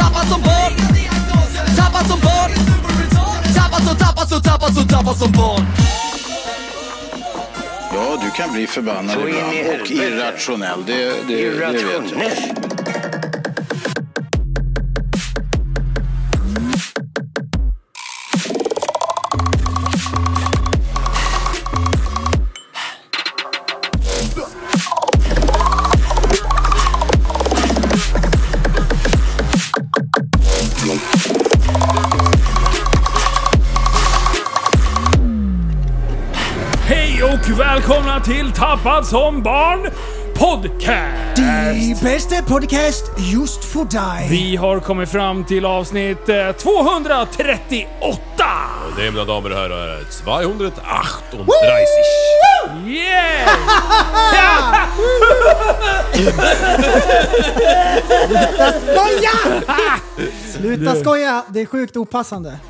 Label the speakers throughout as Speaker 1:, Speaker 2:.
Speaker 1: Tappad som barn Tappad som barn Tappad som, tappad som, tappad som, tappad som barn
Speaker 2: Ja, du kan bli förbannad
Speaker 3: Så in i
Speaker 2: ibland och
Speaker 3: helvete.
Speaker 2: irrationell. Det, det, det vet jag.
Speaker 3: Irrationell.
Speaker 4: Hej och välkomna till Tappad som barn podcast!
Speaker 5: Die beste podcast just för dig.
Speaker 4: Vi har kommit fram till avsnitt eh, 238!
Speaker 6: Det är mina damer och herrar, 238.
Speaker 4: Yeah!
Speaker 5: Skoja! Sluta skoja, det är sjukt opassande.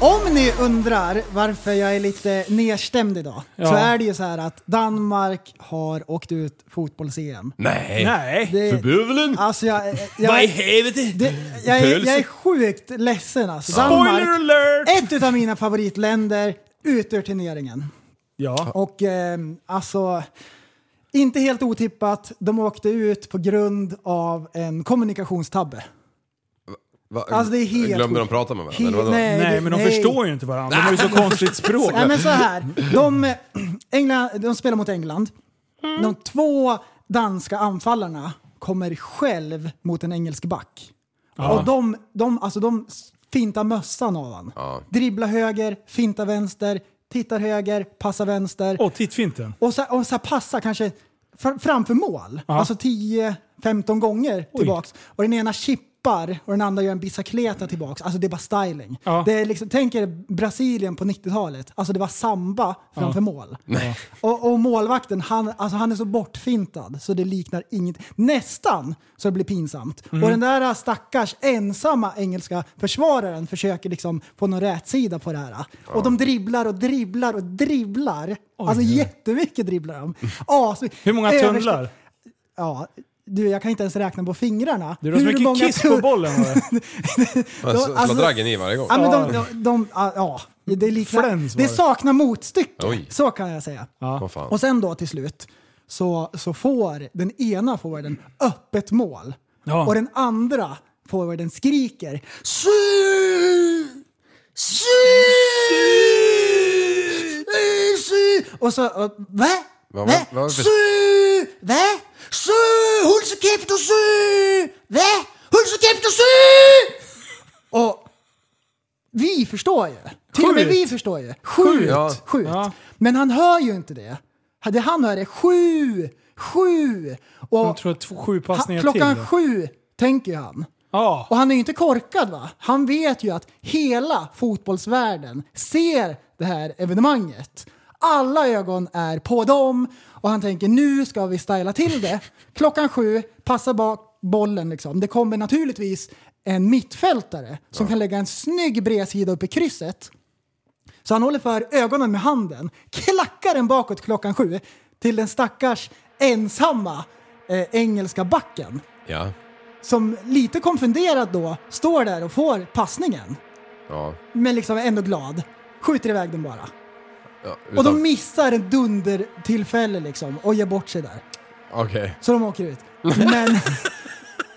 Speaker 5: Om ni undrar varför jag är lite nedstämd idag så
Speaker 4: Ja.
Speaker 5: är det ju så här att Danmark har åkt ut fotbolls-EM.
Speaker 6: Nej!
Speaker 4: Nej.
Speaker 5: Det-
Speaker 6: Bövelen!
Speaker 5: Alltså jag, jag,
Speaker 4: Vad i
Speaker 5: jag,
Speaker 4: helvete?
Speaker 5: det, jag, är-
Speaker 6: Pölse.
Speaker 5: jag är sjukt ledsen alltså.
Speaker 4: Spoiler
Speaker 5: Danmark, Eh,
Speaker 4: alert!
Speaker 5: ett utav mina favoritländer, ut ur turneringen.
Speaker 4: Ja.
Speaker 5: Och eh, alltså, inte helt otippat, de åkte ut på grund av en kommunikationstabbe.
Speaker 6: Va?
Speaker 5: Alltså, det är helt
Speaker 6: Glömde de
Speaker 5: sjukt.
Speaker 6: prata med varandra?
Speaker 5: Helt-
Speaker 6: eller vadå?
Speaker 5: nej.
Speaker 4: Nej, men de
Speaker 5: Nej.
Speaker 4: förstår ju inte varandra. De har ju så konstigt språk.
Speaker 5: Nej men så här. De, England, de spelar mot England. De två danska anfallarna kommer själv mot en engelsk back. Och de, de, alltså de fintar mössan av han. Dribblar höger, fintar vänster, tittar höger, passar vänster.
Speaker 4: Åh, tittfinten.
Speaker 5: Och så, och så här passa kanske fr- framför mål. Alltså 10-15 gånger tillbaks. Och den ena chippar och den andra gör en bicicleta tillbaks. Alltså det är bara styling.
Speaker 4: Ja.
Speaker 5: Det är liksom, tänk er Brasilien på 90-talet. Alltså det var samba framför mål. Och, och målvakten, han, alltså han är så bortfintad så det liknar inget. Nästan så det blir pinsamt.
Speaker 4: Mm.
Speaker 5: Och den där stackars ensamma engelska försvararen försöker liksom få någon rätsida på det här. Och de dribblar och dribblar och dribblar. alltså jättemycket dribblar de. As,
Speaker 4: Hur många
Speaker 5: överst-
Speaker 4: tunnlar?
Speaker 5: Ja, du, jag kan inte ens räkna på fingrarna.
Speaker 4: Du har så
Speaker 5: Hur
Speaker 4: mycket
Speaker 5: många
Speaker 4: kiss på
Speaker 5: tun-
Speaker 4: bollen. var det?
Speaker 6: Man slår
Speaker 5: alltså-
Speaker 6: draggen i varje gång.
Speaker 5: Ja, men de, de, de, ja, ja, det,
Speaker 4: Friends
Speaker 5: liknar,
Speaker 4: var
Speaker 5: det
Speaker 4: det.
Speaker 5: saknar motstycke.
Speaker 6: Oj.
Speaker 5: Så kan jag säga.
Speaker 6: Vad fan.
Speaker 5: Och sen då till slut så, så får den ena forwarden öppet mål
Speaker 4: Ja.
Speaker 5: och den andra forwarden skriker "Sy! Sy! Sy!" Och så, och, va?
Speaker 6: Vad var-
Speaker 5: Va?
Speaker 6: vad var det för-
Speaker 5: Sy! Va? Sy! Håll så käft och sy! Va? Håll så käft och sy! Och vi förstår ju. Till och med
Speaker 4: Skjut.
Speaker 5: vi förstår ju. Skjut!
Speaker 6: Ja.
Speaker 5: Skjut.
Speaker 4: Ja.
Speaker 5: Men han hör ju inte det. Det han hör är sju! Sju!
Speaker 4: Jag
Speaker 5: Och
Speaker 4: tror att två- sju
Speaker 5: ha,
Speaker 4: passningar
Speaker 5: klockan
Speaker 4: till.
Speaker 5: sju tänker ju han.
Speaker 4: Ja.
Speaker 5: Och han är ju inte korkad va? Han vet ju att hela fotbollsvärlden ser det här evenemanget. Alla ögon är på dem och han tänker nu ska vi styla till det. Klockan sju, passa bak bollen liksom. Det kommer naturligtvis en mittfältare som kan lägga en snygg bredsida upp i krysset. Så han håller för ögonen med handen, klackar den bakåt klockan sju till den stackars ensamma eh, engelska backen
Speaker 6: Ja.
Speaker 5: som lite konfunderad då står där och får passningen.
Speaker 6: Ja.
Speaker 5: Men liksom ändå glad. Skjuter iväg den bara.
Speaker 6: ja.
Speaker 5: Och de
Speaker 6: utan-
Speaker 5: missar ett dundertillfälle liksom och ger bort sig där.
Speaker 6: Okej.
Speaker 5: Så de åker ut. Men...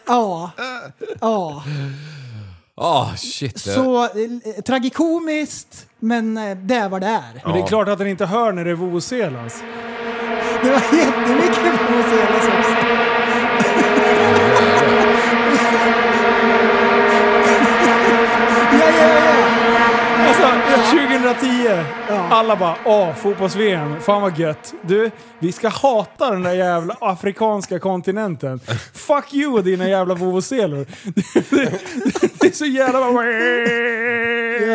Speaker 5: ja. Ja.
Speaker 6: Ah, shit. det-
Speaker 5: Så eh, tragikomiskt, men eh, det är vad det är.
Speaker 4: Men det är klart att den inte hör när det voselas.
Speaker 5: Det var jättemycket på att se alla också. Ja, ja, ja.
Speaker 4: Alltså, 2010.
Speaker 5: ja.
Speaker 4: Alla bara åh, fotbolls-VM, fan vad gött. Du, vi ska hata den där jävla afrikanska kontinenten. Fuck you och dina jävla vovoselor. Det är så jävla...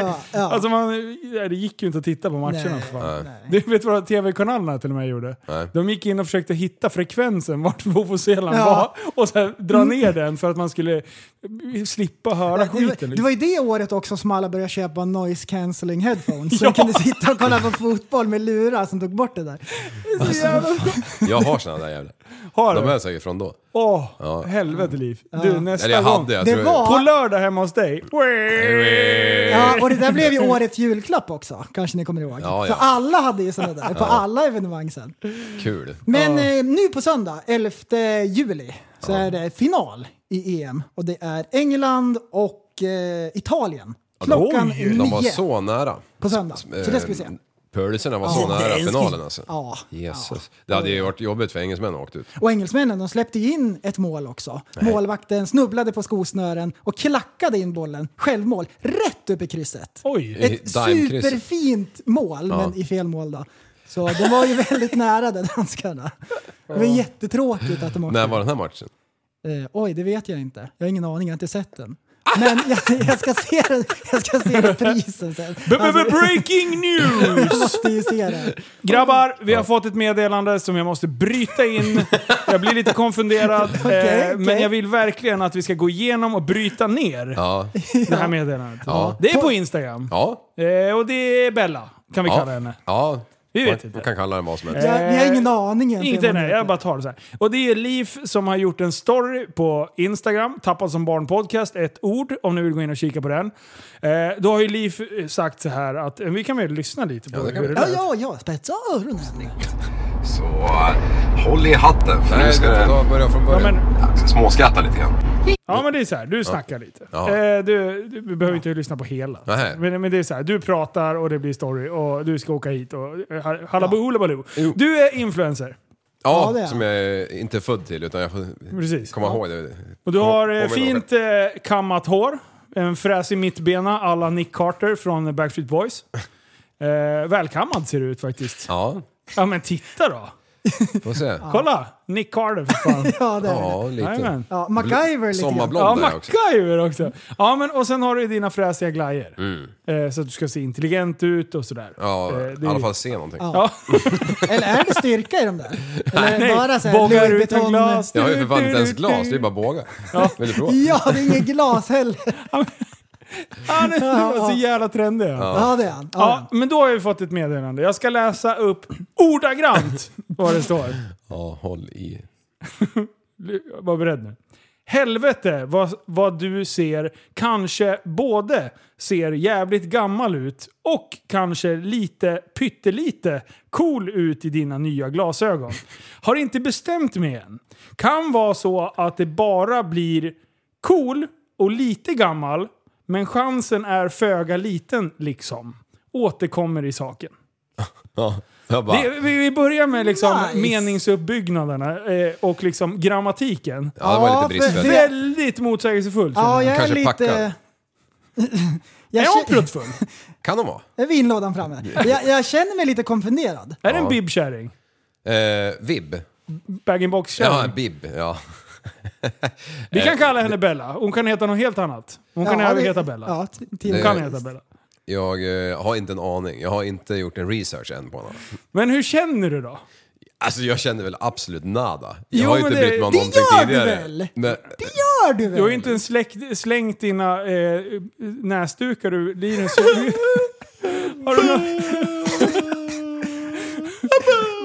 Speaker 5: Ja, ja.
Speaker 4: Alltså man, det gick ju inte att titta på matcherna.
Speaker 5: Nej,
Speaker 4: för fan. Du vet vad tv-kanalerna till och med gjorde? De gick in och försökte hitta frekvensen vart vovoselan
Speaker 5: Ja.
Speaker 4: var och sen dra ner den för att man skulle slippa höra
Speaker 5: Det
Speaker 4: skiten.
Speaker 5: var, det
Speaker 4: liksom.
Speaker 5: var ju det året också som alla började köpa noise cancelling headphones. Så
Speaker 4: Ja.
Speaker 5: man kunde sitta och kolla på fotboll med lurar som tog bort det där.
Speaker 4: Alltså,
Speaker 6: Jag har såna där jävlar.
Speaker 4: Har
Speaker 6: De
Speaker 4: du?
Speaker 6: är säkert från då.
Speaker 4: Åh,
Speaker 6: Ja.
Speaker 4: helvete liv.
Speaker 5: Mm.
Speaker 4: Du, nästa
Speaker 6: Eller jag
Speaker 4: gång.
Speaker 6: hade, alltså. jag
Speaker 5: Det
Speaker 6: tror
Speaker 5: var-
Speaker 4: På lördag hemma hos dig.
Speaker 5: Ja, och det där blev ju årets julklapp också, kanske ni kommer ihåg.
Speaker 6: Ja, ja.
Speaker 5: För alla hade ju sådana där, på alla evenemang sen.
Speaker 6: Kul.
Speaker 5: Men eh, nu på söndag, 11 juli, så är det final i EM. Och det är England och eh, Italien. Klockan
Speaker 4: Oj,
Speaker 5: nio
Speaker 6: De var så nära.
Speaker 5: på söndag. Så det ska vi se.
Speaker 6: Pölserna var så
Speaker 5: Ja.
Speaker 6: nära
Speaker 5: Det är en
Speaker 6: finalen
Speaker 5: skit.
Speaker 6: alltså.
Speaker 5: Ja.
Speaker 6: Jesus. Det hade ju varit jobbigt för engelsmännen att åkt ut.
Speaker 5: Och engelsmännen de släppte ju in ett mål också. Målvakten snubblade på skosnören och klackade in bollen, självmål, rätt upp i krysset.
Speaker 4: Oj.
Speaker 5: Ett
Speaker 6: Dime-krysset.
Speaker 5: superfint mål, men i fel mål då. Så de var ju väldigt nära de danskarna. Det var jättetråkigt att de åkte.
Speaker 6: När var den här matchen?
Speaker 5: Eh, oj, det vet jag inte. Jag har ingen aning, jag har inte sett den.
Speaker 4: Ah!
Speaker 5: Men jag, jag, ska, se den, jag ska se reprisen sen. Alltså,
Speaker 4: Breaking news!
Speaker 5: Jag måste ju se den.
Speaker 4: Grabbar, vi har fått ett meddelande som jag måste bryta in. Jag blir lite konfunderad.
Speaker 5: Okej,
Speaker 4: eh,
Speaker 5: okej.
Speaker 4: Men jag vill verkligen att vi ska gå igenom och bryta ner
Speaker 6: Ja.
Speaker 4: det här meddelandet.
Speaker 6: Ja.
Speaker 4: Det är på Instagram.
Speaker 6: Ja.
Speaker 4: Eh, Och det är Bella, kan vi
Speaker 6: Ja.
Speaker 4: kalla henne.
Speaker 6: ja.
Speaker 4: Vi vet
Speaker 6: man,
Speaker 4: inte.
Speaker 6: man kan kalla den vad som helst.
Speaker 5: Jag, jag har ingen aning egentligen
Speaker 4: Inte
Speaker 5: vad den
Speaker 4: nej, jag
Speaker 5: heter.
Speaker 4: bara tar det så här. Och det är Liv som har gjort en story på Instagram, Tappad som barn podcast, ett ord, om ni vill gå in och kika på den. Eh, då har ju Liv eh, sagt så här att, eh, vi kan väl lyssna lite på
Speaker 6: det
Speaker 4: hur
Speaker 6: kan
Speaker 4: det
Speaker 6: vi.
Speaker 4: lät.
Speaker 5: Ja, ja, ja. Spetsa öronen.
Speaker 7: Så eh, håll i hatten för
Speaker 6: Nej,
Speaker 7: nu
Speaker 6: vi
Speaker 7: ska
Speaker 6: får
Speaker 7: det...
Speaker 6: ta börja från
Speaker 4: Ja,
Speaker 6: början.
Speaker 4: men,
Speaker 7: Jag ska småskratta lite grann.
Speaker 4: ja men det är så här, du snackar lite.
Speaker 6: Ja.
Speaker 4: Eh, du, du vi behöver inte lyssna på hela.
Speaker 6: Nej.
Speaker 4: Men, men det är så här, du pratar och det blir story och du ska åka hit och eh, ha- halabaloo halabaloo. Du är influencer.
Speaker 5: Ja, det
Speaker 6: Ja,
Speaker 5: är
Speaker 6: som jag är inte är född till utan jag får
Speaker 4: Precis.
Speaker 6: komma ihåg det.
Speaker 4: Och du har eh,
Speaker 6: Påminna om
Speaker 4: fint eh, kammat hår, en fräs i mittbena alla Nick Carter från Backstreet Boys. Eh, välkammad ser du ut faktiskt.
Speaker 6: Ja,
Speaker 4: Ja men titta då!
Speaker 6: får se.
Speaker 4: Kolla! Nick Carter för fan.
Speaker 5: Ja, det är det.
Speaker 6: Ja, lite.
Speaker 4: Jajamän.
Speaker 5: Ja, MacGyver lite grann.
Speaker 6: Sommarblond
Speaker 4: Ja,
Speaker 6: där också.
Speaker 4: MacGyver också. Ja, men och sen har du ju dina fräsiga glajjor. Eh, så att du ska se intelligent ut och sådär.
Speaker 6: Mm. Ja,
Speaker 4: Eh, det är
Speaker 6: i
Speaker 4: ju-
Speaker 6: alla fall se någonting.
Speaker 4: Ja.
Speaker 5: Eller är det styrka i de där? Eller är det bara så här
Speaker 4: bågar
Speaker 5: Louis
Speaker 4: utan
Speaker 5: Vuitton-
Speaker 4: glas.
Speaker 6: Jag har ju för fan inte ens glas, det är bara bågar. Vill du prova?
Speaker 5: Ja, det är inget glas heller.
Speaker 4: Han är så jävla trendig. Ja.
Speaker 5: Ja, det är han. Ja,
Speaker 4: Ja, men då har vi fått ett meddelande. Jag ska läsa upp ordagrant vad det står.
Speaker 6: Ja, håll i.
Speaker 4: Var beredd nu. Helvete vad, vad du ser kanske både ser jävligt gammal ut och kanske lite pyttelite cool ut i dina nya glasögon. Har inte bestämt mig än. Kan vara så att det bara blir cool och lite gammal men chansen är föga liten liksom. Återkommer i saken.
Speaker 6: Ja, jag bara...
Speaker 4: Det, vi, vi börjar med liksom
Speaker 5: Nice.
Speaker 4: meningsuppbyggnaderna eh, och liksom grammatiken.
Speaker 6: Ja, det var
Speaker 5: Ja,
Speaker 6: lite
Speaker 5: för-
Speaker 6: bristfälligt.
Speaker 4: Väldigt motsägelsefullt.
Speaker 5: ja jag är
Speaker 6: Kanske
Speaker 5: lite...
Speaker 6: packad.
Speaker 5: Jag
Speaker 4: är hon
Speaker 5: kä-
Speaker 4: pruttfull?
Speaker 6: Kan de vara?
Speaker 5: är vinlådan framme. Jag, jag känner mig lite konfunderad.
Speaker 4: Är det en bibkärring?
Speaker 6: Eh, vib.
Speaker 4: Bag-in-box-kärring?
Speaker 6: Ja, en bib. Ja.
Speaker 4: Vi kan kalla henne Bella. Hon kan heta något helt annat. Hon kan
Speaker 5: eh, ja,
Speaker 4: även
Speaker 5: det-
Speaker 4: heta Bella.
Speaker 5: Ja, t-
Speaker 4: Hon
Speaker 5: till,
Speaker 4: kan heta Bella.
Speaker 6: Jag eh, har inte en aning. Jag har inte gjort en research än på honom.
Speaker 4: Men hur känner du då?
Speaker 6: Alltså jag känner väl absolut nada. Jag
Speaker 4: Jo,
Speaker 6: har ju
Speaker 4: men
Speaker 6: inte
Speaker 4: det-
Speaker 6: brytt mig om
Speaker 4: det
Speaker 6: någonting
Speaker 5: gör du
Speaker 6: tidigare.
Speaker 5: väl?
Speaker 6: Men,
Speaker 5: gör du väl?
Speaker 4: Du har ju inte ens släckt, slängt dina eh, näsdukar ur Linus. har du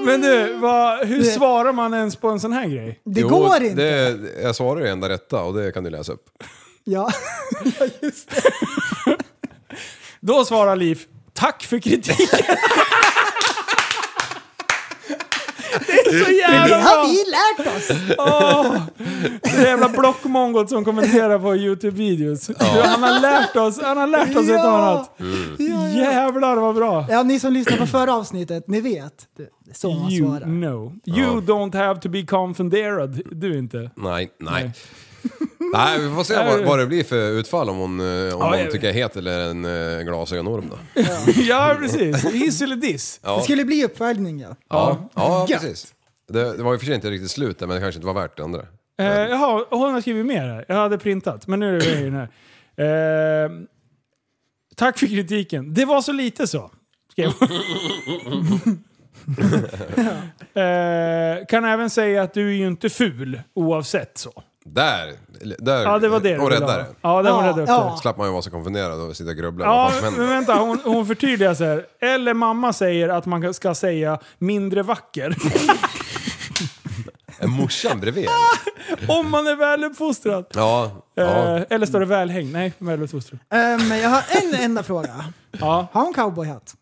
Speaker 4: nå- Men du, vad, hur svarar man ens på en sån här grej?
Speaker 5: det
Speaker 6: Jo,
Speaker 5: går inte.
Speaker 6: Det, jag svarar ju enda rätta och det kan du läsa upp.
Speaker 5: Ja. ja, just det.
Speaker 4: Då svarar Liv, tack för kritiken. det är så
Speaker 5: Det
Speaker 4: jävla
Speaker 5: har
Speaker 4: bra!
Speaker 5: vi lärt oss.
Speaker 4: Åh! Det jävla blockmongot som kommenterar på YouTube-videos. Du, Han har lärt oss, han har lärt oss ett och
Speaker 5: Ja.
Speaker 4: annat. Jävlar vad bra!
Speaker 5: Ja, ni som lyssnar på förra avsnittet, ni vet. Det är så man
Speaker 4: You
Speaker 5: svarar.
Speaker 4: know. You don't have to be confunderad. Du inte.
Speaker 6: Nej, nej. Nej, vi får se vad, vad det blir för utfall om hon, eh, om
Speaker 4: Ja,
Speaker 6: hon
Speaker 4: jag-
Speaker 6: tycker jag är het eller en eh, glasögonorm då.
Speaker 4: ja, precis. Hiss eller diss.
Speaker 5: Det skulle bli uppföljning ja.
Speaker 6: Ja, ja
Speaker 5: Gött.
Speaker 6: precis. Det, det var ju för sig inte riktigt slut där, men det kanske inte var värt det andra.
Speaker 4: Eh, jaha, hon har skrivit mer här. Jag hade printat, men nu är det i den här. Eh, tack för kritiken. Det var så lite så. Skrev hon. eh, kan även säga att du är ju inte ful oavsett så.
Speaker 6: Där! där
Speaker 4: Ja, det var det. du
Speaker 6: Och
Speaker 4: ville ha.
Speaker 6: räddare.
Speaker 4: Ja, det var
Speaker 5: Ja,
Speaker 4: räddare.
Speaker 5: ja.
Speaker 6: Slapp man ju vara så konfunderad och sitta och grubbla. vad
Speaker 4: Ja,
Speaker 6: fan som händer.
Speaker 4: men vänta. Hon, hon förtydligar så här. Eller mamma säger att man ska säga mindre vacker.
Speaker 6: Är morsan bredvid?
Speaker 4: Om man är väluppfostrad.
Speaker 6: Ja. ja.
Speaker 4: Eh, eller står det välhängd? Nej, väluppfostrad.
Speaker 5: Ehm, jag har en enda fråga.
Speaker 4: Ja.
Speaker 5: Har hon cowboyhatt?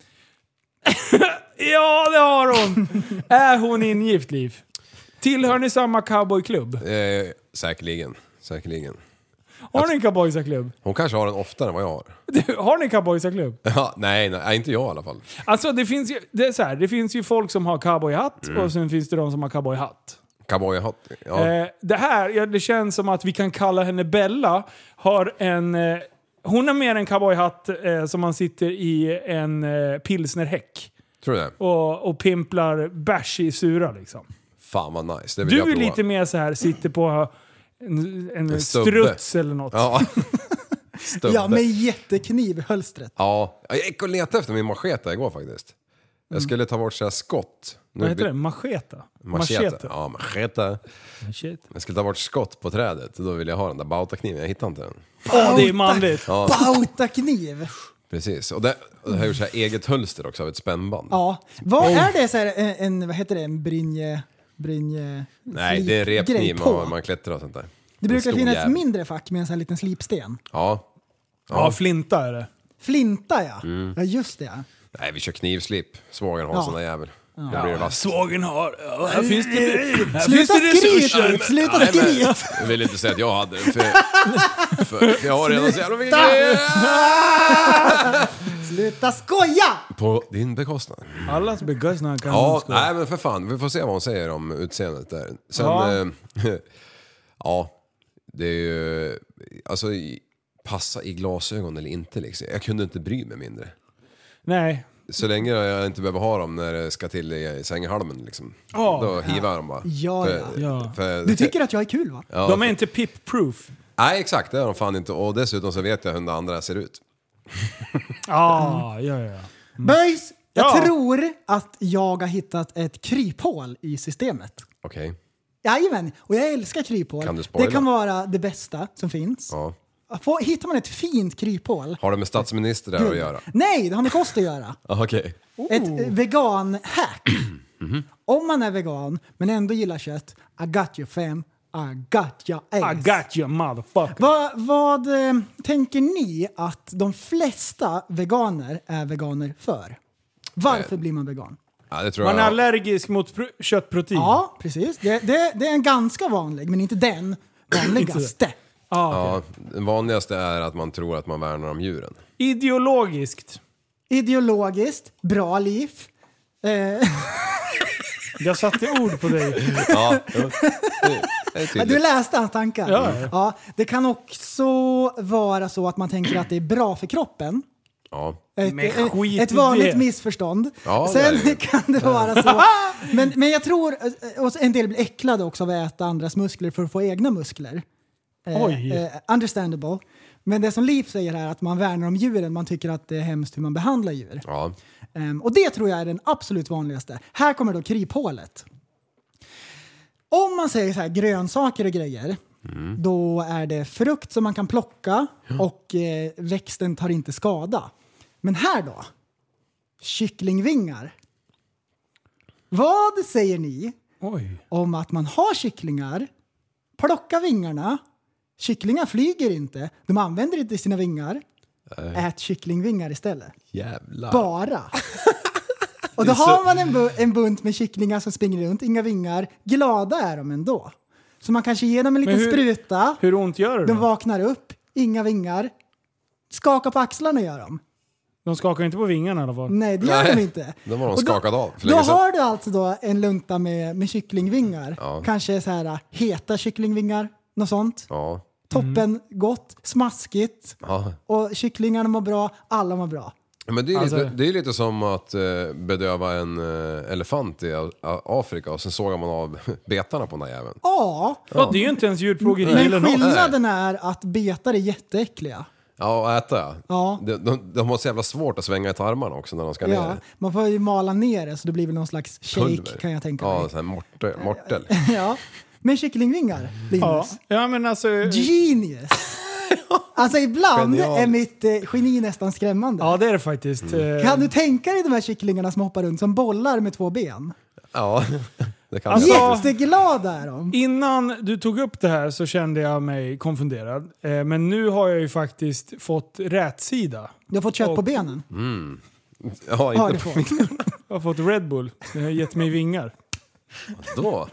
Speaker 4: Ja, det har hon! är hon ingift, Liv? Tillhör ni samma cowboyklubb?
Speaker 6: Eh, säkerligen. Säkerligen.
Speaker 4: Har ni en cowboysaklubb?
Speaker 6: Hon kanske har den oftare än vad jag har.
Speaker 4: Du, Har ni en cowboysaklubb?
Speaker 6: Ja, nej, nej, inte jag i alla fall.
Speaker 4: Alltså, det finns, ju, det, är så här, det finns ju folk som har cowboyhatt och sen finns det de som har cowboyhatt.
Speaker 6: Cowboyhatt. Mm. Ja.
Speaker 4: Eh, det här, ja, det känns som att vi kan kalla henne Bella. Har en, eh, hon har mer en cowboyhatt eh, som man sitter i en eh, pilsnerhäck
Speaker 6: Tror du det?
Speaker 4: och, och pimplar bärs i sura liksom.
Speaker 6: Fan vad nice. Det vill
Speaker 4: Du
Speaker 6: jag
Speaker 4: är
Speaker 6: prova.
Speaker 4: lite mer så här sitter på en, en
Speaker 6: stubbe.
Speaker 4: struts eller något.
Speaker 6: Ja. Stubbe.
Speaker 5: Ja, med jättekniv i hölstret.
Speaker 6: Ja, jag gick och letade efter min machete igår faktiskt. Jag skulle ta bort så här skott. Nu
Speaker 4: Vad heter det? Macheta?
Speaker 6: Machete. Ja, machete.
Speaker 4: Machete.
Speaker 6: Jag skulle ta bort skott på trädet. Då ville jag ha den där bautakniven. Jag hittade inte den.
Speaker 4: Åh, det är manligt!
Speaker 5: Bautakniv!
Speaker 6: Precis. Och det, och det har jag gjort så här eget hölster också av ett spännband.
Speaker 5: Ja. Vad är det så här, en, en, vad heter det, en brynje... brynje
Speaker 6: Nej, det är
Speaker 5: slipgrej
Speaker 6: repkniv
Speaker 5: på.
Speaker 6: man, man klättrar och sånt där.
Speaker 5: Det brukar
Speaker 6: En stor
Speaker 5: finnas
Speaker 6: jävel.
Speaker 5: mindre fack med en sån här liten slipsten.
Speaker 6: Ja.
Speaker 4: Ja, flinta är det.
Speaker 5: Flinta ja.
Speaker 6: Mm.
Speaker 5: Ja just det ja.
Speaker 6: Nej, vi kör knivslip. Svågern har
Speaker 5: Ja.
Speaker 6: en sån där jävel. Då blir det vass.
Speaker 4: Svågen har... ja, Här finns det, här
Speaker 5: Sluta
Speaker 4: finns det
Speaker 5: skryt!
Speaker 4: resurser!
Speaker 5: Ulf, Sluta
Speaker 6: Nej, men-
Speaker 5: skryt!
Speaker 6: Jag vill inte säga att jag hade den, för, för jag har redan så jävla mycket grejer.
Speaker 5: Sluta skoja!
Speaker 6: På din bekostnad.
Speaker 4: Allas begåsna kan
Speaker 6: Ja,
Speaker 4: skoja.
Speaker 6: nej men för fan. Vi får se vad hon säger om utseendet där. Sen,
Speaker 4: Ja.
Speaker 6: ja, eh, ja det är ju, alltså i- passa i glasögon eller inte liksom. Jag kunde inte bry mig mindre.
Speaker 4: Nej.
Speaker 6: Så länge jag inte behöver ha dem när det ska till i i sänghalmen liksom.
Speaker 4: Ja.
Speaker 6: Då hivar jag dem bara.
Speaker 5: Ja, ja.
Speaker 4: Ja.
Speaker 6: för-
Speaker 5: Du tycker att jag är kul va?
Speaker 6: Ja,
Speaker 4: De är
Speaker 6: för-
Speaker 4: inte pip-proof.
Speaker 6: Nej exakt, det är de fan inte. Och dessutom så vet jag hur de andra ser ut.
Speaker 4: Ah, ja, ja, ja.
Speaker 5: Böjs! Jag
Speaker 4: Ja.
Speaker 5: tror att jag har hittat ett kryphål i systemet.
Speaker 6: Okej.
Speaker 5: Jajamän, och jag älskar kryphål.
Speaker 6: Kan du spoila?
Speaker 5: det kan vara det bästa som finns.
Speaker 6: Ja.
Speaker 5: Få, hittar man ett fint kryphål...
Speaker 6: Har det med statsminister där att göra?
Speaker 5: Nej, det har med kost att göra.
Speaker 6: Mm. Ja, Okej.
Speaker 5: Ett eh, vegan-hack. Om man är vegan men ändå gillar kött, I got you fam, I got your ass.
Speaker 4: I got you motherfucker.
Speaker 5: Va, vad eh, tänker ni att de flesta veganer är veganer för? Varför
Speaker 6: Eh.
Speaker 5: blir man vegan?
Speaker 6: Ja, det tror
Speaker 4: Man är
Speaker 6: jag.
Speaker 4: allergisk mot pro- köttprotein.
Speaker 5: Ja, precis. Det, det, det är en ganska vanlig, men inte den vanligaste.
Speaker 6: Ja, den vanligaste är att man tror att man värnar om djuren.
Speaker 4: Ideologiskt.
Speaker 5: Ideologiskt, bra liv. Eh,
Speaker 4: Jag satte ord på dig.
Speaker 6: Ja, det, det är
Speaker 5: Ja, Du
Speaker 6: tydligt.
Speaker 5: läste hans tankar?
Speaker 4: Ja.
Speaker 5: ja. Det kan också vara så att man tänker att det är bra för kroppen.
Speaker 6: Ja.
Speaker 5: Ett,
Speaker 4: Men
Speaker 5: ett-
Speaker 4: skit i
Speaker 5: ett vanligt
Speaker 4: det.
Speaker 5: missförstånd.
Speaker 6: Ja, det
Speaker 5: Sen
Speaker 6: är det.
Speaker 5: kan det vara så. Men, men jag tror, eh, och en del blir äcklade också av att äta andras muskler för att få egna muskler. Eh,
Speaker 4: Oj.
Speaker 5: eh, understandable. Men det som Liv säger här är att man värnar om djuren, man tycker att det är hemskt hur man behandlar djur.
Speaker 6: Ja.
Speaker 5: Ehm, och det tror jag är den absolut vanligaste. Här kommer då kryphålet. Om man säger så här grönsaker och grejer, då är det frukt som man kan plocka och eh, växten tar inte skada. Men här då? Kycklingvingar. Vad säger ni
Speaker 4: Oj.
Speaker 5: om att man har kycklingar, plockar vingarna, kycklingar flyger inte, de använder inte sina vingar, ät kycklingvingar istället.
Speaker 6: Jävlar.
Speaker 5: Bara. Och då har man en, bu- en bunt med kycklingar som springer runt, inga vingar. Glada är de ändå. Så man kanske ger dem en liten
Speaker 4: hur-
Speaker 5: spruta,
Speaker 4: Hur ont gör det
Speaker 5: de
Speaker 4: då?
Speaker 5: vaknar upp, inga vingar. Skakar på axlarna gör de.
Speaker 4: De skakar inte på vingarna i alla fall.
Speaker 5: Nej, det gör
Speaker 6: Nej,
Speaker 5: de inte.
Speaker 6: då var de
Speaker 5: Och då-
Speaker 6: skakade av för
Speaker 5: Då
Speaker 6: länge sedan.
Speaker 5: har du alltså då en lunta med, med kycklingvingar.
Speaker 6: Ja.
Speaker 5: Kanske så här heta kycklingvingar, äh, något sånt.
Speaker 6: Ja. Mm.
Speaker 5: Toppen gott, smaskigt
Speaker 6: Ja.
Speaker 5: och kycklingarna mår bra, alla mår bra.
Speaker 6: Men det är,
Speaker 4: Alltså-
Speaker 6: lite, det är lite som att eh, bedöva en eh, elefant i A- A- Afrika och sen sågar man av betarna på den där jäveln.
Speaker 5: Ja,
Speaker 4: Ja, det är ju inte ens djurplågeri eller
Speaker 5: men
Speaker 4: något.
Speaker 5: skillnaden är att betar är jätteäckliga.
Speaker 6: Ja, och äta
Speaker 5: Ja.
Speaker 6: De, de, de har så jävla svårt att svänga i tarmarna också när de ska
Speaker 5: Ja,
Speaker 6: ner.
Speaker 5: man får ju mala ner det så det blir väl någon slags shake
Speaker 6: Pulver.
Speaker 5: kan jag tänka
Speaker 6: Ja,
Speaker 5: mig.
Speaker 6: sån här mortel. mortel.
Speaker 5: Ja. Men kycklingvingar,
Speaker 4: Ja.
Speaker 5: Linus.
Speaker 4: ja, men alltså...
Speaker 5: Genius! Alltså ibland
Speaker 6: Genial.
Speaker 5: är mitt eh, geni nästan skrämmande.
Speaker 4: Ja, det är det faktiskt. Eh,
Speaker 5: Kan du tänka dig de här kycklingarna som hoppar runt som bollar med två ben?
Speaker 6: Ja, det kan
Speaker 4: Alltså-
Speaker 6: jag.
Speaker 5: Jätteglada är de!
Speaker 4: Innan du tog upp det här så kände jag mig konfunderad. Eh, men nu har jag ju faktiskt fått rätsida.
Speaker 5: Du har fått kött
Speaker 4: Och-
Speaker 5: på benen.
Speaker 6: Mm. Ja,
Speaker 5: Har du
Speaker 6: inte
Speaker 5: fått.
Speaker 4: Jag har fått Red Bull. Den har gett mig vingar.
Speaker 6: då.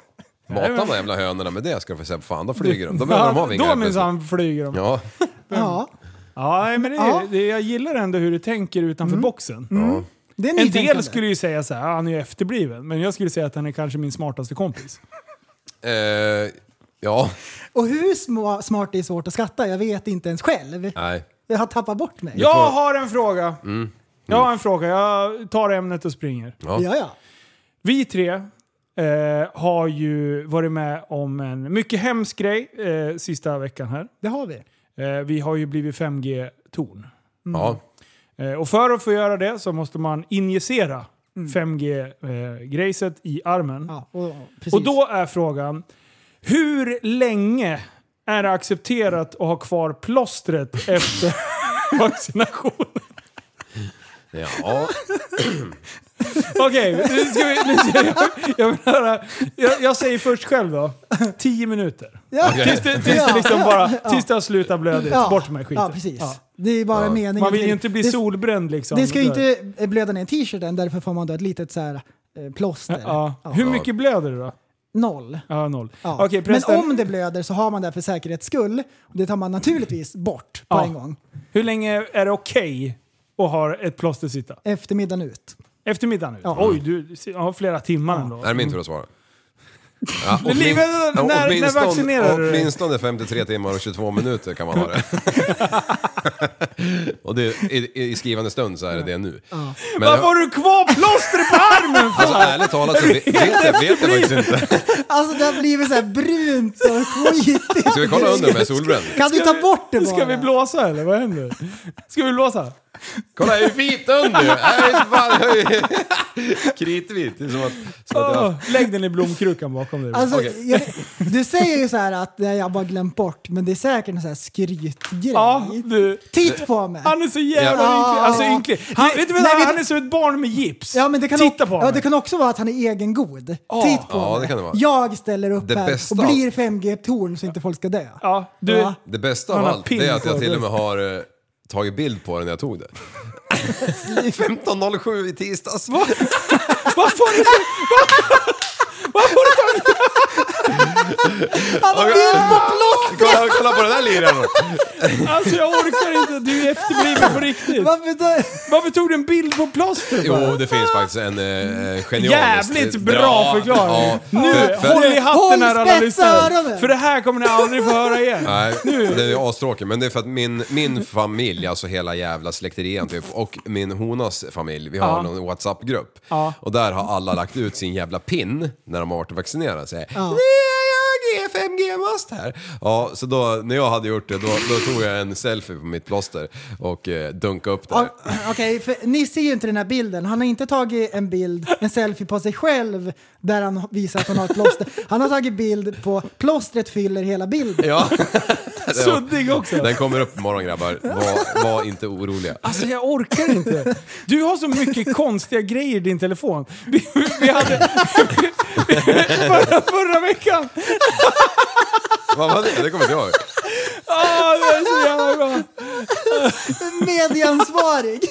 Speaker 6: Mata de där jävla hönorna med det ska du få se. Fan, då flyger de. Då
Speaker 4: Ja,
Speaker 6: behöver de ha vingar.
Speaker 4: Då
Speaker 6: helt
Speaker 4: minsann flyger de.
Speaker 6: plötsligt. Ja.
Speaker 5: Ja,
Speaker 4: Ja, nej, men det,
Speaker 5: Ja. Mm.
Speaker 4: Det, jag gillar ändå hur du tänker utanför boxen.
Speaker 5: det är
Speaker 4: En
Speaker 5: nytänkande.
Speaker 4: del skulle ju säga så här, "Ah, han är ju efterbliven. Men jag skulle säga att han är kanske min smartaste kompis.
Speaker 6: Eh, ja,
Speaker 5: Och hur små, smart det är svårt att skatta, jag vet inte ens själv.
Speaker 6: nej.
Speaker 5: Jag har tappat bort mig.
Speaker 4: Jag har en fråga!
Speaker 6: Mm.
Speaker 4: Jag har en fråga. Jag tar ämnet och springer.
Speaker 6: Ja.
Speaker 5: ja. ja.
Speaker 4: Vi tre eh, har ju varit med om en mycket hemsk grej eh, sista veckan här.
Speaker 5: Det har vi.
Speaker 4: Eh, vi har ju blivit 5G-torn.
Speaker 6: Ja.
Speaker 4: Eh, och för att få göra det så måste man injicera 5G-grejset i armen.
Speaker 5: Mm. Ja, och, precis.
Speaker 4: Och då är frågan, hur länge är det accepterat att ha kvar plåstret efter vaccination?
Speaker 6: ja.
Speaker 4: Okej, nu ska vi... Nu ska jag, jag, vill höra, jag, jag säger först själv då. 10 minuter.
Speaker 5: Ja.
Speaker 6: Okej.
Speaker 4: Tills det, tills det
Speaker 5: Ja,
Speaker 4: liksom
Speaker 5: ja,
Speaker 4: bara...
Speaker 5: ja.
Speaker 4: Tills det har slutat blödigt.
Speaker 5: Ja,
Speaker 4: Bort med skiten.
Speaker 5: Ja, precis.
Speaker 4: Ja.
Speaker 5: Det är bara meningen.
Speaker 4: Man vill
Speaker 5: till-
Speaker 4: ju inte bli
Speaker 5: det,
Speaker 4: solbränd liksom.
Speaker 5: Det ska ju
Speaker 4: Där.
Speaker 5: inte eh, blöda ner t-shirten, därför får man då ett litet så här, eh, plåster.
Speaker 4: Ja. Hur mycket blöder det då?
Speaker 5: Noll.
Speaker 4: Ja, noll.
Speaker 5: Ja.
Speaker 4: Okej,
Speaker 5: Men
Speaker 4: prästen.
Speaker 5: om det blöder så har man det för säkerhets skull. Och det tar man naturligtvis bort på
Speaker 4: Ja.
Speaker 5: en gång.
Speaker 4: Hur länge är det okej att ha ett plåster sitta?
Speaker 5: Eftermiddagen ut.
Speaker 4: Eftermiddagen ut?
Speaker 5: Ja.
Speaker 4: Oj, du har flera timmar ändå.
Speaker 6: Är det min tur att svara? Ja, åtmin-
Speaker 4: livet- när- när
Speaker 6: åtminstone-
Speaker 4: vaccinerar du dig?
Speaker 6: Åtminstone 53 timmar och 22 minuter kan man ha det. och det, i, i skrivande stund så är det det nu. Men
Speaker 4: Varför har
Speaker 6: jag,
Speaker 4: du kvar plåster på armen?
Speaker 6: alltså ärligt talat så vet, vet, jag, vet jag faktiskt inte.
Speaker 5: Alltså det har blivit så här brunt och skitigt.
Speaker 6: Ska vi kolla under om jag är solbränd?
Speaker 5: Kan du ta bort det bara?
Speaker 4: Ska vi blåsa eller vad händer? Ska vi blåsa?
Speaker 6: Kolla jag är vit under! Jag är fan, jag är kritvit. Det är som att, som att
Speaker 4: Åh,
Speaker 6: jag har
Speaker 4: lägg den i blomkrukan bakom dig.
Speaker 5: Alltså,
Speaker 6: Okej.
Speaker 5: jag, du säger ju så här att nej, jag har bara glömt bort, men det är säkert en sån här skrytgrej.
Speaker 4: ja, du.
Speaker 5: Titt på mig!
Speaker 4: Han är så jävla
Speaker 5: Ja.
Speaker 4: ynklig. Alltså ynklig. Han, vet du vad,
Speaker 5: Nej,
Speaker 4: han,
Speaker 5: vet-
Speaker 4: är som ett barn med gips.
Speaker 5: Ja, men det kan
Speaker 4: Titta
Speaker 5: o-
Speaker 4: på
Speaker 5: ja,
Speaker 4: honom.
Speaker 5: det kan också vara att han är egengod. Titt på
Speaker 6: Ja,
Speaker 5: mig.
Speaker 6: det kan det vara.
Speaker 5: Jag ställer upp
Speaker 6: Det
Speaker 5: här
Speaker 6: bästa-
Speaker 5: och blir 5G-torn så inte folk ska dö.
Speaker 4: Ja, du.
Speaker 5: Ja.
Speaker 6: Det bästa
Speaker 4: Han
Speaker 6: av
Speaker 4: har
Speaker 6: allt det är att jag
Speaker 4: pin
Speaker 6: till och med har eh, tagit bild på det när jag tog det. 15.07 i tisdags.
Speaker 4: Varför har du så- varför har du tagit...
Speaker 5: Han har bild på plåster!
Speaker 6: Kolla, kolla på den där liraren!
Speaker 4: Alltså jag orkar inte. Du är efterbliven på riktigt.
Speaker 5: Varför dö?
Speaker 4: Varför tog du en bild på plåstret? bara?
Speaker 6: Jo, det finns faktiskt en eh, genialisk...
Speaker 4: Jävligt bra
Speaker 6: Ja,
Speaker 4: förklaring.
Speaker 6: ja.
Speaker 4: Nu,
Speaker 6: För- för-
Speaker 4: håll i hatten
Speaker 5: Håll
Speaker 4: här alla
Speaker 5: spets
Speaker 4: lyssnare.
Speaker 5: öronen.
Speaker 4: För det här kommer ni aldrig få höra igen.
Speaker 6: Nej, det är ju astråkigt. Men det är för att min, min familj, alltså hela jävla släkterien typ, och min honas familj, vi har
Speaker 4: Ja.
Speaker 6: någon WhatsApp-grupp.
Speaker 4: Ja.
Speaker 6: Och där har alla lagt ut sin jävla pin när de har varit vaccinerade. Så här, Nu är jag G- 5G-mast här. Ja, så då, när jag hade gjort det, då, då tog jag en selfie på mitt plåster och eh, dunkade upp det.
Speaker 5: Ja, Okej, för ni ser ju inte den här bilden. Han har inte tagit en bild, en selfie på sig själv där han visar att han har ett plåster. Han har tagit bild på plåstret fyller hela bilden.
Speaker 6: Ja,
Speaker 4: Suddig också.
Speaker 6: den kommer upp imorgon grabbar. Var, var inte oroliga.
Speaker 4: Alltså jag orkar inte. Du har så mycket konstiga grejer i din telefon. Vi, vi hade... Förra, förra veckan!
Speaker 6: Vad var det? Det kommer inte jag ihåg.
Speaker 4: Ah, det är så jävla bra.
Speaker 5: Medieansvarig!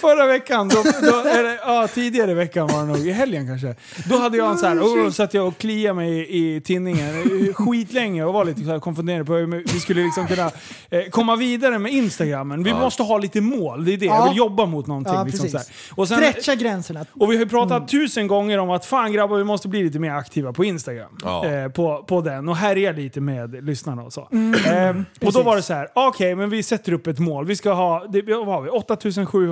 Speaker 4: Förra veckan, då, då är det, ja, Ja, tidigare i veckan var det nog. I helgen kanske. Då hade jag en så här, oh, satt jag och kliade mig i, i tinningen skitlänge och var lite så här konfunderad på hur vi skulle liksom kunna eh, komma vidare med Instagramen. Vi måste ha lite mål, det är det. Jag
Speaker 5: Ja.
Speaker 4: vill jobba mot någonting.
Speaker 5: Ja,
Speaker 4: liksom så här.
Speaker 5: precis.
Speaker 4: Och sen,
Speaker 5: Stretcha gränserna.
Speaker 4: och vi har ju pratat
Speaker 6: Mm.
Speaker 4: tusen gånger om att fan grabbar, vi måste bli lite mer aktiva på Instagram.
Speaker 6: Ja.
Speaker 4: Eh, på, på den och härja lite med lyssnarna och så. Eh, och då var det så här, okej men vi sätter upp ett mål. Vi ska ha, det, vad har vi, 8700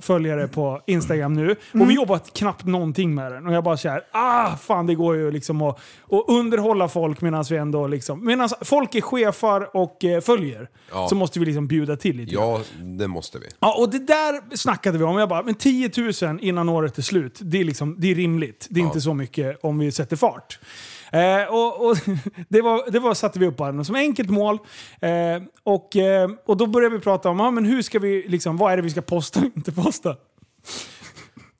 Speaker 4: följare på Instagram nu. Och vi jobbat knappt någonting med den. Och jag bara så här, ah fan det går ju liksom att, att underhålla folk medan vi ändå liksom, medan folk är chefar och eh, följer.
Speaker 6: Ja.
Speaker 4: Så måste vi liksom bjuda till lite.
Speaker 6: Ja, det måste vi.
Speaker 4: Ja, och det där snackade vi om. Jag bara, men 10 000 innan året är slut, det är, liksom, det är rimligt. Det är inte så mycket om vi sätter fart. Eh, och, och det, var, det var, satte vi upp bara som enkelt mål. Eh, och, eh, och då började vi prata om, ja, men hur ska vi, liksom, vad är det vi ska posta och inte posta?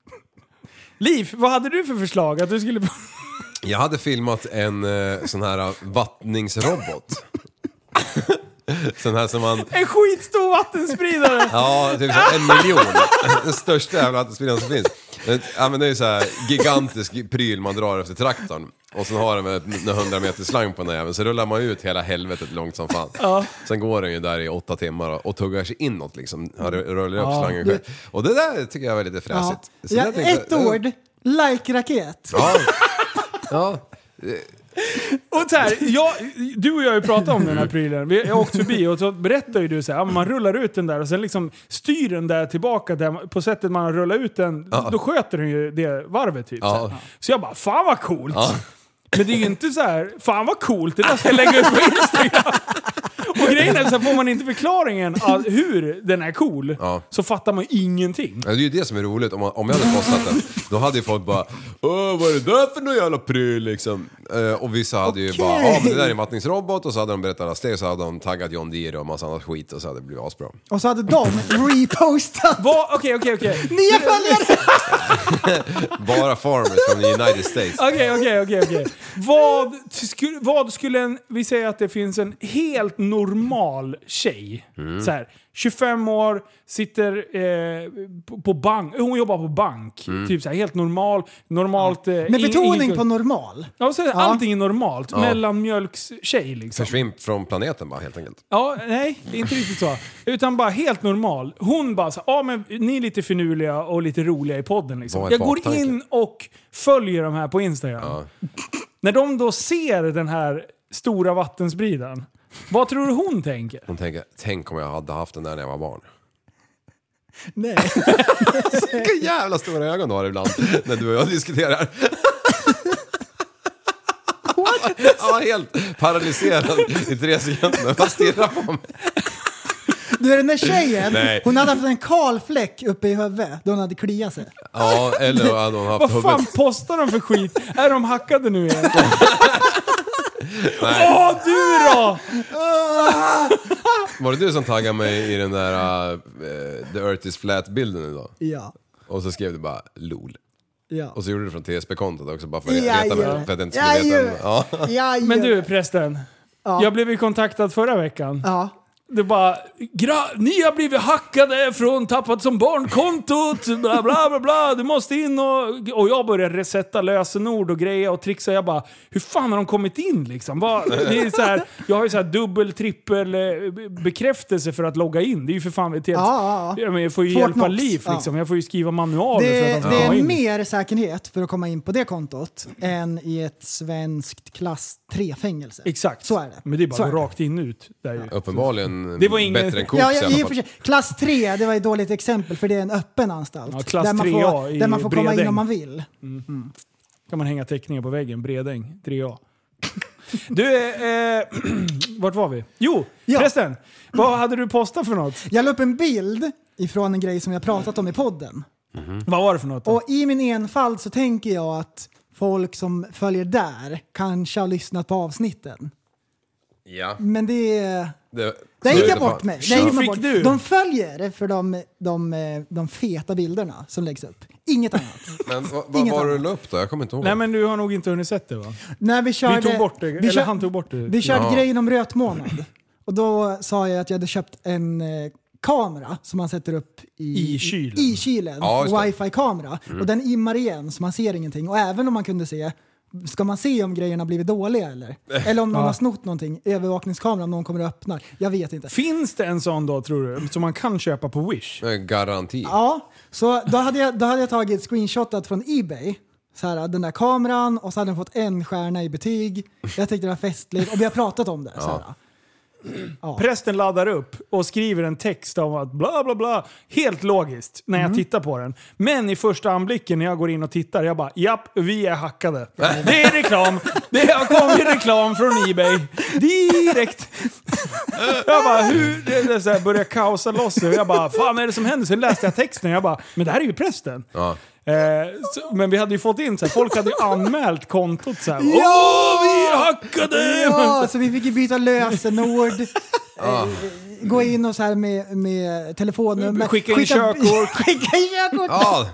Speaker 4: Liv, vad hade du för förslag? Att du skulle...
Speaker 6: Jag hade filmat en eh, sån här vattningsrobot. sån här som man...
Speaker 4: En skitstor vattenspridare!
Speaker 6: Ja, typ så här en miljon. Den största jävla vattenspridaren som finns. Den- Ja, men det är ju så här gigantisk pryl man drar efter traktorn. Och sen har den väl en 100 meter slang på den där jäveln. Så rullar man ut hela helvetet långt som fan. Sen går den ju där i åtta timmar och- och tuggar sig inåt liksom. Han rullar upp slangen själv. Och det där tycker jag är lite
Speaker 5: Ja.
Speaker 6: fräsigt. Så
Speaker 5: Ja,
Speaker 6: där tänkte jag-
Speaker 5: ett ord. Like-raket.
Speaker 6: Ja. ja.
Speaker 4: Och så här, jag, du och jag har ju pratat om den här prylen. Vi har åkt förbi och så berättar ju du så här, ja, men man rullar ut den där och sen liksom styr den där tillbaka där, man- på sättet man har rullat ut den. Då sköter den ju det varvet typ. Så, här.
Speaker 6: Ja.
Speaker 4: så jag bara, fan vad coolt!
Speaker 6: Ja.
Speaker 4: Men det är ju inte så här, fan vad coolt, det där ska jag lägga upp på Instagram. Och grejen är så här, får man inte förklaringen av hur den är cool
Speaker 6: Ja.
Speaker 4: så fattar man ingenting.
Speaker 6: Ja, Det är ju det som är roligt, om, man, om jag hade postat den, då hade ju folk bara Åh, vad är det där för någon jävla pryl liksom? Eh, och vissa hade ju
Speaker 5: Okej.
Speaker 6: bara, ja men det där är en vattningsrobot och så hade de berättat alla steg, så hade de taggat John Deere och massa annat skit och så hade det blivit asbra.
Speaker 5: Och så hade de repostat.
Speaker 4: Va? Okej, okej, okej.
Speaker 5: Nya följare!
Speaker 6: Bara farmers från the United States.
Speaker 4: Okej, okej, okej. okej. Vad sku- Vad skulle en... Vi säger att det finns en helt normal tjej. Så här, 25 år, sitter eh, på, på bank. Hon jobbar på bank. Typ så här, helt normal. Normalt... Eh,
Speaker 5: Med
Speaker 4: ing-
Speaker 5: betoning
Speaker 4: ingen-
Speaker 5: på normal.
Speaker 4: Ja, så här, allting är normalt. Mellanmjölkstjej liksom.
Speaker 6: Försvinn från planeten bara helt enkelt.
Speaker 4: Ja, nej, det är inte riktigt så. Utan bara helt normal. Hon bara så ja ah, men ni är lite finurliga och lite roliga i podden liksom.
Speaker 6: Vad är
Speaker 4: Jag går
Speaker 6: baktanken?
Speaker 4: in och följer de här på Instagram. När de då ser den här stora vattenspridan, vad tror du hon tänker?
Speaker 6: Hon tänker, tänk om jag hade haft den där när jag var barn.
Speaker 5: Nej.
Speaker 6: Vilka jävla stora ögon du har ibland när du och jag diskuterar. What? Jag var helt paralyserad i tre sekunder, bara stirrar på mig.
Speaker 5: Du är den där tjejen,
Speaker 6: Nej.
Speaker 5: hon hade haft en kal fläck uppe i huvudet då hon hade kliat sig.
Speaker 6: Ja, eller hade hon haft
Speaker 4: Vad fan
Speaker 6: huvudet...
Speaker 4: postar de för skit? Är de hackade nu igen?
Speaker 6: Nej,
Speaker 4: Åh du då!
Speaker 6: var det du som taggade mig i den där eh, The Earth is Flat-bilden idag?
Speaker 5: Ja.
Speaker 6: Och så skrev du bara LOL.
Speaker 5: Ja.
Speaker 6: Och så gjorde du det från TSB-kontot också bara för att reta mig. För att jag inte skulle
Speaker 5: Jajamän.
Speaker 6: veta. Ja.
Speaker 5: Jajamän.
Speaker 4: Men du prästen, jag blev ju kontaktad förra veckan.
Speaker 5: Ja.
Speaker 4: Det bara, gra- ni har blivit hackade från tappat som barnkontot, bla bla bla bla, du måste in och... Och jag började resetta lösenord och grejer och trixa. Jag bara, hur fan har de kommit in liksom? Vad- det är så här, jag har ju så här dubbel, trippel eh, be- bekräftelse för att logga in. Det är ju för fan ett helt...
Speaker 5: Ja, ja, ja.
Speaker 4: Jag, men, jag får ju
Speaker 5: Fort
Speaker 4: hjälpa
Speaker 5: nog.
Speaker 4: liv liksom.
Speaker 5: Ja.
Speaker 4: Jag får ju skriva manualer
Speaker 5: Det,
Speaker 4: för att de ska
Speaker 5: det
Speaker 4: komma
Speaker 5: är
Speaker 4: in.
Speaker 5: mer säkerhet för att komma in på det kontot än i ett svenskt klass 3-fängelse.
Speaker 4: Exakt.
Speaker 5: Så är det.
Speaker 4: Men det är
Speaker 5: Så
Speaker 4: bara
Speaker 5: är
Speaker 4: att gå rakt in ut. Där ju.
Speaker 6: Uppenbarligen
Speaker 4: Det var ingen-
Speaker 6: bättre än Coops
Speaker 5: Ja,
Speaker 6: i
Speaker 5: ja,
Speaker 6: alla
Speaker 5: i och för
Speaker 6: fall.
Speaker 5: sig. Klass 3, det var ett dåligt exempel för det är en öppen anstalt.
Speaker 4: Ja, klass
Speaker 5: där man
Speaker 4: 3A i
Speaker 5: får, där man får komma in
Speaker 4: Bredäng.
Speaker 5: om man vill.
Speaker 4: kan man hänga teckningar på väggen. Bredäng, 3A. Du, eh, vart var vi? Jo,
Speaker 5: Ja.
Speaker 4: förresten. Vad hade du postat för något?
Speaker 5: Jag la upp en bild ifrån en grej som jag pratat om i podden.
Speaker 4: Vad var det för något? då?
Speaker 5: Och i min enfald så tänker jag att folk som följer där kanske har lyssnat på avsnitten.
Speaker 6: Ja.
Speaker 5: Men det...
Speaker 6: Det,
Speaker 5: Där gick jag
Speaker 6: fan.
Speaker 5: bort mig. Där
Speaker 6: Ja.
Speaker 5: gick man
Speaker 4: Fick
Speaker 5: bort.
Speaker 4: du?
Speaker 5: De följer för de, de, eh, de feta bilderna som läggs upp. Inget annat.
Speaker 6: Men vad vad
Speaker 5: Inget
Speaker 6: var det du
Speaker 5: annat.
Speaker 6: la upp då? Jag kommer inte ihåg.
Speaker 4: Nej men du har nog inte hunnit sett det va?
Speaker 5: När vi körde,
Speaker 4: Vi tog bort det,
Speaker 5: vi
Speaker 4: eller
Speaker 5: kör-
Speaker 4: han tog bort det.
Speaker 5: Vi körde
Speaker 6: Ja.
Speaker 5: grejen om rötmånad. Och då sa jag att jag hade köpt en eh, kamera som man sätter upp i,
Speaker 4: I kylen.
Speaker 5: I kylen
Speaker 6: Ja, just det. Mm.
Speaker 5: Wifi-kamera. Och den immar igen så man ser ingenting. Och även om man kunde se, ska man se om grejerna blivit dåliga eller?
Speaker 6: Eh.
Speaker 5: Eller om någon har snott någonting? Övervakningskamera, om någon kommer och öppnar? Jag vet inte.
Speaker 4: Finns det en sån då tror du? Som man kan köpa på Wish?
Speaker 6: Eh, Garanti.
Speaker 5: Ja, så då hade jag, då hade jag tagit screenshotat från Ebay. Så här, den där kameran och så hade den fått en stjärna i betyg. Jag tyckte det var festligt och vi har pratat om det. Så här.
Speaker 4: Prästen laddar upp och skriver en text om att bla bla bla. Helt logiskt när jag
Speaker 6: Mm.
Speaker 4: tittar på den. Men i första anblicken när jag går in och tittar, jag bara japp, vi är hackade. Det är reklam. Det har kommit reklam från Ebay. Direkt. Jag bara hur? Det är så här, börjar kaosa loss. nu. Jag bara fan vad är det som händer? Så läste jag texten jag bara men det här är ju prästen.
Speaker 6: Ja.
Speaker 4: Eh, så, men vi hade ju fått in så här, folk hade ju anmält kontot så här. Åh, vi är hackade!
Speaker 5: Ja, så vi fick ju byta lösenord. eh, Gå in och så här med, med telefonnummer.
Speaker 4: Skicka in körkort.
Speaker 5: Skicka in körkort.
Speaker 6: Ja,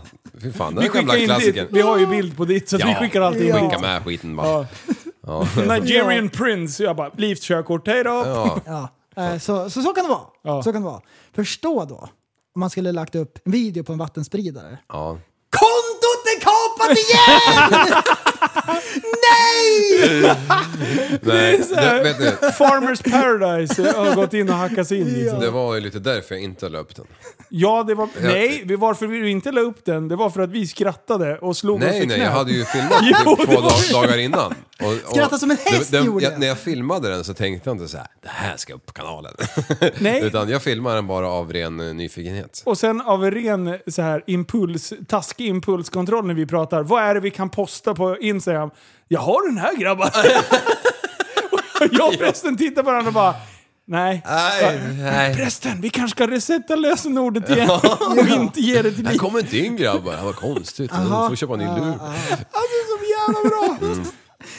Speaker 6: fy fan. Den
Speaker 4: Vi
Speaker 6: gamla
Speaker 4: skickar in
Speaker 6: klassikern.
Speaker 4: dit. Vi har ju bild på ditt så att vi
Speaker 6: Ja.
Speaker 4: skickar alltid in
Speaker 5: Ja.
Speaker 4: dit.
Speaker 6: Skicka med skiten bara.
Speaker 4: Nigerian Prince. Jag bara, Leafs körkort, hej då!
Speaker 6: Mm. Ja.
Speaker 5: Ja, eh, så, så, så kan det vara.
Speaker 4: Ja.
Speaker 5: Så kan det vara. Förstå då om man skulle lagt upp en video på en vattenspridare.
Speaker 6: Ja.
Speaker 5: Kontot är kapat igen! Nej!
Speaker 6: Nej, det, vet ni,
Speaker 4: Farmers Paradise har gått in och hackat sig in. Liksom.
Speaker 6: det var ju lite därför jag inte la upp den.
Speaker 4: Ja, det var... Nej, vi- varför vi inte la upp den, det var för att vi skrattade och slog oss i
Speaker 6: Nej, nej, jag
Speaker 4: knät.
Speaker 6: hade ju filmat
Speaker 4: Jo,
Speaker 6: typ
Speaker 4: det
Speaker 6: två
Speaker 4: var-
Speaker 6: dag- dagar innan. Och, och
Speaker 5: Skratta som en häst
Speaker 6: den,
Speaker 5: gjorde jag.
Speaker 6: jag, När jag filmade den så tänkte jag inte så här, det här ska upp på kanalen.
Speaker 4: Nej.
Speaker 6: Utan jag filmade den bara av ren eh, nyfikenhet.
Speaker 4: Och sen av ren så här, impuls, taskig impulskontroll när vi pratar, vad är det vi kan posta på Instagram? Jag har den här grabbar! Och jag och prästen tittar på varandra och bara, nej.
Speaker 6: Nej, nej.
Speaker 4: Prästen, vi kanske ska resetta lösenordet igen och inte ge det till
Speaker 6: Han
Speaker 4: Liv.
Speaker 6: kom inte in grabbar, det var konstigt. Aha, får köpa en ny lur.
Speaker 4: Så jävla bra!
Speaker 5: Mm.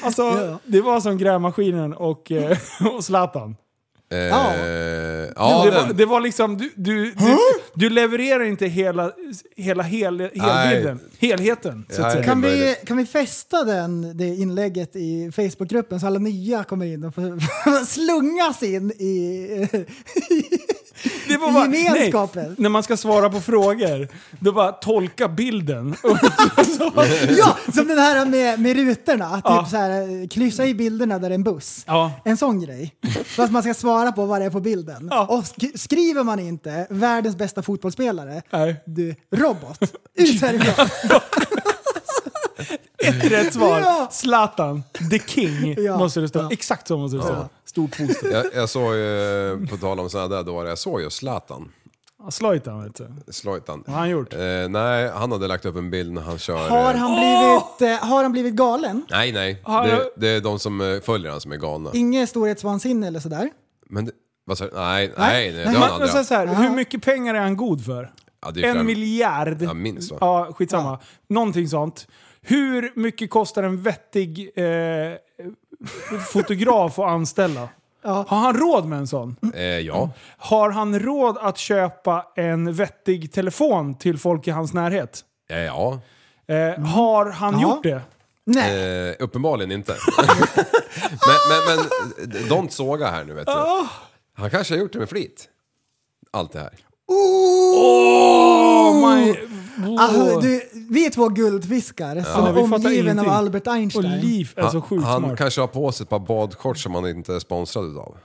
Speaker 4: Alltså, det var som grävmaskinen och, eh, och Zlatan.
Speaker 6: Eh,
Speaker 5: Ja.
Speaker 6: ja,
Speaker 4: det,
Speaker 6: den-
Speaker 4: var, det var liksom, du, du, du, du levererar inte hela, hela hel, helbilden. Helheten, så att
Speaker 6: Nej.
Speaker 4: säga.
Speaker 5: Kan
Speaker 6: Vad är
Speaker 5: vi,
Speaker 6: det?
Speaker 5: kan vi fästa den, det inlägget i Facebookgruppen så alla nya kommer in och får slungas in i...
Speaker 4: Det var
Speaker 5: Gemenskapen.
Speaker 4: nej, när man ska svara på frågor, då bara tolka bilden.
Speaker 5: ja, som den här med, med rutorna. Typ
Speaker 4: Ja.
Speaker 5: så här, kryssa i bilderna där det är en buss.
Speaker 4: Ja.
Speaker 5: En sån grej. Så att man ska svara på vad det är på bilden.
Speaker 4: Ja.
Speaker 5: Och sk- skriver man inte världens bästa fotbollsspelare,
Speaker 4: Nej.
Speaker 5: du robot, ut härifrån.
Speaker 4: Ett rätt svar.
Speaker 5: Ja.
Speaker 4: Zlatan, the king,
Speaker 5: Ja.
Speaker 4: måste det stå.
Speaker 5: Ja.
Speaker 4: Exakt så måste det stå. Stort foster.
Speaker 6: jag, jag såg ju, på tal om sådana där dårar, jag såg ju Zlatan.
Speaker 4: Slöjtan, vet du.
Speaker 6: Zlatan.
Speaker 4: Vad har han gjort?
Speaker 6: Eh, nej, han hade lagt upp en bild när han kör...
Speaker 5: Har
Speaker 6: eh,
Speaker 5: han, blivit, eh, har han blivit galen?
Speaker 6: Nej, nej.
Speaker 4: Har-
Speaker 6: Det, det är de som eh, följer han som är galna.
Speaker 5: Inget storhetsvansinne eller sådär? Men
Speaker 6: Men det, vad sa du? Nej, nej, nej, det har han
Speaker 4: Man, men
Speaker 6: aldrig
Speaker 4: så
Speaker 6: haft.
Speaker 4: så här, hur mycket pengar är han god för?
Speaker 6: Ja, det är
Speaker 4: en
Speaker 6: flera-
Speaker 4: miljard?
Speaker 6: Ja, minst, va?
Speaker 4: Ja, skitsamma. Någonting sånt. Hur mycket kostar en vettig eh, fotograf att anställa? Har han råd med en sån?
Speaker 6: Eh, ja.
Speaker 4: Har han råd att köpa en vettig telefon till folk i hans närhet?
Speaker 6: Eh, ja.
Speaker 4: Eh, har han
Speaker 5: Ja.
Speaker 4: gjort det?
Speaker 5: Nej.
Speaker 6: Eh, uppenbarligen inte. men, men, men don't såga här nu vet du.
Speaker 4: Ah.
Speaker 6: Han kanske har gjort det med flit. Allt det här.
Speaker 4: Oh my...
Speaker 5: Ah, du, vi är två guldfiskar som
Speaker 4: Ja, vi
Speaker 5: är
Speaker 4: fattar
Speaker 5: omgiven av
Speaker 4: ingenting.
Speaker 5: Albert
Speaker 4: Och
Speaker 5: Einstein.
Speaker 4: Liv är så sjukt
Speaker 6: han
Speaker 4: smart.
Speaker 6: kanske har på sig ett par badkort som han inte är sponsrad utav.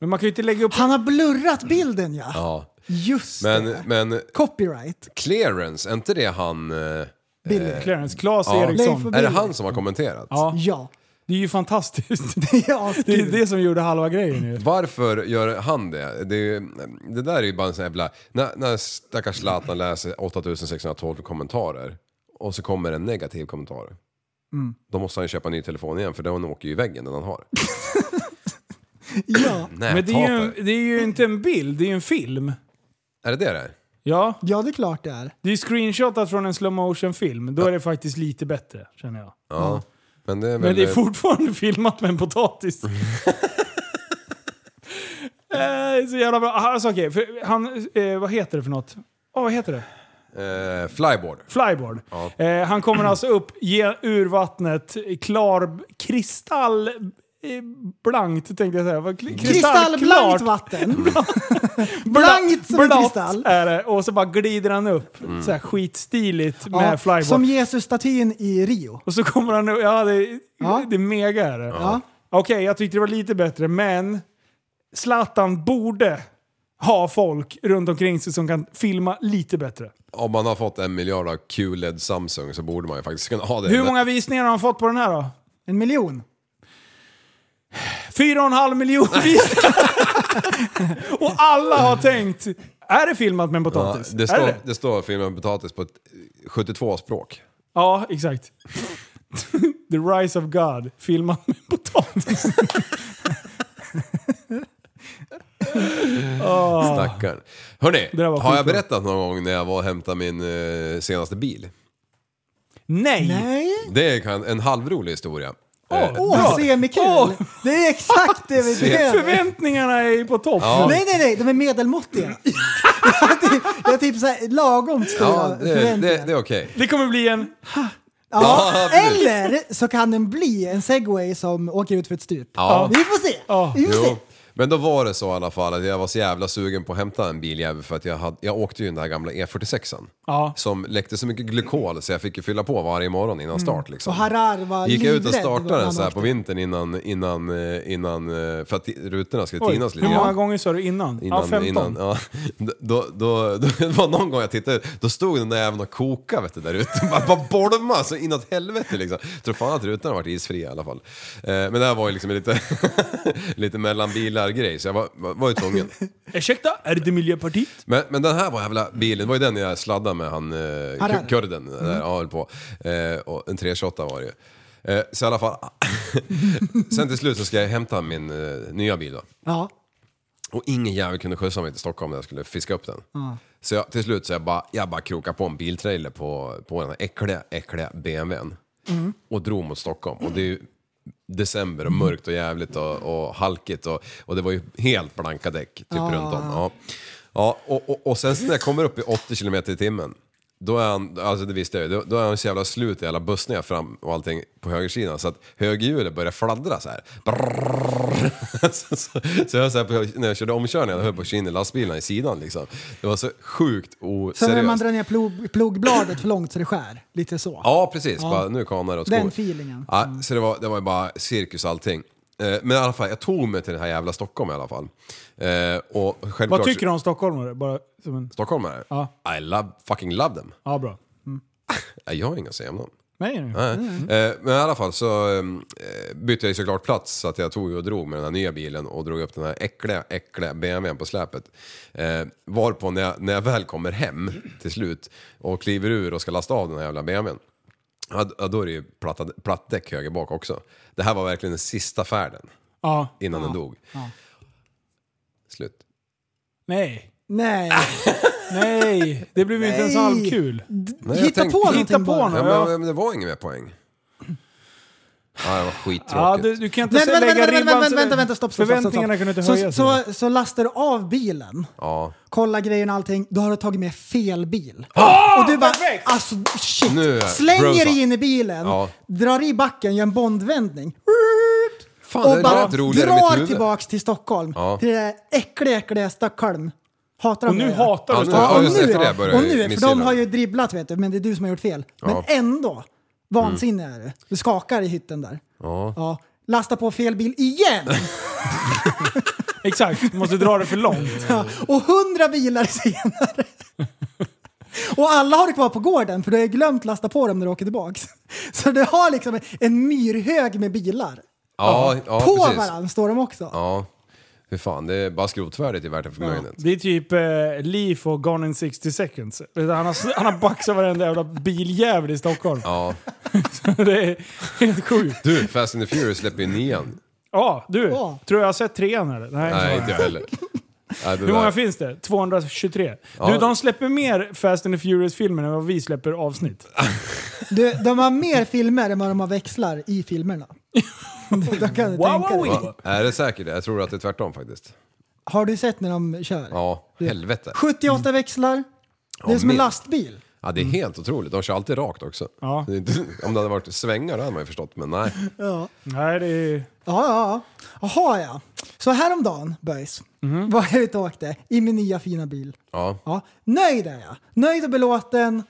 Speaker 4: Men man kan ju inte lägga upp...
Speaker 5: Han har blurrat bilden ja.
Speaker 6: Ja.
Speaker 5: Just
Speaker 6: Men,
Speaker 5: det.
Speaker 6: men
Speaker 5: Copyright.
Speaker 6: clearance, är inte det han... eh,
Speaker 5: Bilden.
Speaker 4: Clarence, Claes
Speaker 6: Ja.
Speaker 4: Eriksson.
Speaker 5: Leif-
Speaker 6: Är det han som har kommenterat?
Speaker 4: Ja.
Speaker 5: Ja.
Speaker 4: Det är ju fantastiskt.
Speaker 5: Det är
Speaker 4: Det är
Speaker 5: askul.
Speaker 4: det som gjorde halva grejen ju.
Speaker 6: Varför gör han det? Det, är ju- det där är ju bara en sån jävla... När, när stackars Zlatan läser 8612 kommentarer och så kommer en negativ kommentar.
Speaker 4: Mm.
Speaker 6: Då måste han ju köpa en ny telefon igen för den åker ju i väggen den han har.
Speaker 5: Ja.
Speaker 6: Nej,
Speaker 4: Men det är, ju,
Speaker 6: taper.
Speaker 4: det är ju inte en bild, det är ju en film.
Speaker 6: Är det det det är?
Speaker 4: Ja,
Speaker 5: ja, det är klart det är.
Speaker 4: det är screenshotat från en slow motion film Då är det faktiskt lite bättre, känner jag.
Speaker 6: Ja. Men det är väl...
Speaker 4: Men det är fortfarande filmat med en potatis. Eh, så jävla bra. Alltså, okej, för han, eh, vad heter det för något? Åh, vad heter det?
Speaker 6: eh, flyboard.
Speaker 4: Flyboard. Eh, han kommer alltså upp ge, ur vattnet, klar, kristall, eh, blankt tänkte jag säga. Vad kli-
Speaker 5: Kristallblankt
Speaker 4: kristallklart.
Speaker 5: vatten. Blankt som en
Speaker 4: Blått
Speaker 5: kristall.
Speaker 4: är det. Och så bara glider han upp. Så här skitstiligt med
Speaker 5: Ja,
Speaker 4: flyboard.
Speaker 5: som Jesus-statyn i Rio.
Speaker 4: Och så kommer han upp. Ja, det,
Speaker 5: Ja.
Speaker 4: det är mega är det.
Speaker 5: Ja.
Speaker 4: Okej, jag tyckte det var lite bättre, men Zlatan borde ha folk runt omkring sig som kan filma lite bättre.
Speaker 6: Om man har fått en miljard av QLED Samsung så borde man ju faktiskt kunna ha det.
Speaker 4: Hur många visningar har han fått på den här då?
Speaker 5: En miljon.
Speaker 4: Fyra och en halv miljon visningar! och alla har tänkt, är det filmat med en
Speaker 6: Ja,
Speaker 4: potatis?
Speaker 6: det,
Speaker 4: är
Speaker 6: står,
Speaker 4: det?
Speaker 6: det står filmen Potatis på ett 72 språk.
Speaker 4: Ja, exakt. The Rise of God, filmat med potatis.
Speaker 6: Stackarn. Hörrni,
Speaker 4: Ah. där var
Speaker 6: har jag
Speaker 4: skitbra.
Speaker 6: berättat någon gång när jag var och hämtade min eh, senaste bil?
Speaker 4: Nej!
Speaker 5: Nej.
Speaker 6: Det är kan- en halvrolig historia. Eh,
Speaker 4: Åh, oh,
Speaker 5: Åh,
Speaker 4: bra.
Speaker 5: semikul!
Speaker 4: Åh.
Speaker 5: Det är exakt det vi
Speaker 6: Se-
Speaker 5: behöver.
Speaker 4: Förväntningarna är på topp.
Speaker 5: Nej, nej, nej, de är medelmåttiga. jag är typ, jag är typ så här, lagom stora
Speaker 6: ja, det, det, det
Speaker 5: förväntningar.
Speaker 6: är okej.
Speaker 4: Det kommer bli en...
Speaker 5: Ja,
Speaker 6: Ja, precis.
Speaker 5: eller så kan den bli en segway som åker ut för ett stup.
Speaker 6: Ja.
Speaker 5: Vi får se.
Speaker 4: Ja.
Speaker 5: Vi får se.
Speaker 6: Jo, men då var det så i alla fall att jag var så jävla sugen på att hämta en biljävel för att jag, hade, jag åkte ju den där gamla E46an.
Speaker 4: Ja.
Speaker 6: Som läckte så mycket glykol så jag fick ju fylla på varje morgon
Speaker 4: Mm.
Speaker 6: innan start. Liksom.
Speaker 5: Och Harar var
Speaker 6: Gick jag ut och
Speaker 5: livrädd
Speaker 6: startade
Speaker 5: vad
Speaker 6: den
Speaker 5: han
Speaker 6: så här
Speaker 5: åkte.
Speaker 6: på vintern innan, innan, eh, innan eh, för att rutorna skulle
Speaker 4: Oj,
Speaker 6: tinas lite
Speaker 4: hur många
Speaker 6: grann.
Speaker 4: gånger sa du innan?
Speaker 6: Innan,
Speaker 4: ja, 15.
Speaker 6: Innan, ja. Då, då, då, det var någon gång jag tittade ut, då stod den där jäveln och kokade vet du, där ute. Bara, bara bolma så inåt helvete liksom. Tror fan att rutorna varit isfria i alla fall. Eh, men det här var ju liksom lite, lite mellan bilar-grej så jag var, var, var ju tvungen.
Speaker 4: Ursäkta, är det Miljöpartiet?
Speaker 6: Men, men den här var jävla bilen, det var ju den jag sladdade med han eh,
Speaker 5: Harar.
Speaker 6: kur- kurden. Där, ja, höll på. Eh, och en 328 var det ju. Eh, så i alla fall, sen till slut så ska jag hämta min eh, nya bil då.
Speaker 5: Ja.
Speaker 6: Och ingen jävel kunde skjutsa mig till Stockholm när jag skulle fiska upp den. Så jag, till slut så jag bara, jag bara krokade på en biltrailer på, på den här äckliga, äckliga BMWn. Och drog mot Stockholm. Och det är ju december och mörkt och jävligt och, och halkigt och, och det var ju helt blanka däck typ runt om. Ja. Ja, och, och, och sen så när jag kommer upp i 80 km i timmen, då är han, alltså det visste jag ju, då, då är han så jävla slut i alla bussningar fram och allting på högersidan så att högerhjulet börjar fladdra så här. Brrrr. så, så, så jag så här på, när jag körde omkörningen, jag höll på att köra in i lastbilen i sidan liksom. Det var så sjukt
Speaker 5: Sen när man
Speaker 6: oseriöst.
Speaker 5: drar ner plog, plogbladet för långt så det skär. Lite så.
Speaker 6: Ja, precis. Bara, nu kanar det åt
Speaker 5: Den
Speaker 6: skogen.
Speaker 5: feelingen.
Speaker 6: Ja,
Speaker 4: Mm.
Speaker 6: Så det var, det var ju bara cirkus allting. Eh, Men i alla fall, jag tog mig till den här jävla Stockholm i alla fall. Eh, Och
Speaker 4: Vad
Speaker 6: självklart-
Speaker 4: tycker du om stockholmare? Bara som en...
Speaker 6: Stockholmare?
Speaker 4: Ja.
Speaker 6: I love, fucking love them.
Speaker 4: Ja, bra.
Speaker 6: Nej, Jag har inga att säga om dem.
Speaker 4: Nej, nej.
Speaker 6: Nej.
Speaker 5: Mm.
Speaker 6: Eh, Men i alla fall så eh, bytte jag ju såklart plats så att jag tog och drog med den här nya bilen och drog upp den här äckliga, äckliga BMWn på släpet. Eh, varpå när jag, när jag väl kommer hem till slut och kliver ur och ska lasta av den här jävla BMWn. Ja, d- ja, då är det ju platta, plattdäck höger bak också. Det här var verkligen den sista färden
Speaker 4: Ja.
Speaker 6: innan den dog. Slut.
Speaker 4: Nej.
Speaker 5: Nej.
Speaker 4: Nej. Det blev ju inte ens halvkul.
Speaker 6: Nej, jag
Speaker 5: Hitta
Speaker 6: tänkte-
Speaker 5: på
Speaker 4: Hitta
Speaker 5: någonting
Speaker 4: på
Speaker 5: bara.
Speaker 4: något.
Speaker 6: Ja,
Speaker 4: Ja.
Speaker 6: men, men det var ingen mer poäng. Ja, det var skittråkigt.
Speaker 4: Ja, du, du kan inte
Speaker 5: Nej,
Speaker 4: lägga
Speaker 5: vänta, vänta,
Speaker 4: ribban...
Speaker 5: vänta,
Speaker 4: så-
Speaker 5: vänta, vänta, vänta, stopp, stopp, stopp, stopp.
Speaker 4: Förväntningarna kunde inte höjas.
Speaker 5: Så, så, så lastar du av bilen,
Speaker 6: Ja.
Speaker 5: kollar grejerna och allting, då har du tagit med fel bil. och du bara, alltså shit,
Speaker 6: Ah! Nu är jag-
Speaker 5: slänger
Speaker 6: Rosa.
Speaker 5: dig in i bilen,
Speaker 6: Ja.
Speaker 5: drar i backen, gör en bondvändning.
Speaker 6: Fan,
Speaker 5: och
Speaker 6: det
Speaker 5: bara
Speaker 6: lät roligare i mitt
Speaker 5: drar
Speaker 6: huvud.
Speaker 5: tillbaks till Stockholm.
Speaker 6: Ja.
Speaker 5: Till det där äckliga, äckliga Stockholm. Hatar de
Speaker 4: Och nu
Speaker 5: det.
Speaker 4: hatar
Speaker 6: Ja,
Speaker 4: du
Speaker 6: nu-
Speaker 5: Ja, och
Speaker 4: stockholmare.
Speaker 6: just
Speaker 5: nu,
Speaker 6: efter det börjar
Speaker 5: och
Speaker 6: jag
Speaker 5: nu för
Speaker 6: missgilla
Speaker 5: de har
Speaker 6: dem.
Speaker 5: ju dribblat vet du, men det är du som har gjort fel.
Speaker 6: Ja. Mm.
Speaker 5: Men ändå, vansinnig är du. Du skakar i hytten där.
Speaker 6: Ja.
Speaker 5: Lasta på fel bil igen!
Speaker 4: Exakt, du måste dra det för långt.
Speaker 5: Ja, och hundra bilar senare. Och alla har du kvar på gården för du har ju glömt lasta på dem när du åker tillbaks. Så du har liksom en myrhög med bilar.
Speaker 6: Ja, ja,
Speaker 5: på
Speaker 6: precis.
Speaker 5: varandra står de också.
Speaker 6: Ja. Hur fan, det är bara skrotvärdet i världen för förmögenhet.
Speaker 4: Det är typ eh, Leaf och Gone in 60 seconds. Han har, han har baxat varenda jävla biljävel i Stockholm.
Speaker 6: Ja.
Speaker 4: Det är helt sjukt.
Speaker 6: Du, Fast and the Furious släpper ju nian.
Speaker 4: Ja, du.
Speaker 5: Ja.
Speaker 4: Tror jag har sett trean eller? Nej,
Speaker 6: Nej,
Speaker 4: inte
Speaker 6: inte jag heller. Nej, det
Speaker 4: Hur många
Speaker 6: där-
Speaker 4: finns det? 223. Du, de släpper mer Fast and the Furious-filmer än vad vi släpper avsnitt.
Speaker 5: Du, de har mer filmer än vad de har växlar i filmerna. De kan du
Speaker 4: Wow,
Speaker 5: tänka dig.
Speaker 4: wow.
Speaker 6: Nej, det är säkert det. Jag tror att det är tvärtom faktiskt.
Speaker 5: Har du sett när de kör?
Speaker 6: Ja, helvete.
Speaker 4: Mm.
Speaker 5: 78 växlar. Det är som en Mm.
Speaker 6: min-
Speaker 5: lastbil.
Speaker 6: Ja, det är helt otroligt. De kör alltid rakt också.
Speaker 4: Ja.
Speaker 6: Det är inte- Om det hade varit svängar då hade man ju förstått, men nej.
Speaker 4: Nej, det är...
Speaker 5: Ja, ja, ja. Jaha, ja. Så häromdagen, boys,
Speaker 4: Mhm.
Speaker 5: var jag ute och åkte i min nya fina bil.
Speaker 6: Ja.
Speaker 5: Ja, nöjd är jag. Nöjd och belåten.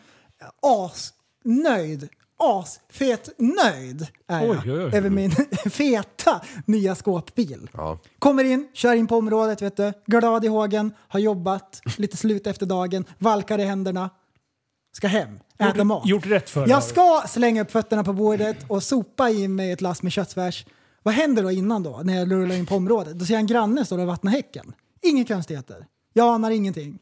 Speaker 5: Asnöjd. Asfet nöjd är jag
Speaker 4: Oj, oj, oj.
Speaker 5: över min feta nya skåpbil.
Speaker 6: Ja.
Speaker 5: Kommer in, kör in på området, vet du. glad i hågen, har jobbat, lite slut efter dagen, valkar i händerna, ska hem, äta mat.
Speaker 4: Gjort rätt för
Speaker 5: Jag
Speaker 4: dig.
Speaker 5: ska slänga upp fötterna på bordet och sopa i mig ett lass med köttfärs. Vad händer då innan då, när jag rullar in på området? Då ser jag en granne stå och vattna häcken. Inga konstigheter. Jag anar ingenting.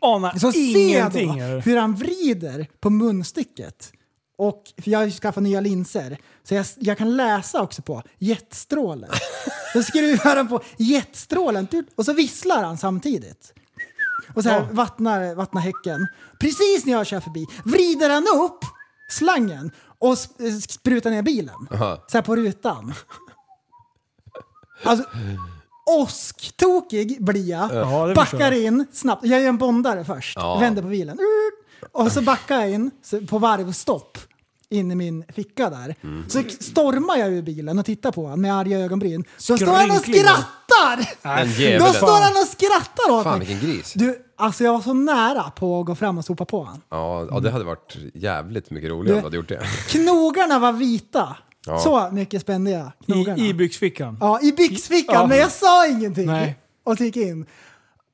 Speaker 4: Anar
Speaker 5: Så
Speaker 4: ingenting.
Speaker 5: ser jag då
Speaker 4: är det.
Speaker 5: hur han vrider på munstycket. Och för jag har ju skaffat nya linser. Så jag, jag kan läsa också på jetstrålen. Då skruvar han på jetstrålen tut, och så visslar han samtidigt. Och så här
Speaker 4: Ja.
Speaker 5: vattnar, vattnar häcken. Precis när jag kör förbi vrider han upp slangen och sp- eh, sprutar ner bilen. Så här på rutan. Alltså, åsktokig blir jag.
Speaker 4: Ja, det förstår
Speaker 5: Backar
Speaker 4: jag.
Speaker 5: in snabbt. Jag gör en bondare först. Vänder på bilen. Och så backar jag in så- på varvstopp in i min ficka där. Så stormar jag ur bilen och tittar på honom med arga ögonbryn. Då står han och
Speaker 4: Skrynklig.
Speaker 5: skrattar!
Speaker 6: Den
Speaker 5: Då
Speaker 6: djävulen.
Speaker 5: står han och skrattar åt
Speaker 6: Fan
Speaker 5: mig.
Speaker 6: vilken gris.
Speaker 5: Du, alltså jag var så nära på att gå fram och sopa på honom.
Speaker 6: Ja, ja, det hade varit jävligt mycket roligare om du hade gjort det.
Speaker 5: Knogarna var vita.
Speaker 6: Ja.
Speaker 5: Så mycket spände jag knogarna.
Speaker 4: I, I byxfickan.
Speaker 5: Ja, i byxfickan,
Speaker 4: Ja.
Speaker 5: men jag sa ingenting.
Speaker 4: Nej.
Speaker 5: Och så gick jag in.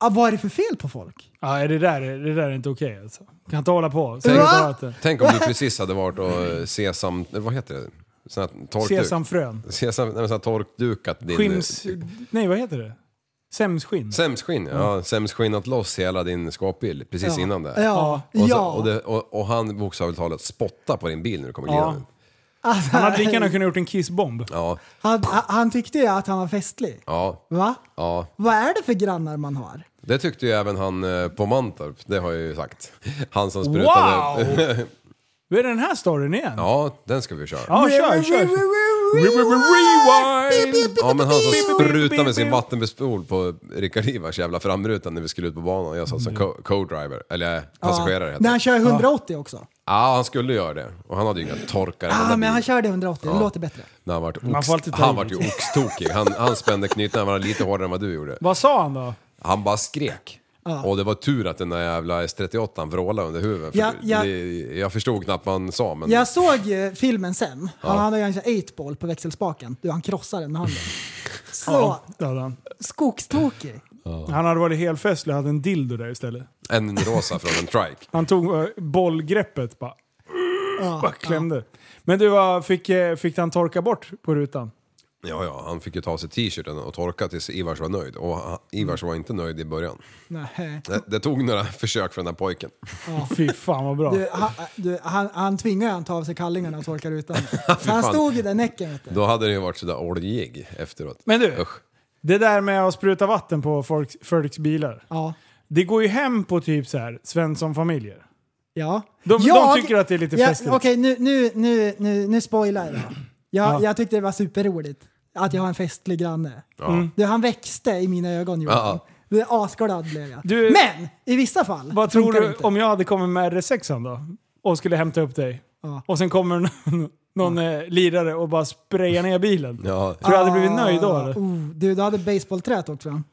Speaker 5: Ah, vad är det för fel på folk?
Speaker 4: Nej, det där, är- det där är inte okej alltså. Kan inte hålla på. Säg
Speaker 5: Va?
Speaker 4: bara att det-
Speaker 6: Tänk om du precis hade varit och sesam... eller Vad heter det? Sån här torkduk.
Speaker 4: Sesamfrön.
Speaker 6: Sesam... Nej, men sån här torkdukat din...
Speaker 4: Skims... Nej, vad heter det? Sämsskinn.
Speaker 6: Sämsskinn, ja. Sämsskinnat loss hela din skåpbil precis innan det.
Speaker 5: Mm. Ja, ja.
Speaker 6: Och, så, och, det, och, och han bokstavligt talat spottar på din bil när du kommer
Speaker 4: Ja.
Speaker 6: glidande.
Speaker 5: Alltså,
Speaker 4: Han hade lika gärna kunnat gjort en kissbomb.
Speaker 6: Ja,
Speaker 5: han, han- han tyckte ju att han var festlig.
Speaker 6: ja,
Speaker 5: Va?
Speaker 6: ja.
Speaker 5: Vad är det för grannar man har?
Speaker 6: Det tyckte ju även han eh, på Mantorp, det har jag ju sagt. Han som sprutade...
Speaker 4: Vad är den här storyn igen?
Speaker 6: Ja, den ska vi köra.
Speaker 4: Ja, kör, kör. Rewind!
Speaker 6: Ja men han som sprutade med sin vattenpistol på Rickard Ivars jävla framruta när vi skulle ut på banan. Jag satt som co- co-driver, eller eh, passagerare heter
Speaker 5: Mm. När
Speaker 6: det.
Speaker 5: han kör 180 också.
Speaker 6: Ja han skulle göra det. Och han hade ju inga torkare i den
Speaker 5: Ah,
Speaker 6: där
Speaker 5: men han
Speaker 6: bilen.
Speaker 5: körde 180, det låter bättre.
Speaker 6: När han vart
Speaker 4: Man
Speaker 6: ox...
Speaker 4: får alltid ta
Speaker 6: Han
Speaker 4: i
Speaker 6: vart ju
Speaker 4: lite.
Speaker 6: oxtokig. Han, han spände knytnäven, han var lite hårdare än vad du gjorde.
Speaker 4: Vad sa han då?
Speaker 6: Han bara skrek. Och det var tur att den där jävla S38 vrålade under huvudet. För
Speaker 5: Ja, ja.
Speaker 6: Det, jag förstod knappt vad han sa men...
Speaker 5: Jag såg ju filmen sen. Han hade ju en sån här 8-ball på växelspaken. Du, han krossade den med handen. Så,
Speaker 4: Ja, det hade han.
Speaker 5: skogstokig.
Speaker 4: Han hade varit helt festlig och hade en dildo där istället.
Speaker 6: En rosa från en trike.
Speaker 4: Han tog eh, bollgreppet bara. bara klämde. Men du, vad fick, eh, fick han torka bort på rutan?
Speaker 6: Ja, ja, han fick ju ta sig t-shirten och torka tills Ivars var nöjd. Och han- Ivars var inte nöjd i början.
Speaker 5: Nej.
Speaker 6: Det, det tog några försök för den där pojken.
Speaker 4: Fy fan vad bra.
Speaker 5: Du, han, du, han, han tvingar ju han ta av sig kallingarna och torkar utan. Så han
Speaker 6: fan.
Speaker 5: stod i den näcken vet du.
Speaker 6: Då hade det ju varit sådär oljig efteråt.
Speaker 4: Men du,
Speaker 6: Usch.
Speaker 4: det där med att spruta vatten på folks, folks bilar.
Speaker 5: Ja.
Speaker 4: Det går ju hem på typ så här Svensson-familjer.
Speaker 5: Ja.
Speaker 4: De- de tycker att det är lite
Speaker 5: jag,
Speaker 4: festligt.
Speaker 5: Okej, nu, nu, nu, nu, nu spoilar jag. då. Jag,
Speaker 4: Ja.
Speaker 5: jag tyckte det var superroligt att jag har en festlig granne.
Speaker 6: Mm.
Speaker 5: Du, han växte i mina ögon Johan.
Speaker 6: Ja.
Speaker 5: Det är Asglad blev jag.
Speaker 4: Du-
Speaker 5: Men i vissa fall
Speaker 4: Vad tror
Speaker 5: funkar det
Speaker 4: du
Speaker 5: inte.
Speaker 4: om jag hade kommit med RS6 då? Och skulle hämta upp dig.
Speaker 5: Ja.
Speaker 4: Och sen kommer någon, någon eh, lirare och bara sprayar ner bilen.
Speaker 6: Ja,
Speaker 4: Tror du jag hade blivit nöjd då eller?
Speaker 5: Oh, du, du hade baseballträet åkt fram.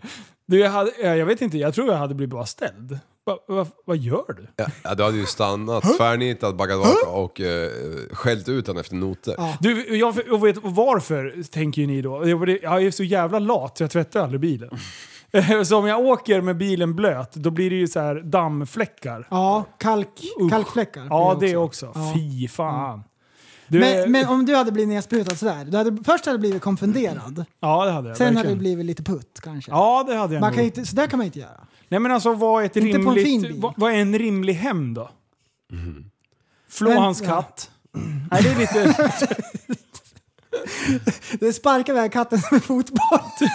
Speaker 4: Du, jag, hade, eh, jag vet inte, jag tror jag hade blivit bara ställd. Va, va, vad gör du?
Speaker 6: ja, du hade ju stannat, tvärnitat, backat bak och eh, skällt ut honom efter noter.
Speaker 4: Du, jag, och vet, och varför tänker ju ni då? Jag blir- jag är så jävla lat så jag tvättar aldrig bilen. Eh, så om jag åker med bilen blöt, då blir det ju så här dammfläckar.
Speaker 5: Ja, kalk, kalkfläckar.
Speaker 4: Ja,
Speaker 5: blir
Speaker 4: det också.
Speaker 5: Ja. Mm.
Speaker 4: Fy fan. Du,
Speaker 5: Men, men om du hade blivit nedsprutad sådär. Du hade, först hade du blivit konfunderad.
Speaker 4: ja, det hade jag.
Speaker 5: Sen hade
Speaker 4: verkligen.
Speaker 5: du blivit lite putt kanske.
Speaker 4: Ja, det hade jag
Speaker 5: Man
Speaker 4: nog.
Speaker 5: kan ju inte, så där kan man inte göra.
Speaker 4: Nej men alltså vad är, ett
Speaker 5: Inte på en fin
Speaker 4: rimligt,
Speaker 5: bil.
Speaker 4: vad, vad är en rimlig hem då? Flå
Speaker 5: Men-
Speaker 4: hans
Speaker 5: ja.
Speaker 4: katt. Nej det är lite...
Speaker 5: Du sparkar iväg katten med fotboll. typ.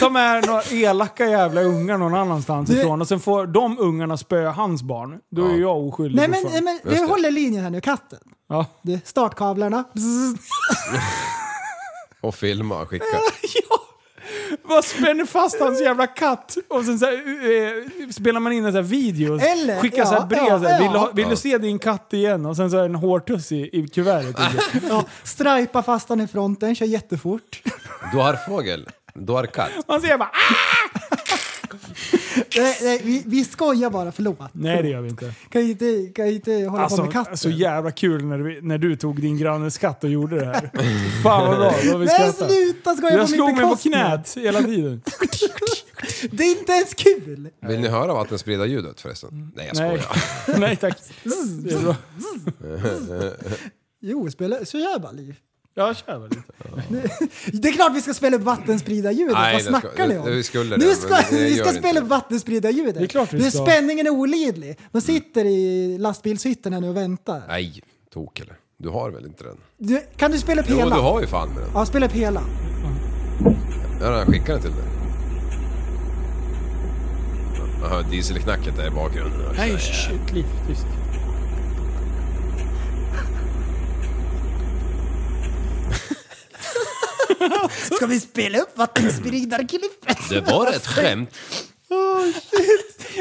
Speaker 4: Ta med några elaka jävla ungar någon annanstans
Speaker 5: Du-
Speaker 4: ifrån och sen får de ungarna spöa hans barn. Då är ju jag oskyldig
Speaker 5: Nej men,
Speaker 4: fortfarande.
Speaker 5: nej, men vi
Speaker 6: det.
Speaker 5: håller linjen här nu, katten.
Speaker 4: Ja.
Speaker 5: Du, startkablarna. Bzzz.
Speaker 6: Och filma och skicka.
Speaker 4: Vad spänner fast hans jävla katt och sen så här, eh, spelar man in en sån här video.
Speaker 5: Eller,
Speaker 4: skickar så här
Speaker 5: ja,
Speaker 4: brev.
Speaker 5: ja,
Speaker 4: så här, vill, du ha-
Speaker 5: ja.
Speaker 4: vill du se din katt igen? Och sen så är det en hårtuss i, i kuvertet.
Speaker 5: Ja, strajpa fast han i fronten, kör jättefort.
Speaker 6: Du har fågel, du har katt.
Speaker 4: Man ser bara ah!
Speaker 5: nej, nej, vi, vi skojar bara, förlåt.
Speaker 4: Nej det gör vi inte.
Speaker 5: Kan ju inte, kan ju inte hålla på med katten.
Speaker 4: Alltså så jävla kul när du, när du tog din grannes katt och gjorde det här. Fan vad bra, vad vi
Speaker 5: Nej
Speaker 4: skrattade.
Speaker 5: sluta skoja
Speaker 4: Jag
Speaker 5: på
Speaker 4: slog
Speaker 5: min
Speaker 4: mig på
Speaker 5: bekostnad.
Speaker 4: knät hela tiden.
Speaker 5: Det är inte ens kul!
Speaker 6: Vill ni höra vattenspridar-ljudet förresten? Nej, jag
Speaker 4: Nej.
Speaker 6: skojar.
Speaker 4: Nej tack. Det är bra.
Speaker 5: Jo, spela, så gör bara liv.
Speaker 4: Jag kör väl lite.
Speaker 5: Det är klart vi ska spela upp vattenspridarljudet,
Speaker 6: Nej,
Speaker 5: vad
Speaker 6: det ska-
Speaker 5: snackar ni om?
Speaker 6: det- det skulle det,
Speaker 5: nu
Speaker 6: men
Speaker 5: ska,
Speaker 6: det
Speaker 5: vi
Speaker 6: gör
Speaker 5: ska
Speaker 6: inte
Speaker 5: spela
Speaker 6: det.
Speaker 5: upp vattenspridarljudet.
Speaker 4: Det är klart vi
Speaker 5: nu,
Speaker 4: ska.
Speaker 5: Spänningen är olidlig. De sitter i lastbilshytten här nu och väntar.
Speaker 6: Nej, tok eller? Du har väl inte den?
Speaker 5: Du, kan du spela upp
Speaker 6: Jo,
Speaker 5: hela?
Speaker 6: du har ju fan med den.
Speaker 5: Ja, spela upp hela.
Speaker 6: Ja, jag skickar den till dig. Jag hör dieselknacket där i bakgrunden.
Speaker 4: Nej shit, liv. Tyst.
Speaker 5: Ska vi spela upp vattenspridarklippet?
Speaker 6: Det var ett skämt.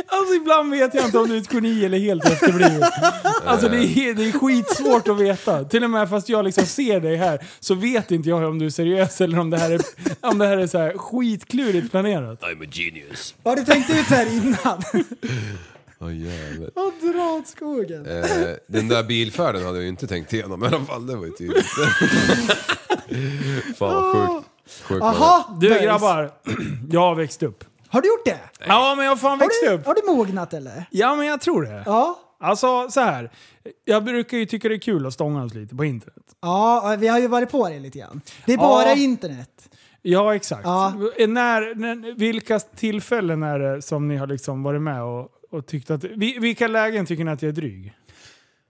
Speaker 4: Alltså ibland vet jag inte om du är ett geni eller helt efterbliven. Alltså det är, det är skitsvårt att veta. Till och med fast jag liksom ser dig här så vet inte jag om du är seriös eller om det här är, om det här är så här skitklurigt planerat.
Speaker 5: Har du tänkt ut det här innan?
Speaker 6: Åh jävlar.
Speaker 5: Och dra åt skogen.
Speaker 6: Eh, den där bilfärden hade jag ju inte tänkt igenom i alla fall. Det var ju tydligt. Ah. fan vad sjukt. Sjukt var det.
Speaker 5: Jaha,
Speaker 4: Du
Speaker 5: böjs.
Speaker 4: grabbar, jag har växt upp.
Speaker 5: Har du gjort det?
Speaker 4: Ja men jag har fan
Speaker 5: Har
Speaker 4: växt
Speaker 5: du,
Speaker 4: upp.
Speaker 5: har du mognat eller?
Speaker 4: Ja men jag tror det.
Speaker 5: Ja.
Speaker 4: Alltså så här. jag brukar ju tycka det är kul att stånga oss lite på internet.
Speaker 5: Ja, vi har ju varit på det lite grann. Det är bara
Speaker 4: Ja.
Speaker 5: internet.
Speaker 4: Ja, exakt. Eh,
Speaker 5: Ja.
Speaker 4: När, när, vilka tillfällen är det som ni har liksom varit med och, och tyckt att... vi- Vilka lägen tycker ni att jag är dryg?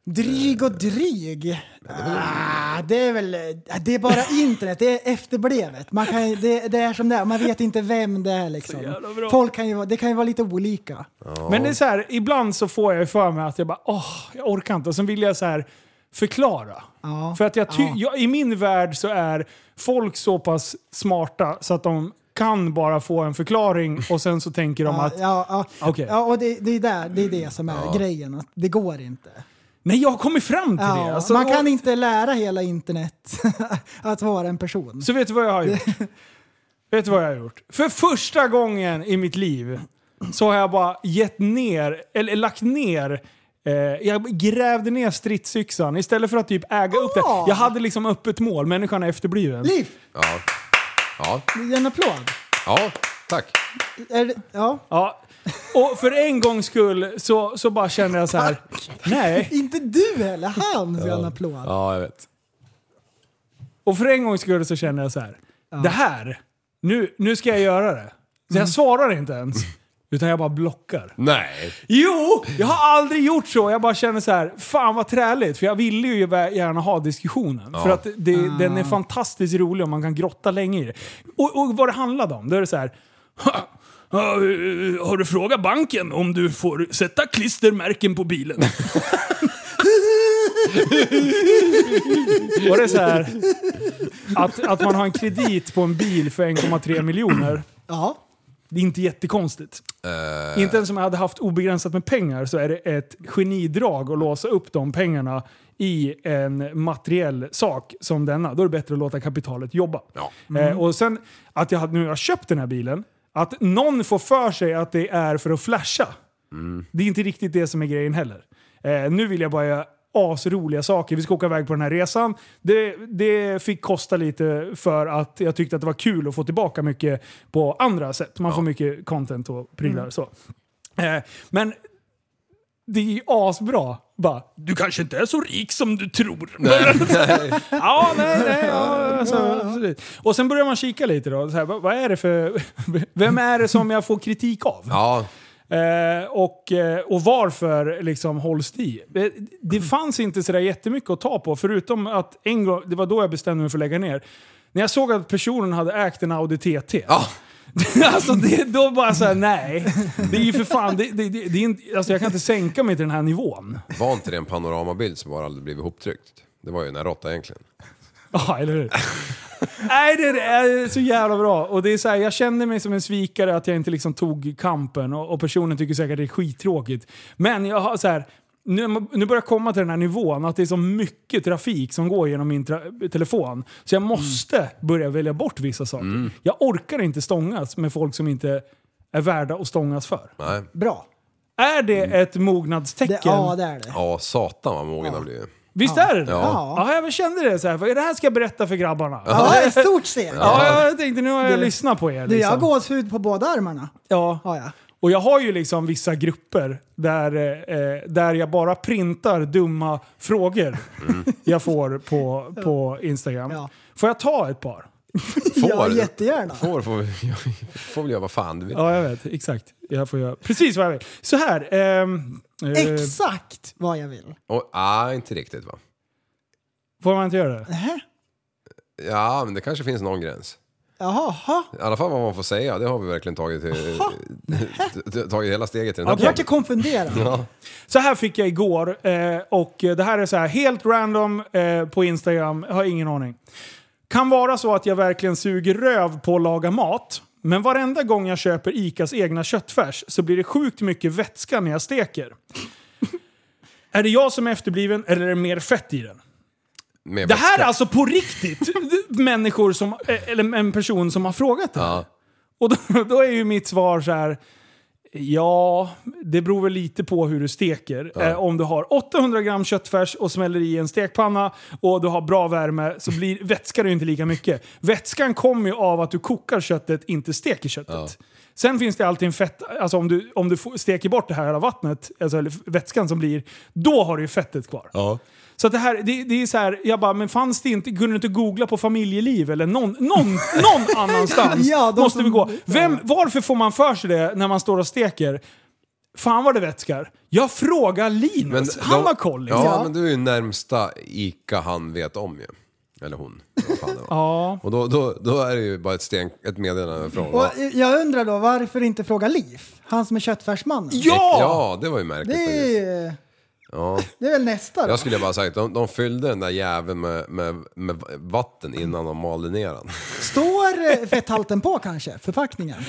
Speaker 5: Dryg och dryg. Ah, det är väl... Det är bara internet, det är efterblevet. Man kan, ju- det, det är som det är, man vet inte vem det är liksom.
Speaker 4: jävla bra.
Speaker 5: Folk kan ju, vara- det kan ju vara lite olika.
Speaker 4: Men det är så här, ibland så får jag ju för mig att jag bara åh, jag orkar inte. Och sen vill jag så här förklara.
Speaker 5: Ja.
Speaker 4: För att jag, ty- jag, i min värld så är folk så pass smarta så att de kan bara få en förklaring och sen så tänker de
Speaker 5: Ja,
Speaker 4: att
Speaker 5: ja, ja.
Speaker 4: Okej.
Speaker 5: ja och det, det, är där, det är det som är grejen, att det går inte.
Speaker 4: nej, jag har kommit fram till det.
Speaker 5: Ja,
Speaker 4: Alltså,
Speaker 5: man kan
Speaker 4: och-
Speaker 5: inte lära hela internet att vara en person.
Speaker 4: Så vet du vad jag har gjort? vet du vad jag har gjort? För första gången i mitt liv så har jag bara gett ner, eller lagt ner Eh, jag grävde ner stridsyxan istället för att typ äga upp det.
Speaker 5: Ah!
Speaker 4: Jag hade liksom öppet mål, människan är efterbliven.
Speaker 5: Liv,
Speaker 6: Ja. Ja.
Speaker 5: en applåd.
Speaker 6: ja, tack.
Speaker 5: Är, det- ja.
Speaker 4: Ja. Och för en gångs skull så, så bara kände jag så här. nej.
Speaker 5: Inte du heller, han ska ha en applåd.
Speaker 6: Ja, jag vet.
Speaker 4: Och för en gångs skull så kände jag så här. det här, nu, nu ska jag göra det. Så jag svarar inte ens, utan jag bara blockar.
Speaker 6: Nej.
Speaker 4: Jo! Jag har aldrig gjort så. Jag bara känner så här, fan vad träligt. För jag ville ju gärna ha diskussionen. För att det, den är fantastiskt rolig och man kan grotta länge i det. Och, och vad det handlade om, då är det så här... "Ha, ha, Har du frågat banken om du får sätta klistermärken på bilen? Och det är så här, att, att man har en kredit på en bil för 1,3 miljoner.
Speaker 5: Ja.
Speaker 4: Det är inte jättekonstigt. Inte ens om jag hade haft obegränsat med pengar så är det ett genidrag att låsa upp de pengarna i en materiell sak som denna. Då är det bättre att låta kapitalet jobba.
Speaker 6: Ja.
Speaker 4: Eh, och sen att jag hade, nu har jag köpt den här bilen, att någon får för sig att det är för att flasha. Det är inte riktigt det som är grejen heller. Eh, nu vill jag bara göra asroliga saker. Vi ska åka iväg på den här resan. Det, det fick kosta lite för att jag tyckte att det var kul att få tillbaka mycket på andra sätt. Man får mycket content och prylar så. Eh, men det är ju asbra. Bara, du kanske inte är så rik som du tror. ja, nej, nej. Ja, alltså, absolut. Och sen börjar man kika lite då. Så här, vad, vad är det för... Vem är det som jag får kritik av?
Speaker 6: Ja,
Speaker 4: Eh, och, eh, och varför liksom hålls det i? Eh, Det fanns inte sådär jättemycket att ta på, förutom att en gång, det var då jag bestämde mig för att lägga ner. När jag såg att personen hade ägt en Audi TT.
Speaker 6: Ja.
Speaker 4: alltså det, då bara såhär, nej. Det är ju för fan, det, det, det, det är inte, alltså jag kan inte sänka mig till den här nivån.
Speaker 6: var inte det en panoramabild som bara aldrig blev ihoptryckt? Det var ju en råtta egentligen.
Speaker 4: Ja, eller hur? Nej, det är så jävla bra. Och det är så här, jag känner mig som en svikare att jag inte liksom tog kampen och, och personen tycker säkert det är skittråkigt. Men jag har så här, nu, nu börjar jag komma till den här nivån att det är så mycket trafik som går genom min tra- telefon. Så jag måste börja välja bort vissa saker. Jag orkar inte stångas med folk som inte är värda att stångas för.
Speaker 6: Nej.
Speaker 5: Bra.
Speaker 4: Är det ett
Speaker 5: Det,
Speaker 4: mognadstecken?
Speaker 5: ja, det är det.
Speaker 6: Ja, satan vad mogen har blivit.
Speaker 4: Visst är det det?
Speaker 6: Ja.
Speaker 4: ja, jag kände det. Så här, för det här ska jag berätta för grabbarna.
Speaker 5: Ja, ett stort steg.
Speaker 4: Ja, jag tänkte nu har jag
Speaker 5: Du-
Speaker 4: lyssnat på er.
Speaker 5: Du, jag har
Speaker 4: liksom.
Speaker 5: gåshud på båda armarna.
Speaker 4: Ja.
Speaker 5: Har jag.
Speaker 4: Och jag har ju liksom vissa grupper där, eh, där jag bara printar dumma frågor jag får på, på Instagram.
Speaker 5: Ja.
Speaker 4: Får jag ta ett par?
Speaker 6: Får?
Speaker 5: Ja, jättegärna.
Speaker 6: Får, får, vi- får väl göra vad fan du vill.
Speaker 4: Ja, jag vet. Exakt. Jag får göra precis vad jag vill. Så här. ehm, eh,
Speaker 5: Exakt vad jag vill.
Speaker 6: Och, ah, inte riktigt va?
Speaker 4: får man inte göra det?
Speaker 5: Nähä?
Speaker 6: Ja, men det kanske finns någon gräns.
Speaker 5: Jaha.
Speaker 6: I alla fall vad man får säga, det har vi verkligen tagit, till, tagit hela steget i den här
Speaker 5: Jag
Speaker 6: podden.
Speaker 5: vart ju konfunderad.
Speaker 4: Så här fick jag igår eh, och det här är så här helt random eh, på Instagram, jag har ingen aning. Kan vara så att jag verkligen suger röv på att laga mat. Men varenda gång jag köper ICAs egna köttfärs så blir det sjukt mycket vätska när jag steker. är det jag som är efterbliven eller är det mer fett i den?
Speaker 6: Med
Speaker 4: Det här är
Speaker 6: vätska.
Speaker 4: alltså på riktigt människor som, eh, eller en person som har frågat det.
Speaker 6: Ja.
Speaker 4: Och då, då är ju mitt svar så här. Ja, det beror väl lite på hur du steker. Eh, om du har 800 gram köttfärs och smäller i en stekpanna och du har bra värme så blir, vätskar det ju inte lika mycket. Vätskan kommer ju av att du kokar köttet, inte steker köttet. Sen finns det alltid en fett... Alltså om du, om du får- steker bort det här hela vattnet, alltså eller vätskan som blir, då har du ju fettet kvar.
Speaker 6: Ja.
Speaker 4: Så att det här, det, det är så här, jag bara, men fanns det inte, kunde du inte googla på familjeliv eller någon, någon, någon annanstans?
Speaker 5: Ja, de
Speaker 4: måste vi
Speaker 5: som-
Speaker 4: gå. Vem, varför får man för sig det när man står och steker? Fan vad det vätskar. Jag frågar
Speaker 6: Men
Speaker 4: Linus,
Speaker 6: de-
Speaker 4: han har koll. liksom.
Speaker 6: Ja, men du är ju närmsta Ica han vet om ju. Eller hon. Vad fan det var.
Speaker 4: Ja.
Speaker 6: Och då, då, då är det ju bara ett, sten, ett meddelande från...
Speaker 5: Och eh, jag undrar då varför inte fråga Liv? Han som är köttfärsmannen.
Speaker 4: Ja!
Speaker 6: ja, det var ju märkligt
Speaker 5: Det
Speaker 6: faktiskt.
Speaker 5: är,
Speaker 6: Ja.
Speaker 5: det är väl nästa då.
Speaker 6: Jag skulle bara sagt, de, de fyllde den där jäveln med, med, med vatten innan de malde ner den.
Speaker 5: Står eh, fetthalten på kanske? Förpackningen? Hmm.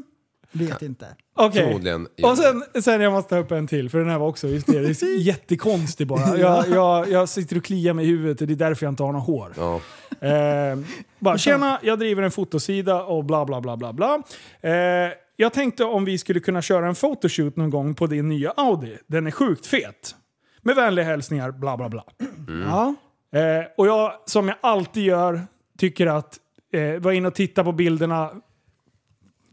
Speaker 6: Ja.
Speaker 5: Vet inte.
Speaker 4: Okej.
Speaker 6: Förmodligen.
Speaker 4: Och sen, sen jag måste ta upp en till, för den här var också hysterisk. Jättekonstig bara. Jag, jag, jag sitter och kliar mig i huvudet och det är därför jag inte har något hår.
Speaker 6: Ja.
Speaker 4: Eh, bara, tjena, jag driver en fotosida och bla bla bla bla bla. Eh, jag tänkte om vi skulle kunna köra en photoshoot någon gång på din nya Audi. Den är sjukt fet. Med vänliga hälsningar, bla bla bla.
Speaker 5: Ja.
Speaker 4: Eh, och jag, som jag alltid gör, tycker att eh, vara inne och titta på bilderna.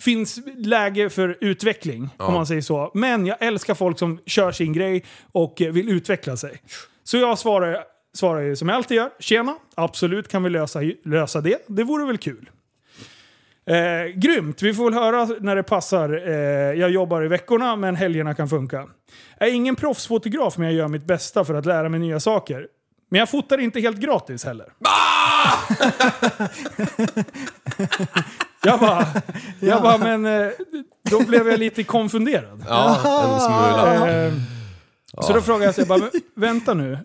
Speaker 4: Finns läge för utveckling, om man säger så. Men jag älskar folk som kör sin grej och eh, vill utveckla sig. Så jag svarar, svarar ju som jag alltid gör. Tjena, absolut kan vi lösa, lösa det. Det vore väl kul. Eh, grymt! Vi får väl höra när det passar. Eh, jag jobbar i veckorna, men helgerna kan funka. Jag är ingen proffsfotograf, men jag gör mitt bästa för att lära mig nya saker. Men jag fotar inte helt gratis heller. jag bara, jag bara men eh, då blev jag lite konfunderad.
Speaker 6: Ja, en smula.
Speaker 4: Eh, Så då frågade jag så jag bara, "Men vänta nu.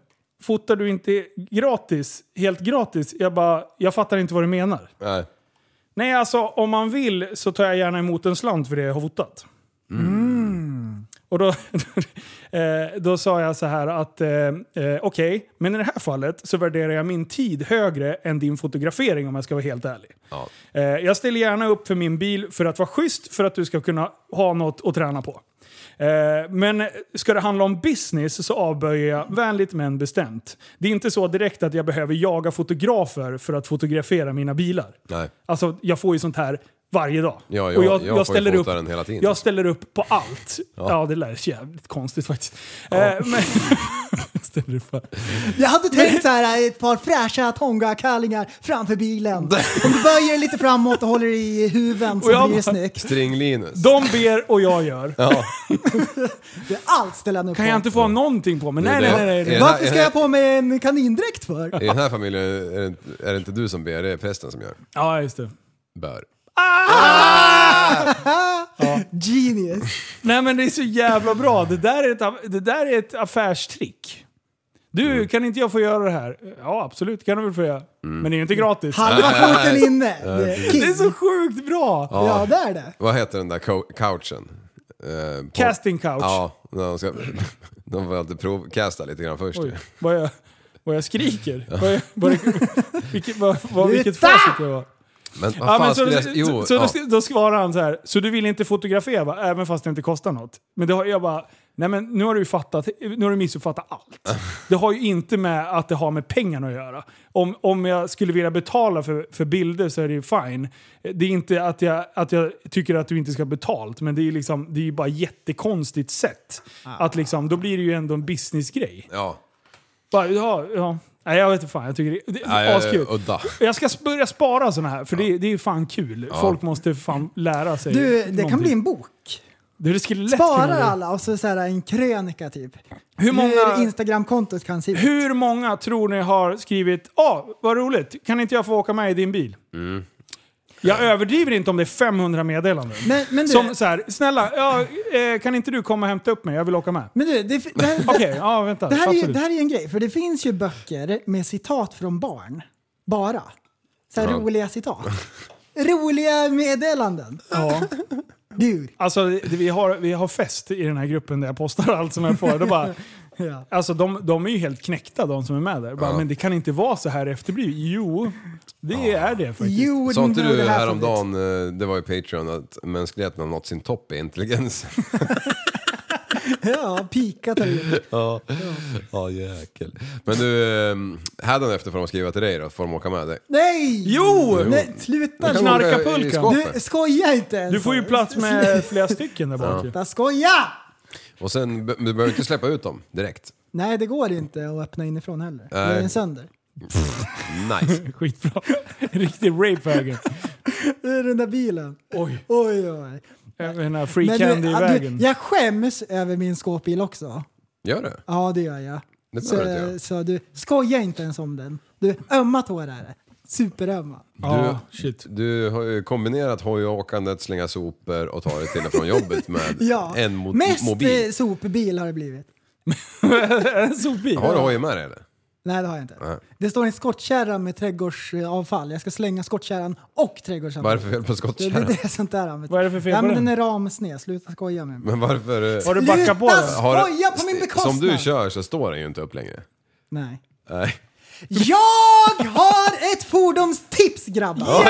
Speaker 4: Fotar du inte gratis, helt gratis? Jag bara, jag fattar inte vad du menar.
Speaker 6: Nej.
Speaker 4: Nej, alltså om man vill så tar jag gärna emot en slant för det jag har fotat. Och då, eh, då sa jag så här att eh, eh, okej, men i det här fallet så värderar jag min tid högre än din fotografering om jag ska vara helt ärlig.
Speaker 6: Ja.
Speaker 4: Eh, jag ställer gärna upp för min bil för att vara schysst för att du ska kunna ha något att träna på. Eh, men ska det handla om business så avböjer jag vänligt men bestämt. Det är inte så direkt att jag behöver jaga fotografer för att fotografera mina bilar.
Speaker 6: Nej.
Speaker 4: Alltså jag får ju sånt här varje dag.
Speaker 6: Ja, jag- jag får ju fota den hela tiden.
Speaker 4: Jag ställer upp på allt. Ja, det lät jävligt konstigt faktiskt. Eh, men, ställer upp på.
Speaker 5: Jag hade tänkt så här eh, ett par fräscha tonga-kallingar framför bilen. Du böjer dig lite framåt och håller i huven så
Speaker 4: Och jag
Speaker 5: blir det
Speaker 4: bara-
Speaker 5: snyggt.
Speaker 6: String-Linus.
Speaker 4: De ber och jag gör.
Speaker 5: Det är allt ställer han upp
Speaker 4: Kan
Speaker 5: på.
Speaker 4: jag inte få ha någonting på mig? Nej, nej, nej. nej,
Speaker 6: Är det här-
Speaker 5: Varför
Speaker 6: är
Speaker 5: ska
Speaker 6: det-
Speaker 5: jag på mig en kanindräkt för?
Speaker 6: I den här familjen är det, inte- är det inte du som ber, det är prästen som gör.
Speaker 4: Ja, just det.
Speaker 6: Bör.
Speaker 5: Genius.
Speaker 4: Nej men det är så jävla bra. Det där är ett, det där är ett affärstrick.
Speaker 6: Mm.
Speaker 4: Du, kan inte jag få göra det här? Ja, absolut kan du väl få göra. Men det är ju inte gratis.
Speaker 5: Halva foten inne. Det är,
Speaker 4: Det är
Speaker 5: king.
Speaker 4: så sjukt bra!
Speaker 5: Ja, det är det.
Speaker 6: Vad heter den där co- couchen? Eh, på-
Speaker 4: Casting couch.
Speaker 6: Ja, de, ska, de får alltid provcasta lite grann först.
Speaker 4: Oj, vad jag, vad jag skriker. Vad, jag, vad, det- vilket, vad, vad, vilket
Speaker 5: Sluta!
Speaker 4: facit det var.
Speaker 6: Men vad
Speaker 4: Ja,
Speaker 6: fan
Speaker 4: men så,
Speaker 6: skulle jag... Jo,
Speaker 4: så, så
Speaker 6: ja.
Speaker 4: då, sk- då svarar han så här, så du vill inte fotografera va? även fast det inte kostar något? Men det har, jag bara, nej men nu har du ju fattat, nu har du missuppfattat allt. Det har ju inte med att det har med pengarna att göra. Om, om jag skulle vilja betala för, för bilder så är det ju fine. Det är inte att jag, att jag tycker att du inte ska ha betalt, men det är ju liksom, det är ju bara jättekonstigt sätt. Att liksom, då blir det ju ändå en businessgrej.
Speaker 6: ja.
Speaker 4: Bara, ja, ja. Nej, jag vet inte fan, jag tycker det, det
Speaker 6: Nej,
Speaker 4: är askul.
Speaker 6: Udda.
Speaker 4: Jag ska sp- börja spara såna här, för det, det är ju fan kul. Folk måste fan lära sig.
Speaker 5: Du, det
Speaker 4: någonting.
Speaker 5: kan bli en bok.
Speaker 4: Du, det skulle lätt kunna
Speaker 5: Sparar
Speaker 4: bli.
Speaker 5: alla och så, så här, en krönika typ.
Speaker 4: Hur
Speaker 5: Hur
Speaker 4: många,
Speaker 5: Instagramkontot kan se ut.
Speaker 4: hur många tror ni har skrivit Åh, vad roligt, kan inte jag få åka med i din bil? Jag överdriver inte om det är 500 meddelanden.
Speaker 5: Men, men, du,
Speaker 4: Som så här, snälla, ja, eh, kan inte du komma och hämta upp mig? Jag vill åka med.
Speaker 5: men du, det, det, här,
Speaker 4: Okej, ja vänta.
Speaker 5: det, här är ju,
Speaker 4: absolut.
Speaker 5: det här är ju en grej. För det finns ju böcker med citat från barn. Bara. Så här
Speaker 6: Ja.
Speaker 5: roliga citat. Roliga meddelanden.
Speaker 4: ja.
Speaker 5: Dude.
Speaker 4: Alltså, det- vi har, vi har fest i den här gruppen där jag postar allt som jag får. Då bara,
Speaker 5: Ja.
Speaker 4: Alltså de, de är ju helt knäckta de som är med där. Bara, Men det kan inte vara så här efterblivet. Jo, det är det faktiskt.
Speaker 5: You
Speaker 6: Sa inte
Speaker 5: know
Speaker 6: du
Speaker 5: the half of it.
Speaker 6: häromdagen, eh, det var ju Patreon, att mänskligheten har nått sin topp i intelligens?
Speaker 5: Ja, pikat har du gjort.
Speaker 6: Ja, ja jäkel. Men du, hädanefter får de skriva till dig då, får de åka med dig?
Speaker 5: Nej!
Speaker 4: Jo!
Speaker 5: Nej,
Speaker 6: De
Speaker 5: sluta
Speaker 6: kan
Speaker 5: nu.
Speaker 4: knarka
Speaker 6: åka i
Speaker 4: pulkan.
Speaker 6: skåpet.
Speaker 5: Du, skoja inte ens.
Speaker 4: Du får ju plats med flera stycken där bak. ju.
Speaker 5: Sluta skoja!
Speaker 6: Och sen, be- du behöver inte släppa ut dem direkt.
Speaker 5: Nej, det går inte att öppna inifrån heller. Det är
Speaker 6: Nej.
Speaker 5: en sönder.
Speaker 6: Nice.
Speaker 4: Skitbra. Riktig rapevägen.
Speaker 5: Det är den där bilen.
Speaker 4: Oj.
Speaker 5: Oj, oj.
Speaker 4: Den här free
Speaker 5: Men du,
Speaker 4: candy i
Speaker 5: ja,
Speaker 4: vägen.
Speaker 5: Du, jag skäms över min skåpbil också.
Speaker 6: Gör det?
Speaker 5: Ja, det gör jag.
Speaker 6: Det
Speaker 5: Så,
Speaker 6: behöver inte jag.
Speaker 5: så du, skoja inte ens om den. Du, ömma tår är det. Superömma.
Speaker 4: Ja, shit.
Speaker 6: Du har ju kombinerat hojåkandet, slänga sopor och ta dig till och från jobbet med
Speaker 5: Ja,
Speaker 6: en mo-
Speaker 5: mest eh,
Speaker 6: mobil.
Speaker 5: sopbil har det blivit.
Speaker 4: En
Speaker 5: eh,
Speaker 4: sopbil.
Speaker 6: Har du hoj med dig eller?
Speaker 5: Nej, det har jag inte.
Speaker 6: Nej.
Speaker 5: Det står en skottkärra med trädgårdsavfall. Jag ska slänga skottkärran och trädgårdsavfall.
Speaker 6: Varför fel på
Speaker 5: Det, det,
Speaker 6: skottkärran?
Speaker 5: det är sånt där. Vad
Speaker 4: Vad är det för fel
Speaker 5: ja,
Speaker 4: på
Speaker 5: men
Speaker 4: den?
Speaker 5: den? är ramsned. Sluta skoja med mig.
Speaker 6: Men varför... eh,
Speaker 4: Har du backat på
Speaker 5: Sluta
Speaker 4: den?
Speaker 6: har-
Speaker 5: skoja på min bekostnad!
Speaker 6: Som du kör så står den ju inte upp längre.
Speaker 5: Nej.
Speaker 6: Nej.
Speaker 5: Jag har ett fordonstips grabbar!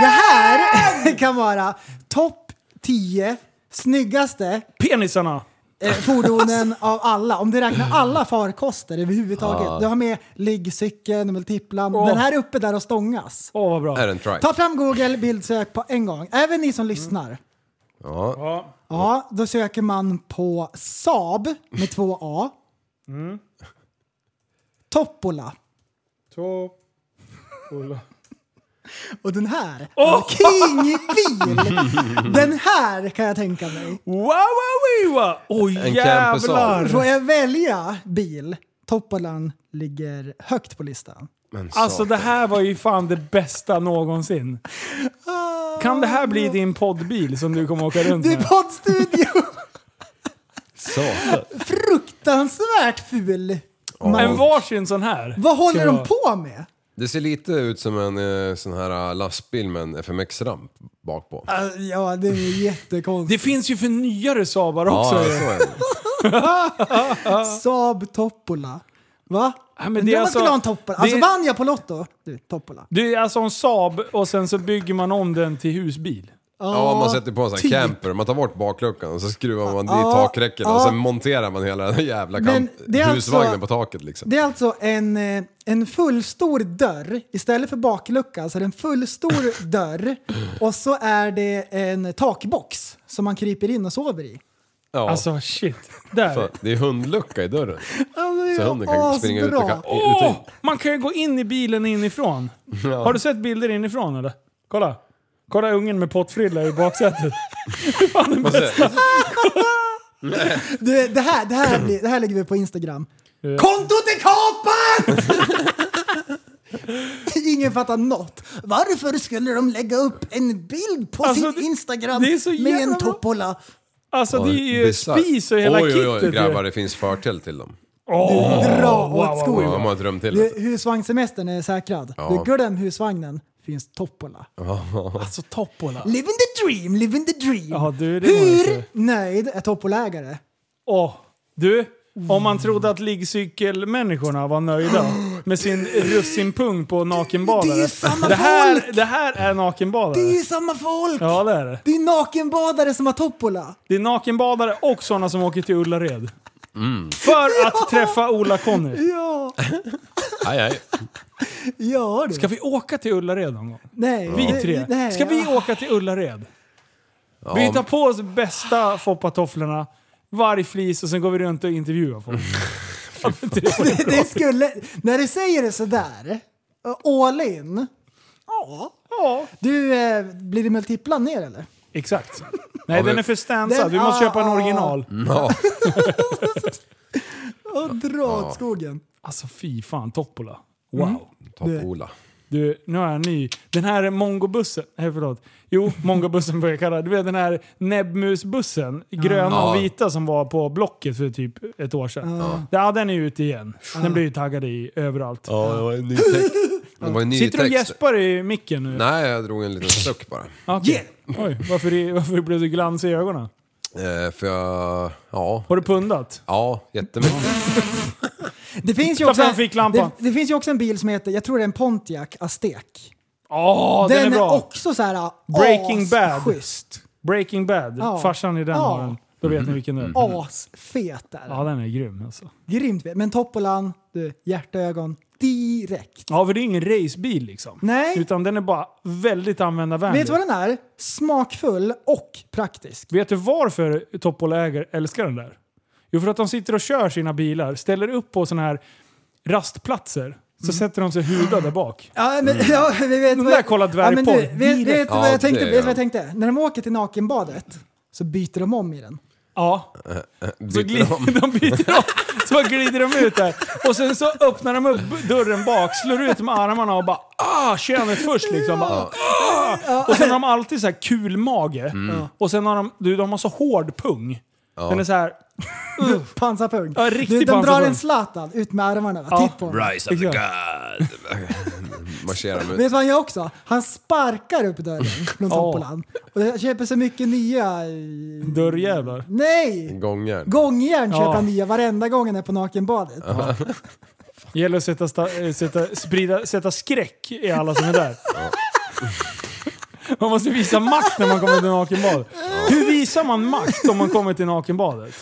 Speaker 5: Det här kan vara topp 10 snyggaste
Speaker 4: Penisarna!
Speaker 5: eh, fordonen av alla. Om du räknar alla farkoster överhuvudtaget. Du har med liggcykeln, multiplan.
Speaker 4: Åh.
Speaker 5: Den här uppe där och stångas.
Speaker 4: Åh vad bra.
Speaker 6: Är det en trike?
Speaker 5: Ta fram Google bildsök på en gång. Även ni som lyssnar.
Speaker 6: Ja.
Speaker 4: Ja.
Speaker 5: Ja, då söker man på Saab med två A. Toppola.
Speaker 4: Två.
Speaker 5: Och den här. King bil! Den här kan jag tänka mig.
Speaker 4: Wow, wow, wow, wow. Oj
Speaker 6: En
Speaker 4: jävlar! Alltså,
Speaker 6: campusar.
Speaker 5: Får jag välja bil? Toppolan ligger högt på listan.
Speaker 6: Men
Speaker 4: Alltså
Speaker 6: satan.
Speaker 4: det här var ju fan det bästa någonsin. Kan det här bli din poddbil som du kommer åka runt
Speaker 5: Du
Speaker 4: med?
Speaker 5: poddstudio!
Speaker 6: Satan.
Speaker 5: Fruktansvärt ful!
Speaker 4: En varsin sån här.
Speaker 5: Vad håller
Speaker 4: Ska
Speaker 5: de
Speaker 4: jag-
Speaker 5: på med?
Speaker 6: Det ser lite ut som en eh, sån här eh, lastbil med en FMX-ramp bak på.
Speaker 5: Alltså, Ja, det är
Speaker 4: Det
Speaker 5: jättekonstigt.
Speaker 4: finns ju för nyare Saabar också.
Speaker 6: Ja,
Speaker 4: ju.
Speaker 6: så är det.
Speaker 5: Saab Toppola. Va?
Speaker 4: Ja, men
Speaker 5: men
Speaker 4: det
Speaker 5: det
Speaker 4: är alltså-
Speaker 5: skulle ha en Toppola. Alltså
Speaker 4: det-
Speaker 5: vann jag på Lotto? Du, Toppola.
Speaker 4: Det är alltså en Saab och sen så bygger man om den till husbil.
Speaker 6: Ja, man sätter på en sån här
Speaker 5: typ.
Speaker 6: camper, man tar bort bakluckan och så skruvar man
Speaker 5: Ja,
Speaker 6: dit takräckena och
Speaker 5: ja.
Speaker 6: sen monterar man hela den här jävla
Speaker 5: Men
Speaker 6: kamp-
Speaker 5: det är alltså-
Speaker 6: husvagnen på taket liksom.
Speaker 5: Det är alltså en, eh, en fullstor dörr istället för baklucka. Alltså det är en fullstor dörr och så är det en takbox som man kryper in och sover i.
Speaker 6: ja.
Speaker 4: Alltså shit. Där.
Speaker 6: Fan, det är hundlucka i dörren.
Speaker 5: Alltså, det är
Speaker 6: Så hunden kan springa ut och
Speaker 5: asbra.
Speaker 6: kan... Ut och in.
Speaker 4: Åh! Man kan ju gå in i bilen inifrån. Har du sett bilder inifrån eller? Kolla. Kolla ungen med pottfrilla i baksätet. Fan, den
Speaker 6: Vad säger du?
Speaker 5: Du, det, här, det, här blir, det här lägger vi på Instagram. Kontot är kapat! Ingen fattar något. Varför skulle de lägga upp en bild på
Speaker 4: Alltså,
Speaker 5: sin
Speaker 4: det-
Speaker 5: Instagram
Speaker 4: det är så
Speaker 5: med en
Speaker 4: jävla bra.
Speaker 5: Toppola?
Speaker 4: alltså det är ju
Speaker 6: Bisarrt.
Speaker 4: spis och hela
Speaker 6: oj,
Speaker 4: kittet.
Speaker 6: oj, oj,
Speaker 4: ju.
Speaker 6: grabbar, det finns förtält till dem.
Speaker 5: Du drar åt skogen.
Speaker 6: Ja, de har ett rum till.
Speaker 5: Du, husvagnssemestern är säkrad.
Speaker 6: Ja.
Speaker 5: Du glöm husvagnen, finns Toppola.
Speaker 4: Alltså Toppola.
Speaker 5: Living the dream, living the dream.
Speaker 4: Ja, du, det var ju
Speaker 5: Hur
Speaker 4: så.
Speaker 5: nöjd är Toppolägare?
Speaker 4: Åh, du. Om man trodde att liggcykelmänniskorna var nöjda med sin russinpung på nakenbadare.
Speaker 5: Det är samma
Speaker 4: det här,
Speaker 5: folk!
Speaker 4: det här är nakenbadare.
Speaker 5: Det är ju samma folk!
Speaker 4: Ja det är det.
Speaker 5: Det är nakenbadare som har Toppola.
Speaker 4: Det är nakenbadare och sådana som åker till Ullared. För att träffa Ola-Conny.
Speaker 5: Ja,
Speaker 6: Aj, aj.
Speaker 5: ja du.
Speaker 4: Ska vi åka till Ullared någon gång?
Speaker 5: Nej,
Speaker 4: Vi
Speaker 5: det- det här-
Speaker 4: tre. Ska vi
Speaker 5: ja.
Speaker 4: åka till Ullared? Vi tar på oss bästa foppatofflorna, vargflis och sen går vi runt och intervjuar folk.
Speaker 5: det, det skulle, när du säger det sådär, eh, all in. Ja.
Speaker 4: Ja,
Speaker 5: Du, eh, blir det multiplan ner eller?
Speaker 4: exakt. Nej,
Speaker 6: Ja, men-
Speaker 4: den är för stansad.
Speaker 5: Den-
Speaker 4: Vi måste
Speaker 5: ah,
Speaker 4: köpa en
Speaker 5: ah.
Speaker 4: original.
Speaker 6: Ja.
Speaker 5: Och dra åt skogen.
Speaker 4: Alltså fy fan, Toppola. Wow.
Speaker 6: Topp-Ola.
Speaker 4: Du, nu har jag en ny. Den här mongobussen, nej förlåt. Jo, mongobussen får jag kalla den. Du vet den här näbbmusbussen, gröna och
Speaker 6: Ja.
Speaker 4: vita som var på Blocket för typ ett år sedan. Ja, den är ute igen. Den blir ju taggad i överallt.
Speaker 6: Ja, det var en ny text. Det var en ny
Speaker 4: Sitter du och
Speaker 6: text.
Speaker 4: gäspar i micken nu?
Speaker 6: Nej, jag drog en liten suck bara.
Speaker 4: Okej. Oj, varför, det- varför blev du glans i ögonen?
Speaker 6: Eh, för jag... Ja.
Speaker 4: Har du pundat?
Speaker 6: Ja, jättemycket.
Speaker 5: Det finns, ju
Speaker 4: Ta
Speaker 5: också,
Speaker 4: fram ficklampan.
Speaker 5: det, det finns ju också en bil som heter, jag tror det är en Pontiac Aztek.
Speaker 4: Ja, den,
Speaker 5: den,
Speaker 4: är
Speaker 5: är,
Speaker 4: bra!
Speaker 5: också så här eh,
Speaker 4: Breaking Bad.
Speaker 5: Schysst.
Speaker 4: Breaking Bad.
Speaker 5: Ja.
Speaker 4: Farsan i den
Speaker 5: Ja. Mm.
Speaker 4: har den. Då vet ni vilken det är.
Speaker 5: Asfet är
Speaker 4: Ja,
Speaker 5: den.
Speaker 4: den är grym alltså.
Speaker 5: Grymt fet. Men Toppolan, du, hjärtögon direkt.
Speaker 4: Ja, för det är ingen racebil liksom.
Speaker 5: Nej.
Speaker 4: Utan den är bara väldigt användarvänlig.
Speaker 5: Vet du vad den är? Smakfull och praktisk.
Speaker 4: Vet du varför Toppola äger älskar den där? Jo, för att de sitter och kör sina bilar, ställer upp på såna här rastplatser, så
Speaker 5: Mm.
Speaker 4: sätter de sig huda där bak.
Speaker 5: Ja, men, ja, vi vet
Speaker 4: Mm. De
Speaker 5: vad-
Speaker 4: där kollar
Speaker 5: ja, men du,
Speaker 4: dvärgporr
Speaker 5: vet, vet,
Speaker 4: direkt.
Speaker 5: du vad
Speaker 6: Ja,
Speaker 5: jag tänkte,
Speaker 6: det,
Speaker 5: vet du vad
Speaker 6: ja.
Speaker 5: jag tänkte? När de åker till nakenbadet så byter de om i den.
Speaker 4: Ja, så
Speaker 6: Byter om.
Speaker 4: glider, de byter om. Så bara glider de ut där. Och sen så öppnar de upp dörren bak, slår ut med armarna och bara ah, könet först liksom. Bara, ah. Och sen har de alltid så här kul mage. Och sen har de, du, de har så hård pung. Den är så här,
Speaker 5: Pansarpung.
Speaker 4: Ja, riktig
Speaker 5: du, de drar
Speaker 4: pansarpung.
Speaker 5: en Zlatan ut med armarna.
Speaker 4: Ja.
Speaker 5: Ja. Titt på honom.
Speaker 6: Rise of the God. Marscherar de
Speaker 5: Vet du
Speaker 6: ut.
Speaker 5: vad han gör också? Han sparkar upp dörren från Toppolan. Och jag köper så mycket nya... eh,
Speaker 4: dörrjävlar.
Speaker 5: Nej!
Speaker 6: Gångar.
Speaker 5: Gångjärn
Speaker 4: Ja.
Speaker 5: köper han nya varenda gång han är på nakenbadet.
Speaker 4: gäller att sätta, sta, eh, sätta, sprida, sätta skräck i alla som är där. Man måste visa makt när man kommer till nakenbad. Hur visar man makt om man kommer till nakenbadet?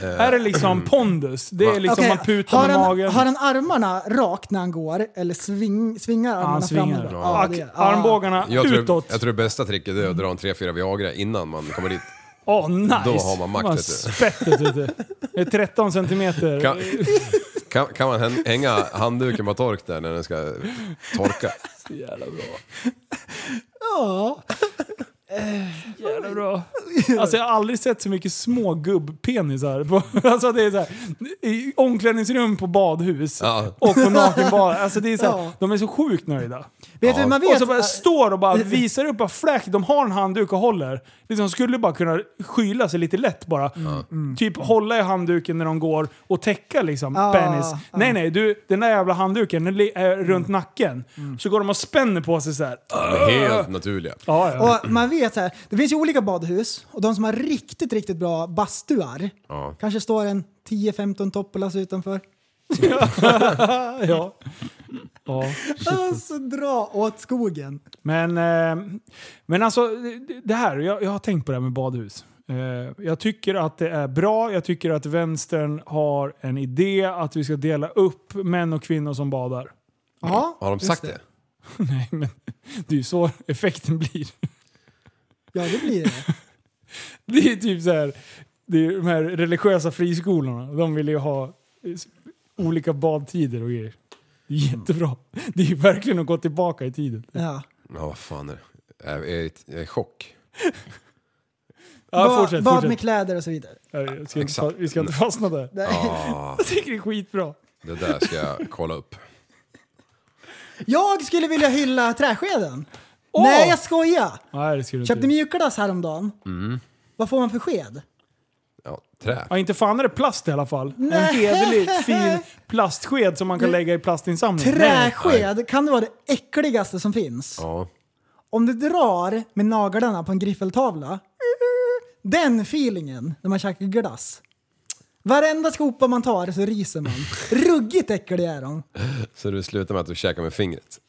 Speaker 4: Är det liksom pondus? Det är liksom
Speaker 5: Okej,
Speaker 4: man putar
Speaker 5: har,
Speaker 4: med
Speaker 5: han,
Speaker 4: magen.
Speaker 5: har han armarna rakt när han går eller sving, svingar
Speaker 4: Ja,
Speaker 5: armarna
Speaker 4: han
Speaker 5: fram?
Speaker 4: svingar.
Speaker 5: och
Speaker 4: Ja,
Speaker 5: bak? det-
Speaker 4: Armbågarna
Speaker 6: Jag tror,
Speaker 4: utåt.
Speaker 6: jag tror det bästa tricket är att dra en 3-4 Viagra innan man kommer dit.
Speaker 4: Åh, nice!
Speaker 6: Då har man makt,
Speaker 4: Man
Speaker 6: vet du.
Speaker 4: spettet vet du. Det är 13 centimeter.
Speaker 6: Kan, kan, kan man hän- hänga handduken på tork där när den ska torka?
Speaker 4: Jävla bra. Alltså jag har aldrig sett så mycket små gubbpenisar. på- Alltså det är så här, i omklädningsrum på badhus
Speaker 6: Ja.
Speaker 4: och på nakenbar. Alltså det är så här,
Speaker 5: Ja.
Speaker 4: de är så sjukt nöjda.
Speaker 5: Vet du hur man
Speaker 4: Och
Speaker 5: vet?
Speaker 4: så bara står och bara visar upp bara fläck. De har en handduk och håller. Liksom skulle bara kunna skyla sig lite lätt bara. Typ hålla i handduken när de går och täcka liksom
Speaker 5: Ja,
Speaker 4: penis.
Speaker 5: ja.
Speaker 4: Nej nej, du, den där jävla handduken den li- är runt nacken.
Speaker 5: Mm.
Speaker 4: Så går de och spänner på sig så här.
Speaker 6: De är helt naturliga.
Speaker 4: Ja, ja.
Speaker 5: Och man vet så här, det finns ju olika badhus och de som har riktigt, riktigt bra bastuar
Speaker 6: Ja.
Speaker 5: kanske står en 10-15 Toppolas utanför.
Speaker 4: ja. ja.
Speaker 5: Alltså dra åt skogen.
Speaker 4: Men, eh, men alltså, det- det här, jag, jag har tänkt på det här med badhus. Eh, jag tycker att det är bra, jag tycker att vänstern har en idé att vi ska dela upp män och kvinnor som badar.
Speaker 5: Ja,
Speaker 6: Har de
Speaker 5: just
Speaker 6: sagt det?
Speaker 4: Nej men, det är ju så effekten blir.
Speaker 5: Ja, det blir det.
Speaker 4: Det är typ så här, det är ju de här religiösa friskolorna, de vill ju ha eh, s- olika badtider och grejer. Det är
Speaker 5: Mm.
Speaker 4: jättebra. Det är ju verkligen att gå tillbaka i tiden.
Speaker 5: Ja.
Speaker 6: Ja, vad fan är det? Jag är, jag är i chock.
Speaker 4: Ja,
Speaker 5: Ba-
Speaker 4: fortsätt,
Speaker 5: bad med
Speaker 4: fortsätt.
Speaker 5: kläder och så vidare.
Speaker 4: Nej, jag ska inte, fa-
Speaker 6: Exakt.
Speaker 4: vi ska inte fastna där.
Speaker 6: Ah,
Speaker 4: Jag tycker det är skitbra.
Speaker 6: det där ska jag kolla upp.
Speaker 5: Jag skulle vilja hylla träskeden.
Speaker 4: Åh!
Speaker 5: Nej, jag skojar.
Speaker 4: Nej, det skulle du
Speaker 5: Köpte
Speaker 4: inte. Mm.
Speaker 5: mjukglass häromdagen. Vad får man för sked?
Speaker 6: Ja, trä.
Speaker 4: Ja, inte fan är det plast i alla fall. En hederlig, fin plastsked som man kan lägga i plastinsamlingen. Nej.
Speaker 5: Träsked kan det vara det äckligaste som finns.
Speaker 6: Ja.
Speaker 5: Om du drar med naglarna på en griffeltavla, den feelingen när man käkar glass. Varenda skopa man tar så ryser man. Ruggigt äckliga är de.
Speaker 6: Så du slutar med att du käkar med fingret.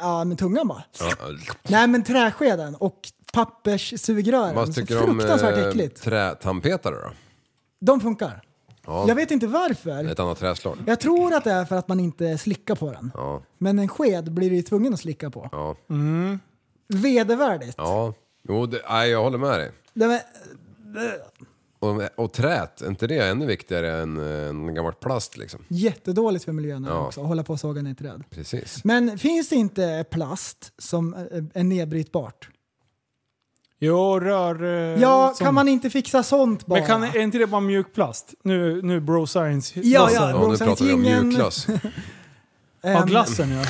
Speaker 5: Ja, men tungan bara.
Speaker 6: Ja.
Speaker 5: Nej, men träskeden och papperssugrören.
Speaker 6: Vad
Speaker 5: Så
Speaker 6: tycker du om
Speaker 5: fruktansvärt
Speaker 6: eh,
Speaker 5: äckligt.
Speaker 6: trätandpetare då?
Speaker 5: De funkar.
Speaker 6: Ja.
Speaker 5: Jag vet inte varför.
Speaker 6: Ett annat träslag.
Speaker 5: Jag tror att det är för att man inte slickar på den.
Speaker 6: Ja.
Speaker 5: Men en sked blir du ju tvungen att slicka på.
Speaker 6: Ja.
Speaker 5: Vedervärdigt.
Speaker 6: Ja. Jo, det, nej, jag håller med dig.
Speaker 5: Nej, men,
Speaker 6: Och, och trät, är inte det ännu viktigare än, eh, än gammalt plast liksom?
Speaker 5: jättedåligt för miljön
Speaker 6: Ja.
Speaker 5: också, att hålla på och såga ner ett träd.
Speaker 6: Precis.
Speaker 5: Men finns det inte plast som eh, är nedbrytbart?
Speaker 4: Jo, rör... eh,
Speaker 5: Ja,
Speaker 4: som-
Speaker 5: kan man inte fixa sånt bara?
Speaker 4: Men kan, är inte det bara mjuk plast? Nu, nu bro science.
Speaker 5: Ja, ja.
Speaker 6: Ja, nu pratar vi om
Speaker 5: Bromsartingen.
Speaker 6: mjukglass.
Speaker 5: Ehm,
Speaker 4: Ja, glassen ja.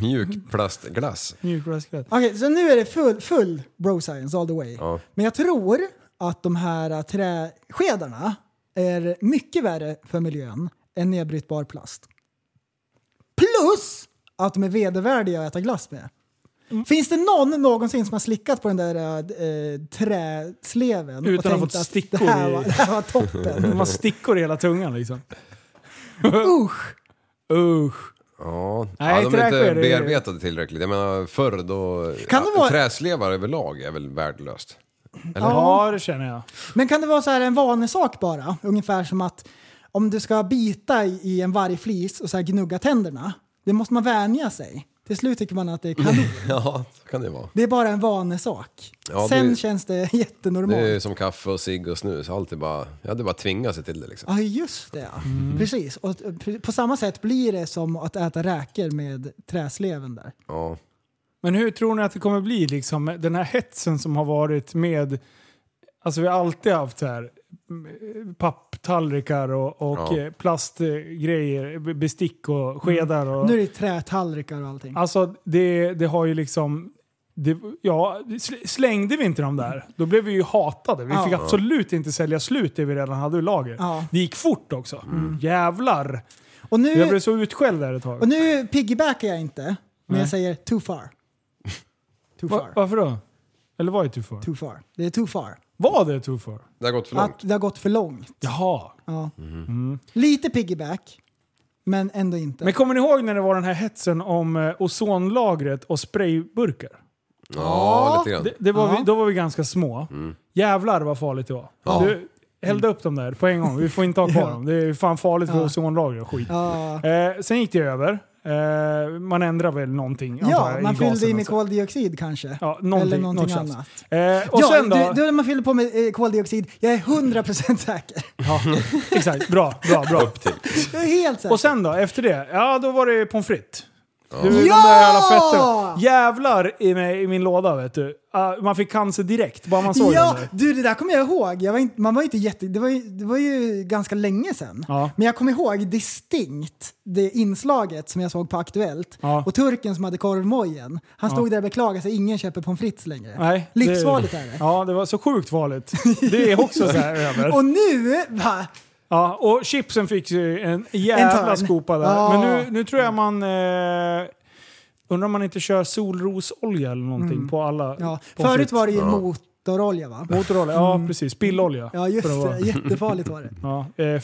Speaker 6: Mjuk plastglass.
Speaker 4: Mjukglassgrädde.
Speaker 5: Okej, så nu är det full, full bro science all the way.
Speaker 6: Ja.
Speaker 5: Men jag tror att de här eh, träskedarna är mycket värre för miljön än nedbrytbar plast. Plus att de är vedervärdiga att äta glass med.
Speaker 4: Mm.
Speaker 5: Finns det någon någonsin som har slickat på den där eh, träsleven
Speaker 4: Utan att ha
Speaker 5: tänkt
Speaker 4: fått
Speaker 5: att
Speaker 4: stickor
Speaker 5: det här,
Speaker 4: i-
Speaker 5: var, det här var toppen?
Speaker 4: Man stickor i hela tungan liksom.
Speaker 5: Usch!
Speaker 4: Usch.
Speaker 6: Ja,
Speaker 4: Nej,
Speaker 6: ja de är
Speaker 4: träsked
Speaker 6: inte
Speaker 4: är-
Speaker 6: bearbetade tillräckligt. Jag menar förr då...
Speaker 5: Kan det
Speaker 6: ja,
Speaker 5: vara-
Speaker 6: Träslevar överlag är väl värdelöst?
Speaker 4: Ja, det känner jag.
Speaker 5: Men kan det vara så här en vanesak bara? Ungefär som att om du ska bita i- i en vargflis och så här gnugga tänderna, det måste man vänja sig. Till slut tycker man att det är kanon.
Speaker 6: Ja, så kan det vara.
Speaker 5: Det är bara en vanesak.
Speaker 6: Mm. Ja,
Speaker 5: Sen
Speaker 6: det-
Speaker 5: känns det
Speaker 6: Det
Speaker 5: jättenormalt.
Speaker 6: är ju som kaffe och cigg och snus. Allt är bara... Ja, det bara tvingar sig till det liksom.
Speaker 5: Ja, just det. ja.
Speaker 6: Mm.
Speaker 5: Precis. Och p- på samma sätt blir det som att äta räkor med träsleven där.
Speaker 6: Ja.
Speaker 4: Men hur tror ni att det kommer bli liksom den här hetsen som har varit med... Alltså vi har alltid haft så här mm, papptallrikar och, och
Speaker 6: Ja.
Speaker 4: eh, plastgrejer, b- bestick och skedar och...
Speaker 5: Nu är det trätallrikar och allting.
Speaker 4: Alltså det, det har ju liksom... Det, ja, sl- slängde vi inte de där, då blev vi ju hatade. Vi
Speaker 5: Ja.
Speaker 4: fick absolut inte sälja slut det vi redan hade i lager.
Speaker 5: Ja.
Speaker 4: Det gick fort också. Jävlar!
Speaker 5: Och
Speaker 4: Jag blev
Speaker 5: nu,
Speaker 4: så utskälld där ett tag.
Speaker 5: och nu piggybackar jag inte, men jag
Speaker 4: Nej.
Speaker 5: säger too far. Too
Speaker 4: Va,
Speaker 5: far.
Speaker 4: varför då? Eller var det too far?
Speaker 5: Too far. Det är too far.
Speaker 4: Var det too far?
Speaker 6: Det har gått för långt.
Speaker 5: Att det har gått för långt.
Speaker 4: Jaha.
Speaker 5: Ja. Lite piggyback, men ändå inte.
Speaker 4: Mm. Men kommer ni ihåg när det var den här hetsen om eh, ozonlagret och sprayburkar?
Speaker 6: Ja, lite grann.
Speaker 4: Det, det var
Speaker 5: Ja.
Speaker 4: vi, då var vi ganska små. Jävlar vad farligt det var.
Speaker 6: Ja.
Speaker 4: Du, hällde upp dem där på en gång. Vi får inte ha kvar dem. Det är ju fan farligt för ozonlagret och skit.
Speaker 5: ja,
Speaker 4: Eh, sen gick det över. Eh, man ändrar väl någonting antar
Speaker 5: ja
Speaker 4: jag,
Speaker 5: man fyllde
Speaker 4: gasen
Speaker 5: i
Speaker 4: och
Speaker 5: med
Speaker 4: så.
Speaker 5: koldioxid kanske.
Speaker 4: Ja, någonting,
Speaker 5: Eller någonting
Speaker 4: något tjafs.
Speaker 5: annat.
Speaker 4: Eh, och
Speaker 5: ja,
Speaker 4: sen då?
Speaker 5: Du, du, man fyller på med eh, koldioxid. Jag är 100% säker.
Speaker 4: Ja, exakt, bra, bra, bra.
Speaker 5: Jag är helt säker.
Speaker 4: Och sen då, efter det? Ja, då var det pommes frites. Du, de
Speaker 5: Ja!
Speaker 4: där jävla fetterna. Jävlar i, mig, i min låda vet du. Ah, man fick cancer direkt, bara man såg
Speaker 5: ja,
Speaker 4: den där.
Speaker 5: du det där kommer jag ihåg. Jag var inte, man var inte jätte, det, var ju, det var ju ganska länge sedan.
Speaker 4: Ja.
Speaker 5: Men jag kommer ihåg distinkt det inslaget som jag såg på Aktuellt.
Speaker 4: Ja.
Speaker 5: Och turken som hade korvmojen. Han stod där och beklagade sig. Ingen köper pommes frites längre.
Speaker 4: Nej, det-
Speaker 5: Livsfarligt är det.
Speaker 4: Ja, det var så sjukt farligt. Det är också så här över.
Speaker 5: Och nu, va?
Speaker 4: Ja, och chipsen fick ju en jävla
Speaker 5: törn.
Speaker 4: skopa där.
Speaker 5: Ja.
Speaker 4: Men nu, nu tror jag man... Eh, undrar om man inte kör solrosolja eller någonting på alla...
Speaker 5: Mm. Ja.
Speaker 4: på
Speaker 5: Förut
Speaker 4: fritt.
Speaker 5: var det ju motorolja va?
Speaker 4: Motorolja, ja precis. Spillolja.
Speaker 5: Ja
Speaker 4: För
Speaker 5: just
Speaker 4: att vara-
Speaker 5: det, jättefarligt var det.
Speaker 4: Ja, eh,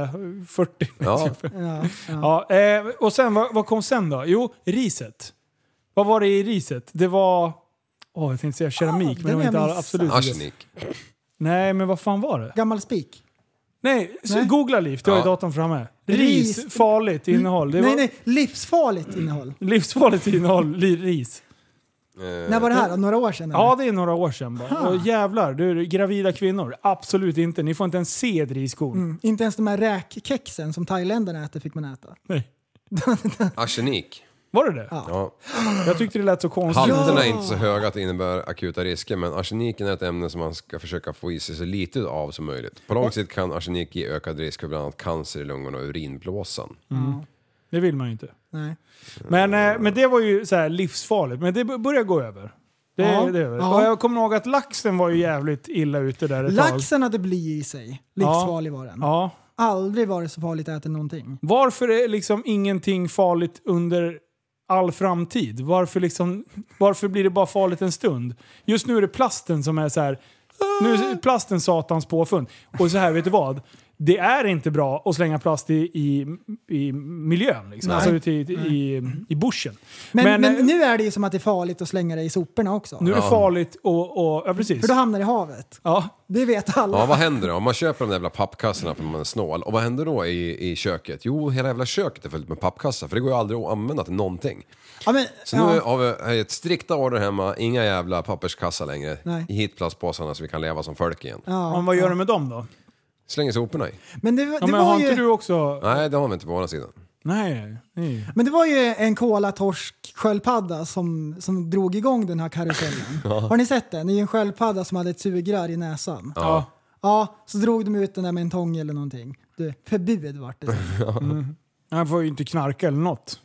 Speaker 4: 5V40.
Speaker 6: Ja.
Speaker 5: Ja, ja.
Speaker 4: Ja, eh, och sen, vad, vad kom sen då? Jo, riset. Vad var det i riset? Det var... Åh, jag tänkte säga keramik,
Speaker 5: Ah,
Speaker 4: men det
Speaker 5: den
Speaker 4: var inte
Speaker 5: har jag
Speaker 4: all,
Speaker 5: missat.
Speaker 4: absolut inte.
Speaker 6: Arsenik.
Speaker 4: Nej, men vad fan var det?
Speaker 5: Gammal spik.
Speaker 4: Nej, så
Speaker 5: Nej.
Speaker 4: googla liv. Du har ju
Speaker 6: Ja.
Speaker 4: datorn framme. Ris,
Speaker 5: Ris. Mm.
Speaker 4: farligt innehåll. Det
Speaker 5: Nej
Speaker 4: var
Speaker 5: nej, livsfarligt innehåll.
Speaker 6: Eh.
Speaker 4: livsfarligt innehåll, li- ris.
Speaker 5: När var det här då? Några år sedan? eller?
Speaker 4: Ja, det är några år sedan bara.
Speaker 5: Ha.
Speaker 4: Och jävlar, du, gravida kvinnor. Absolut inte. Ni får inte ens se ett riskorn.
Speaker 5: Mm. Inte ens de här räkkexen som thailändarna äter fick man äta.
Speaker 4: Nej.
Speaker 6: Arsenik.
Speaker 4: Var det det?
Speaker 6: Ja.
Speaker 4: Alltså, Jag tyckte det lät så konstigt.
Speaker 6: Halterna är inte så höga att det innebär akuta risker, men arseniken är ett ämne som man ska försöka få i sig så lite av som möjligt. På lång sikt kan arsenik ge ökad risk för bland annat cancer i lungorna och urinblåsan.
Speaker 4: Det vill man ju inte.
Speaker 5: Nej.
Speaker 4: Men, eh, men det var ju så här livsfarligt. Men det bör- börjar gå över. Det,
Speaker 5: Ja.
Speaker 4: det är det.
Speaker 5: Ja.
Speaker 4: Och jag kommer ihåg att laxen var ju jävligt illa ute där ett tag.
Speaker 5: Laxen hade bly i sig. Livsfarlig var den.
Speaker 4: Ja.
Speaker 5: Aldrig varit så farligt att äta någonting.
Speaker 4: Varför är liksom ingenting farligt under all framtid? Varför, liksom, varför blir det bara farligt en stund? Just nu är det plasten som är så här. Nu är plasten satans påfund. Och så här, vet du vad? Det är inte bra att slänga plast i, i, i miljön. Liksom.
Speaker 5: Nej.
Speaker 4: Alltså ute i, i, i bushen.
Speaker 5: Men, men,
Speaker 4: eh,
Speaker 5: nu är det ju som att det är farligt att slänga det i soporna också.
Speaker 4: nu är det farligt och, och ja, precis.
Speaker 5: För då hamnar det i havet.
Speaker 4: Ja.
Speaker 5: Det vet alla.
Speaker 6: Ja, vad händer då? Om man köper de där jävla pappkassorna för man är snål. Och vad händer då i, i köket? Jo, hela jävla köket är fullt med pappkassar för det går ju aldrig att använda till någonting.
Speaker 5: Ja, men,
Speaker 6: Så
Speaker 5: ja.
Speaker 6: nu har vi har jag ett strikta order hemma, inga jävla papperskassar längre.
Speaker 5: Nej.
Speaker 6: Hit plastpåsarna så vi kan leva som folk igen.
Speaker 4: Men vad gör du med dem då?
Speaker 6: Slänger soporna i.
Speaker 5: men, det, det
Speaker 4: Ja, men har
Speaker 5: var
Speaker 4: inte du
Speaker 5: ju,
Speaker 4: också...
Speaker 6: Nej, det har vi inte på våran sida.
Speaker 4: Nej. nej.
Speaker 5: men det var ju en kolatorsk-sköldpadda som, som drog igång den här karusellen. Har ni sett den? Det är ju en sköldpadda som hade ett sugrör i näsan. Ja.
Speaker 4: Ja.
Speaker 5: så drog de ut den där med en tång eller någonting. Du, förbud vart det.
Speaker 4: Han får ju inte knarka eller något.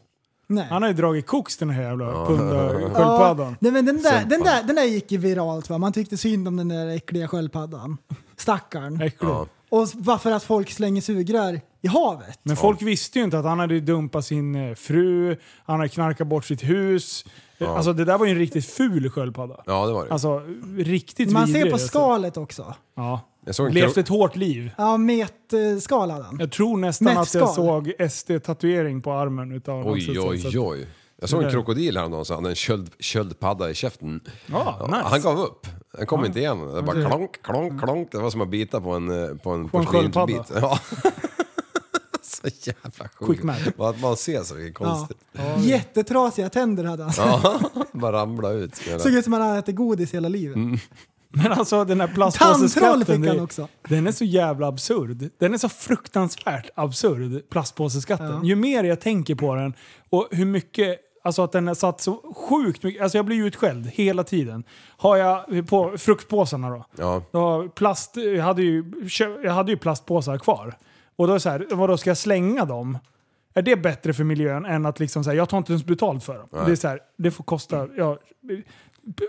Speaker 5: Nej.
Speaker 4: Han har ju dragit koks den här jävla
Speaker 5: Ja,
Speaker 4: pundarsköldpaddan.
Speaker 5: nej, men den, där, den, där, den där gick ju viralt va? Man tyckte synd om den där äckliga sköldpaddan. Stackarn.
Speaker 4: Äcklig.
Speaker 5: Och s- bara för att folk slänger sugrör i havet.
Speaker 4: Men folk visste ju inte att han hade dumpat sin eh, fru, han hade knarkat bort sitt hus. Eh, Alltså det där var ju en riktigt ful sköldpadda.
Speaker 6: Ja, det var det.
Speaker 4: Alltså riktigt
Speaker 5: Man
Speaker 4: vidrig,
Speaker 5: ser på
Speaker 4: alltså.
Speaker 5: skalet också.
Speaker 4: Ja.
Speaker 6: Jag såg en
Speaker 4: Levt
Speaker 6: kro-
Speaker 4: ett hårt liv.
Speaker 5: Ja, metskal hade han.
Speaker 4: Jag tror nästan att
Speaker 5: Mättskal.
Speaker 4: jag såg SD-tatuering på armen utav honom, så-
Speaker 6: Oj,
Speaker 4: så-
Speaker 6: oj,
Speaker 4: så-
Speaker 6: oj. Jag såg en krokodil häromdagen som hade en köld, köldpadda i käften.
Speaker 4: Ja, Ah, nice. Ah.
Speaker 6: Han gav upp. Han kom inte igen. Det bara klonk, klonk, klonk. Det var som att bita på en, eh, på en
Speaker 4: På en
Speaker 6: porslinsbit. Ja. så jävla sjukt.
Speaker 4: Quick math.
Speaker 6: Att man ser så, det är
Speaker 5: Ja.
Speaker 6: konstigt.
Speaker 5: Jättetrasiga tänder hade han.
Speaker 6: Bara ramla ut.
Speaker 5: Såg ut som att han hade ätit godis hela livet.
Speaker 4: Men alltså den här
Speaker 5: Tandtroll
Speaker 4: plastpåseskatten,
Speaker 5: fick han
Speaker 4: det-
Speaker 5: också.
Speaker 4: den är så jävla absurd. Den är så fruktansvärt absurd, plastpåseskatten. Ju mer jag tänker på den och hur mycket, alltså att den har satt så sjukt mycket, alltså jag blir ju utskälld hela tiden. Har jag på fruktpåsarna då?
Speaker 6: Ja.
Speaker 4: Jag, har plast, jag, hade ju, kö- jag hade ju plastpåsar kvar. Och då är det så här, vadå ska jag slänga dem? Är det bättre för miljön än att liksom så här, jag tar inte ens betalt för dem? Det är så här, det får kosta, ja,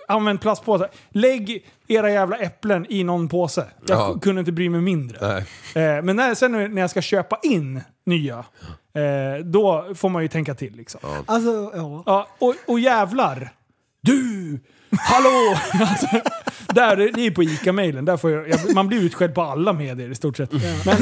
Speaker 4: Använd plastpåsar. Lägg era jävla äpplen i någon påse. Jag
Speaker 6: Ja.
Speaker 4: k- kunde inte bry mig mindre. Eh, men när, sen när jag ska köpa in nya, eh, då får man ju tänka till liksom. Ja.
Speaker 5: Alltså, ja.
Speaker 4: och, och jävlar! Du! Hallå! alltså, där, det är på ICA-mailen. Där får jag, jag, man blir utskälld på alla medier i stort sett. Men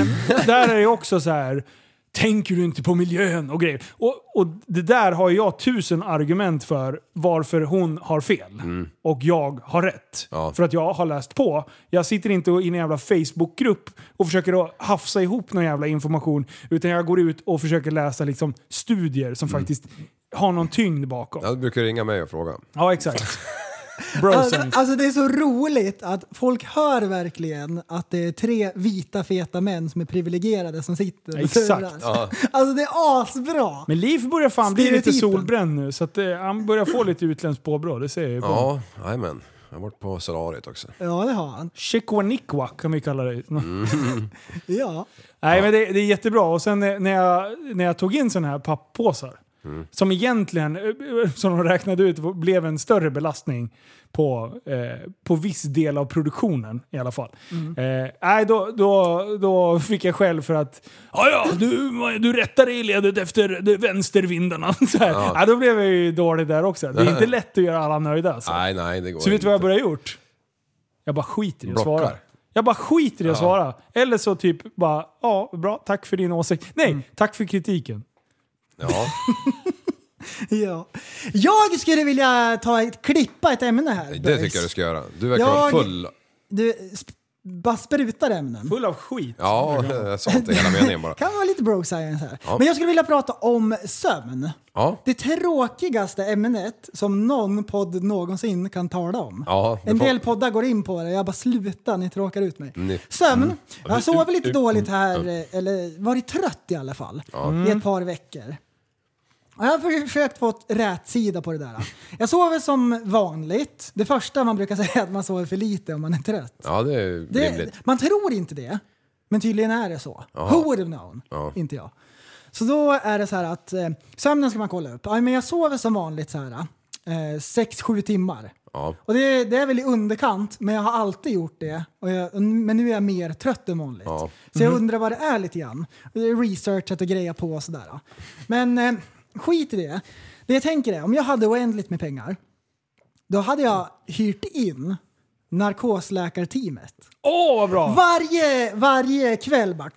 Speaker 4: där är det också så här... Tänker du inte på miljön och grejer? Och, och det där har jag tusen argument för varför hon har fel och jag har rätt.
Speaker 6: Ja.
Speaker 4: För att jag har läst på. Jag sitter inte i en jävla Facebookgrupp och försöker att hafsa ihop någon jävla information. Utan jag går ut och försöker läsa liksom studier som faktiskt har någon tyngd bakom.
Speaker 6: Jag brukar ringa mig och fråga.
Speaker 4: Ja, exakt. Bros.
Speaker 5: Alltså, alltså det är så roligt att folk hör verkligen att det är tre vita feta män som är privilegierade som sitter och
Speaker 4: Exakt.
Speaker 5: surar. Alltså det är asbra!
Speaker 4: Men Liv börjar fan bli lite
Speaker 5: Stereotypen.
Speaker 4: solbränd nu, så att, eh, han börjar få lite utländskt påbrå. Det ser jag ju på honom.
Speaker 6: Ja, jajamän. Jag har varit på solariet också.
Speaker 5: Ja det har han.
Speaker 4: Chekwanikwa kan vi kalla det.
Speaker 5: Ja.
Speaker 4: Nej, men det, det är jättebra. Och sen eh, när jag, när jag tog in sådana här papppåsar, som egentligen, eh, som de räknade ut, blev en större belastning på, eh, på viss del av produktionen i alla fall. Eh, nej, då, då, då fick jag själv för att ja, ja, du, du rättar dig i ledet efter de- vänstervindarna. Så här. Ja. då blev jag ju dålig där också. Det är inte lätt att göra alla nöjda. Alltså.
Speaker 6: Nej, nej, det går
Speaker 4: Så vet
Speaker 6: inte.
Speaker 4: du vad jag började gjort? Jag bara skiter i att
Speaker 6: Blockar.
Speaker 4: svara. Jag bara skiter i att svara. Eller så typ bara, ja bra, tack för din åsikt. Nej, tack för kritiken.
Speaker 6: Ja,
Speaker 5: ja. Jag skulle vilja ta ett, klippa ett ämne här.
Speaker 6: det
Speaker 5: boys.
Speaker 6: tycker jag du ska göra. Du verkar
Speaker 5: Jag-
Speaker 6: vara full.
Speaker 5: Du sp- bara sprutar ämnen.
Speaker 4: Full av skit.
Speaker 6: Ja, jag sa inte hela meningen bara.
Speaker 5: kan vara lite bro science här. Men jag skulle vilja prata om sömn.
Speaker 6: Ja,
Speaker 5: Det tråkigaste ämnet som någon podd någonsin kan tala om.
Speaker 6: Ja, det
Speaker 5: en
Speaker 6: får-
Speaker 5: del poddar går in på det. Jag bara sluta, ni tråkar ut mig.
Speaker 6: Ni- Mm.
Speaker 5: Sömn. Jag har sovit lite dåligt här, eh, eller varit trött i alla fall, i ett par veckor. Och Jag har försökt få rätsida på det där. Jag sover som vanligt. Det första man brukar säga är att man sover för lite om man är trött.
Speaker 6: ja det är ju
Speaker 5: Det,
Speaker 6: rimligt.
Speaker 5: man tror inte det, men tydligen är det så. Who would have known?
Speaker 6: Ja.
Speaker 5: Inte jag. Så då är det så här att eh, sömnen ska man kolla upp. Ja, men jag sover som vanligt så här. eh, sex, sju timmar.
Speaker 6: Ja.
Speaker 5: Och det, det är väl i underkant, men jag har alltid gjort det. Och jag, men nu är jag mer trött än vanligt.
Speaker 6: Ja. Mhm.
Speaker 5: Så jag undrar vad det är lite grann. Och det är Researchat och grejer på och sådär. Men eh, skit i det. Det jag tänker är, om jag hade oändligt med pengar, då hade jag hyrt in narkosläkarteamet.
Speaker 4: Åh, vad bra!
Speaker 5: Varje, varje kväll bara,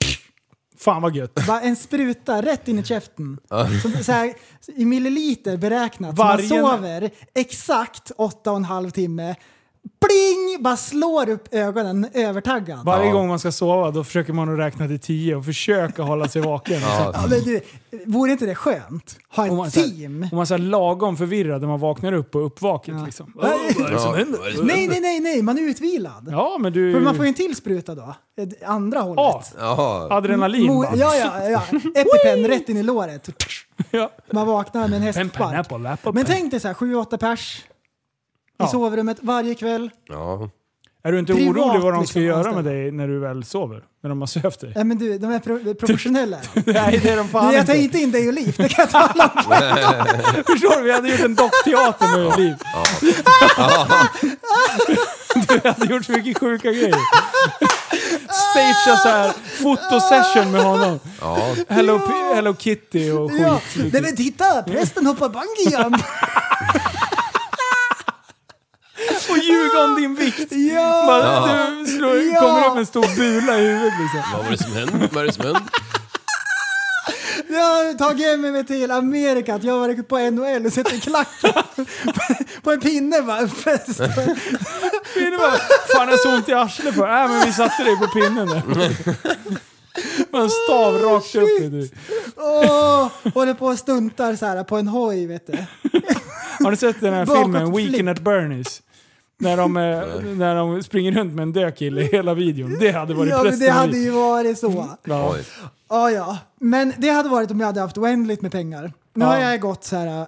Speaker 4: Fan vad gött.
Speaker 5: bara en spruta rätt in i käften. Så, så här, I milliliter beräknat. Så
Speaker 4: Varje-
Speaker 5: man sover exakt åtta och en halv timme. Pling! Bara slår upp ögonen övertaggad.
Speaker 4: Varje
Speaker 6: Ja.
Speaker 4: gång man ska sova då försöker man att räkna till tio och försöka hålla sig vaken.
Speaker 5: Ja, men du, vore inte det skönt? Ha
Speaker 4: Om
Speaker 5: ett
Speaker 4: man, så här,
Speaker 5: team.
Speaker 4: om man så här lagom förvirrad när man vaknar upp och är uppvaket. Liksom. Åh, vad är det som händer?
Speaker 5: Nej, nej, nej, nej, man är utvilad.
Speaker 4: Ja, men du...
Speaker 5: För man får ju en till spruta då. Ett- Andra hållet.
Speaker 4: Ja, alltså.
Speaker 6: Jaha.
Speaker 4: adrenalin.
Speaker 5: Mo-
Speaker 4: bara.
Speaker 5: ja, ja, ja. Epipen rätt in i låret.
Speaker 4: Ja.
Speaker 5: Man vaknar med en
Speaker 4: En
Speaker 5: hästbank.
Speaker 4: pineapple apple pen.
Speaker 5: Men tänk dig så här, sju, åtta pers i
Speaker 4: Ja.
Speaker 5: sovrummet varje kväll.
Speaker 6: Ja.
Speaker 4: Är du inte
Speaker 5: privat,
Speaker 4: orolig vad de ska
Speaker 5: liksom,
Speaker 4: göra med
Speaker 5: anställda.
Speaker 4: dig när du väl sover? När de har sövt dig?
Speaker 5: Nej men du, de är pro- professionella.
Speaker 4: Nej, det är de fan
Speaker 5: Du, jag tar
Speaker 4: inte.
Speaker 5: inte in dig och Liv, det kan jag tala om.
Speaker 4: Förstår du? Vi hade gjort en dockteater nu, Liv. Du hade gjort så mycket sjuka grejer. Stagea så här fotosession med honom.
Speaker 6: Ja.
Speaker 4: Hello, P- Hello Kitty och skit.
Speaker 5: Ja. Nej men titta, prästen hoppar bungyjump.
Speaker 4: Och ljuga om din vikt.
Speaker 5: Ja.
Speaker 4: Bara, Du slår,
Speaker 5: Ja.
Speaker 4: kommer upp en stor bula i huvudet liksom.
Speaker 6: Vad var det som hände? Vad är det som hände?
Speaker 5: Jag har tagit med mig till Amerika att jag har varit på NHL och sett en klack på en pinne bara.
Speaker 4: Det bara, Fan, jag så ont i arslet på äh, men vi satte dig på pinnen där. Man stav rakt upp i dig.
Speaker 5: Åh, håller på och stuntar så här på en hoj vet du.
Speaker 4: Har ni sett den här
Speaker 5: Bakåt
Speaker 4: filmen
Speaker 5: flipp.
Speaker 4: Weekend at Bernies? När de, eh, när de springer runt med en död kille i hela videon. Det hade varit
Speaker 5: Ja, men
Speaker 4: prästen
Speaker 5: det hade
Speaker 4: i.
Speaker 5: ju varit så.
Speaker 4: Ja.
Speaker 6: Oj.
Speaker 5: Ja, ja. Men det hade varit om jag hade haft oändligt med pengar. Nu har jag gått så här eh,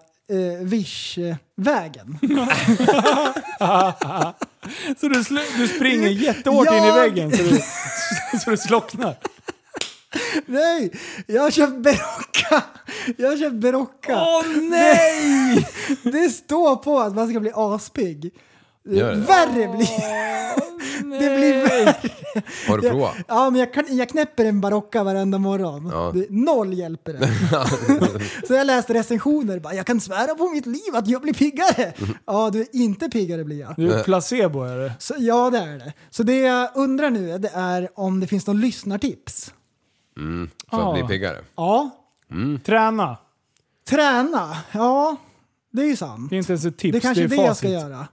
Speaker 5: Wish-vägen.
Speaker 4: Så du, sl- du springer jättehårt
Speaker 5: Jag-
Speaker 4: in i väggen så du, så du slocknar.
Speaker 5: Nej, jag har köpt Berocca. Jag har köpt Berocca.
Speaker 4: nej!
Speaker 5: Det, det står på att man ska bli aspigg.
Speaker 6: Gör det.
Speaker 5: Värre blir det. blir värre.
Speaker 6: Har du provat?
Speaker 5: Ja, men jag, kan, jag knäpper en Barocca varenda morgon.
Speaker 6: Ja.
Speaker 5: Det, noll hjälper det. så jag läste recensioner. Bara, jag kan svära på mitt liv att jag blir piggare.
Speaker 6: Mm.
Speaker 5: Ja, du är inte piggare blir jag.
Speaker 4: Du är placebo är det.
Speaker 5: Så, ja, det är det. Så det jag undrar nu det är om det finns någon lyssnartips.
Speaker 6: För att bli
Speaker 4: Ah.
Speaker 6: piggare?
Speaker 5: Ja,
Speaker 4: Träna.
Speaker 5: träna. Ja, det är ju sant.
Speaker 4: Det är inte ens ett tips,
Speaker 5: Det är kanske är det
Speaker 4: facit.
Speaker 5: jag ska göra.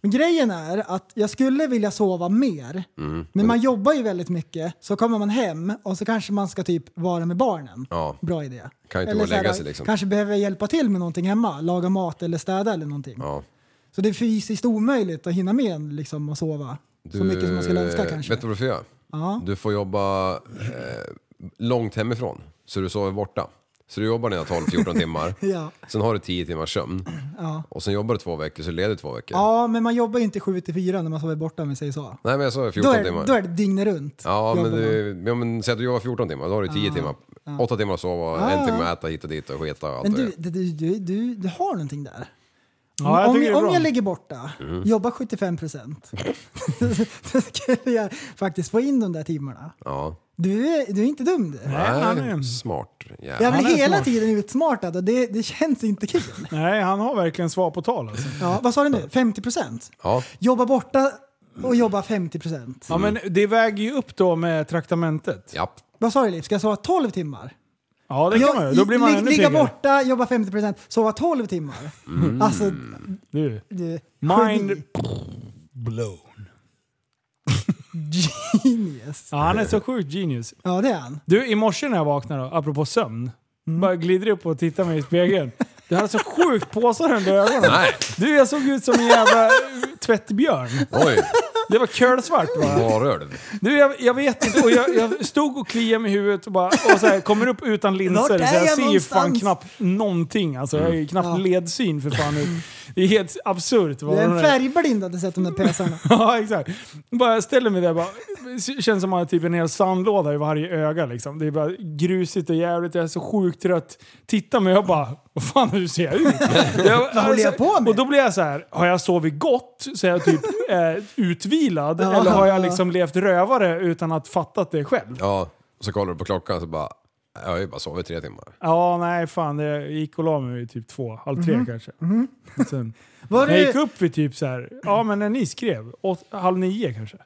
Speaker 5: Men grejen är att jag skulle vilja sova
Speaker 6: Mm,
Speaker 5: mer. Men man jobbar ju väldigt mycket. Så kommer man hem och så kanske man ska typ vara med barnen.
Speaker 6: Ja.
Speaker 5: Bra idé.
Speaker 6: Kan ju inte gå och
Speaker 5: så här,
Speaker 6: lägga sig, liksom.
Speaker 5: Kanske behöver hjälpa till med någonting hemma. Laga mat eller städa eller någonting.
Speaker 6: Ja.
Speaker 5: Så det är fysiskt omöjligt att hinna med liksom, att sova. så mycket som man skulle önska kanske.
Speaker 6: Vet du vad du får göra?
Speaker 5: Ja.
Speaker 6: Du får jobba eh, långt hemifrån, så du sover borta. Så du jobbar dina 12-14 timmar,
Speaker 5: Ja.
Speaker 6: sen har du 10 timmars sömn och sen jobbar du två veckor så är du ledig två veckor.
Speaker 5: Ja, men man jobbar ju inte 7 till 4 när man sover borta om vi säger så.
Speaker 6: Nej men jag sover 14
Speaker 5: Då är,
Speaker 6: timmar.
Speaker 5: då är det dygnet runt.
Speaker 6: Ja men,
Speaker 5: jobbar man.
Speaker 6: du, ja men säg att du jobbar 14 timmar, då har du 10 timmar. 8 timmar att sova, och en timme att äta hit och dit och sketa och allt
Speaker 5: men
Speaker 6: vad det
Speaker 5: du,
Speaker 6: är.
Speaker 5: du, du, du, du har någonting där.
Speaker 4: Ja, jag
Speaker 5: om,
Speaker 4: tycker det är
Speaker 5: om
Speaker 4: bra.
Speaker 5: jag ligger borta,
Speaker 6: Mm.
Speaker 5: jobbar 75 procent, då skulle jag faktiskt få in de där timmarna.
Speaker 6: Ja.
Speaker 5: Du, är- du är inte dum du.
Speaker 4: Nej, han är en-
Speaker 6: smart
Speaker 5: Jag
Speaker 6: jävel.
Speaker 5: blir
Speaker 4: Han är
Speaker 5: hela
Speaker 4: smart.
Speaker 5: tiden utsmartad och det, det känns inte kul.
Speaker 4: Nej, han har verkligen svar på tal alltså.
Speaker 5: Ja, vad sa du nu? 50 procent?
Speaker 6: Ja.
Speaker 5: Jobba borta och jobba 50 procent.
Speaker 4: Ja, men det väger ju upp då med traktamentet.
Speaker 6: Japp.
Speaker 5: Vad sa du Liv? Ska jag sova 12 timmar?
Speaker 4: Ja, det kan man ju. Då blir man
Speaker 5: lig-
Speaker 4: ännu
Speaker 5: Ligga
Speaker 4: piggare.
Speaker 5: borta, jobba 50 procent, sova 12 timmar. Alltså,
Speaker 4: Du.
Speaker 5: du,
Speaker 4: Mm. Mind
Speaker 5: geni.
Speaker 4: blown.
Speaker 5: Genius.
Speaker 4: Ja, han är så sjukt genius.
Speaker 5: Ja, det är han.
Speaker 4: Du, i morse när jag vaknade, då, apropå sömn, bara glider upp och tittar mig i spegeln. Du hade så sjukt påsar under ögonen.
Speaker 6: Nej,
Speaker 4: Du, jag såg ut som en jävla tvättbjörn.
Speaker 6: oj.
Speaker 4: Det var kölsvart bara.
Speaker 6: Varulv.
Speaker 4: Du, jag, jag vet inte. Och jag, jag stod och kliade mig i huvudet och, bara, och så här, kommer upp utan linser.
Speaker 5: Vart
Speaker 4: Så
Speaker 5: är
Speaker 4: jag,
Speaker 5: jag
Speaker 4: ser ju fan
Speaker 5: någonstans?
Speaker 4: knappt någonting. Alltså, jag är ju knappt ledsyn för fan. Det är helt absurt. vad
Speaker 5: Du är
Speaker 4: de
Speaker 5: en
Speaker 4: där-
Speaker 5: färgblind hade sett de där pösarna.
Speaker 4: Ja, exakt. Bara jag ställer mig där bara det känns som att man har typ en hel sandlåda i varje öga liksom. Det är bara grusigt och jävligt. Jag är så sjukt trött. Titta mig jag bara, vad fan hur ser jag ut? jag,
Speaker 5: Vad håller jag på med?
Speaker 4: Och då blir jag så här, har jag sovit gott så är jag typ eh, utvilad? eller har jag liksom levt rövare utan att fattat det själv? Ja,
Speaker 6: Ja, och så kollar du på klockan så bara, jag har ju bara sovit tre timmar.
Speaker 4: nej fan. Det, jag gick och la mig vid typ två, halv
Speaker 5: Mhm.
Speaker 4: tre kanske. Och Sen,
Speaker 5: Var
Speaker 4: jag gick
Speaker 5: det,
Speaker 4: upp vid typ så här, ja men när ni skrev, åt, halv nio kanske.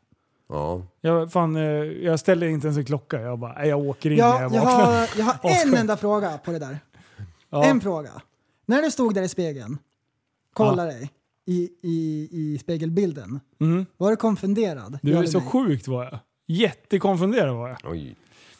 Speaker 6: Ja.
Speaker 4: Jag, fan, eh, jag ställde inte ens en klocka. Jag bara, nej, jag åker in när jag
Speaker 5: jag, jag,
Speaker 4: vaknar.
Speaker 5: har, jag har en
Speaker 4: Vaknar.
Speaker 5: enda fråga på det där.
Speaker 4: Ja.
Speaker 5: En fråga. När du stod där i spegeln, kolla dig i, i, i spegelbilden. Var du konfunderad?
Speaker 4: Mm. Du
Speaker 5: Ja
Speaker 4: är
Speaker 5: eller
Speaker 4: så
Speaker 5: nej?
Speaker 4: sjukt var jag. Jättekonfunderad var jag.
Speaker 6: Oj.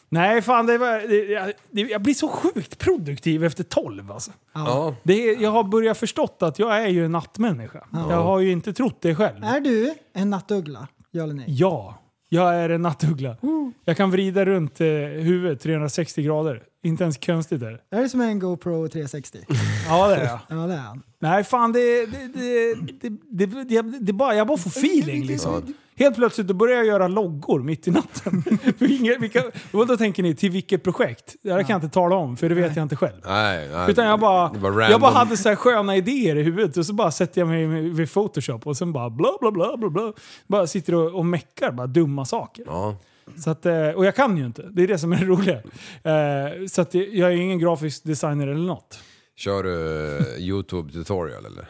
Speaker 4: Nej fan, det var, det, jag, det, jag blir så sjukt produktiv efter tolv alltså.
Speaker 6: Ja.
Speaker 4: Det, är- jag har börjat förstått att jag är ju en nattmänniska. Jag har ju inte trott det själv.
Speaker 5: Är du en nattuggla? Ja eller nej?
Speaker 4: Ja, jag är en nattuggla. Jag kan vrida runt eh, huvudet 360 grader. Inte ens konstigt är det.
Speaker 5: Är du som en GoPro 360?
Speaker 4: Ja det är jag.
Speaker 5: Ja det är han.
Speaker 4: Nej, fan det... det, det, det, det, det, det är bara, jag bara får feeling liksom. Helt plötsligt då börjar jag göra loggor mitt i natten. För inga, vilka, och då tänker ni, till vilket projekt? Det här kan jag inte tala om, för det vet jag inte själv.
Speaker 6: Nej, nej.
Speaker 4: Utan jag
Speaker 6: Det
Speaker 4: bara,
Speaker 6: var
Speaker 4: jag bara
Speaker 6: random.
Speaker 4: hade så här sköna idéer i huvudet och så bara sätter jag mig vid Photoshop och sen bara bla bla bla bla bla. Bara sitter och, och meckar bara dumma saker.
Speaker 6: Ja.
Speaker 4: Så att, eh, och jag kan ju inte, det är det som är det roliga. Eh, Så att jag jag är ju ingen grafisk designer eller något.
Speaker 6: Kör du eh, YouTube tutorial eller?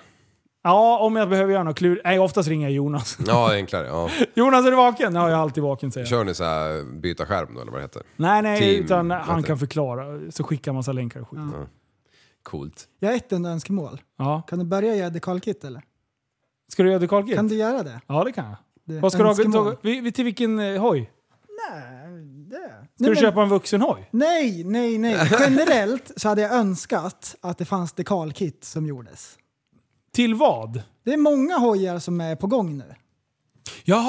Speaker 4: Ja, om jag behöver göra något klur. Nej, oftast ringer jag Jonas.
Speaker 6: Ja, enklare. Ja.
Speaker 4: Jonas är du vaken? Ja, jag är alltid vaken säger jag.
Speaker 6: Kör ni så här byta skärm då eller vad det heter?
Speaker 4: Nej, nej,
Speaker 6: Team, Mm.
Speaker 4: utan
Speaker 6: vad
Speaker 4: han
Speaker 6: heter
Speaker 4: kan förklara. Så skickar massa länkar och skit. Ja.
Speaker 6: Coolt.
Speaker 5: Jag har ett enda önskemål. Kan du börja göra dekalkit eller?
Speaker 4: Ska du göra det Carl
Speaker 5: Kan du göra det?
Speaker 4: Ja, det kan jag.
Speaker 5: det
Speaker 4: Vad ska du
Speaker 5: önskemål.
Speaker 4: ha? vi- vi- Till vilken eh, hoj? Ska
Speaker 5: Nej,
Speaker 4: du
Speaker 5: men-
Speaker 4: köpa en vuxen hoj?
Speaker 5: Nej, nej, nej. Generellt så hade jag önskat att det fanns dekalkit som gjordes.
Speaker 4: Till vad?
Speaker 5: Det är många hojar som är på gång nu.
Speaker 4: Jaha!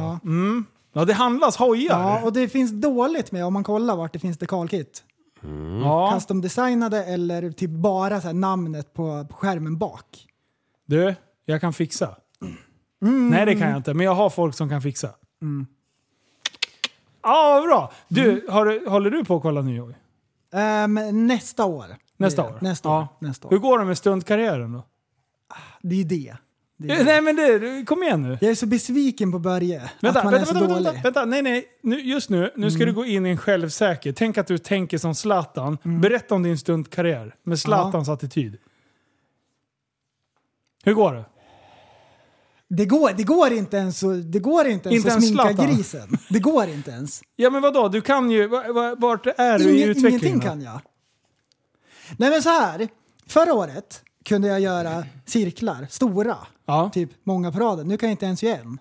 Speaker 4: Ja, mm. ja det handlas hojar.
Speaker 5: Ja, och det finns dåligt med om man kollar vart det finns dekalkit.
Speaker 4: Ja.
Speaker 5: Custom-designade eller typ bara så här namnet på, på skärmen bak.
Speaker 4: Du, jag kan fixa.
Speaker 5: Mm.
Speaker 4: Nej, det kan jag inte, men jag har folk som kan fixa. Mm. Ja, bra! Du, har, du- håller du på att kolla ny hoj?
Speaker 5: Ehm, nästa år.
Speaker 4: Nästa
Speaker 5: Det är
Speaker 4: år?
Speaker 5: det. Nästa
Speaker 4: Ja.
Speaker 5: år. Nästa
Speaker 4: Hur
Speaker 5: år.
Speaker 4: går det med stuntkarriären då?
Speaker 5: Det är det. det, är
Speaker 4: Eh,
Speaker 5: det.
Speaker 4: Nej men du, kom igen nu.
Speaker 5: Jag är så besviken på Börje.
Speaker 4: Vänta,
Speaker 5: att man
Speaker 4: vänta,
Speaker 5: är
Speaker 4: vänta,
Speaker 5: så
Speaker 4: vänta,
Speaker 5: dålig. Mm.
Speaker 4: vänta, vänta, nej nej. Nu, just nu, nu ska du gå in i en självsäker. Tänk att du tänker som Zlatan.
Speaker 5: Mm.
Speaker 4: Berätta om din stuntkarriär med Zlatans attityd. Hur går det?
Speaker 5: Det går, det går inte ens, att- det går inte ens
Speaker 4: Inte
Speaker 5: att
Speaker 4: ens
Speaker 5: sminka
Speaker 4: Zlatan.
Speaker 5: grisen. Det går inte ens.
Speaker 4: Ja men vadå, du kan ju... va- va- Vart är du i
Speaker 5: Inge,
Speaker 4: utvecklingen?
Speaker 5: ingenting kan jag. Nej men så här. Förra året kunde jag göra cirklar, stora.
Speaker 4: Ja.
Speaker 5: Typ många på raden. Nu kan jag inte ens göra en.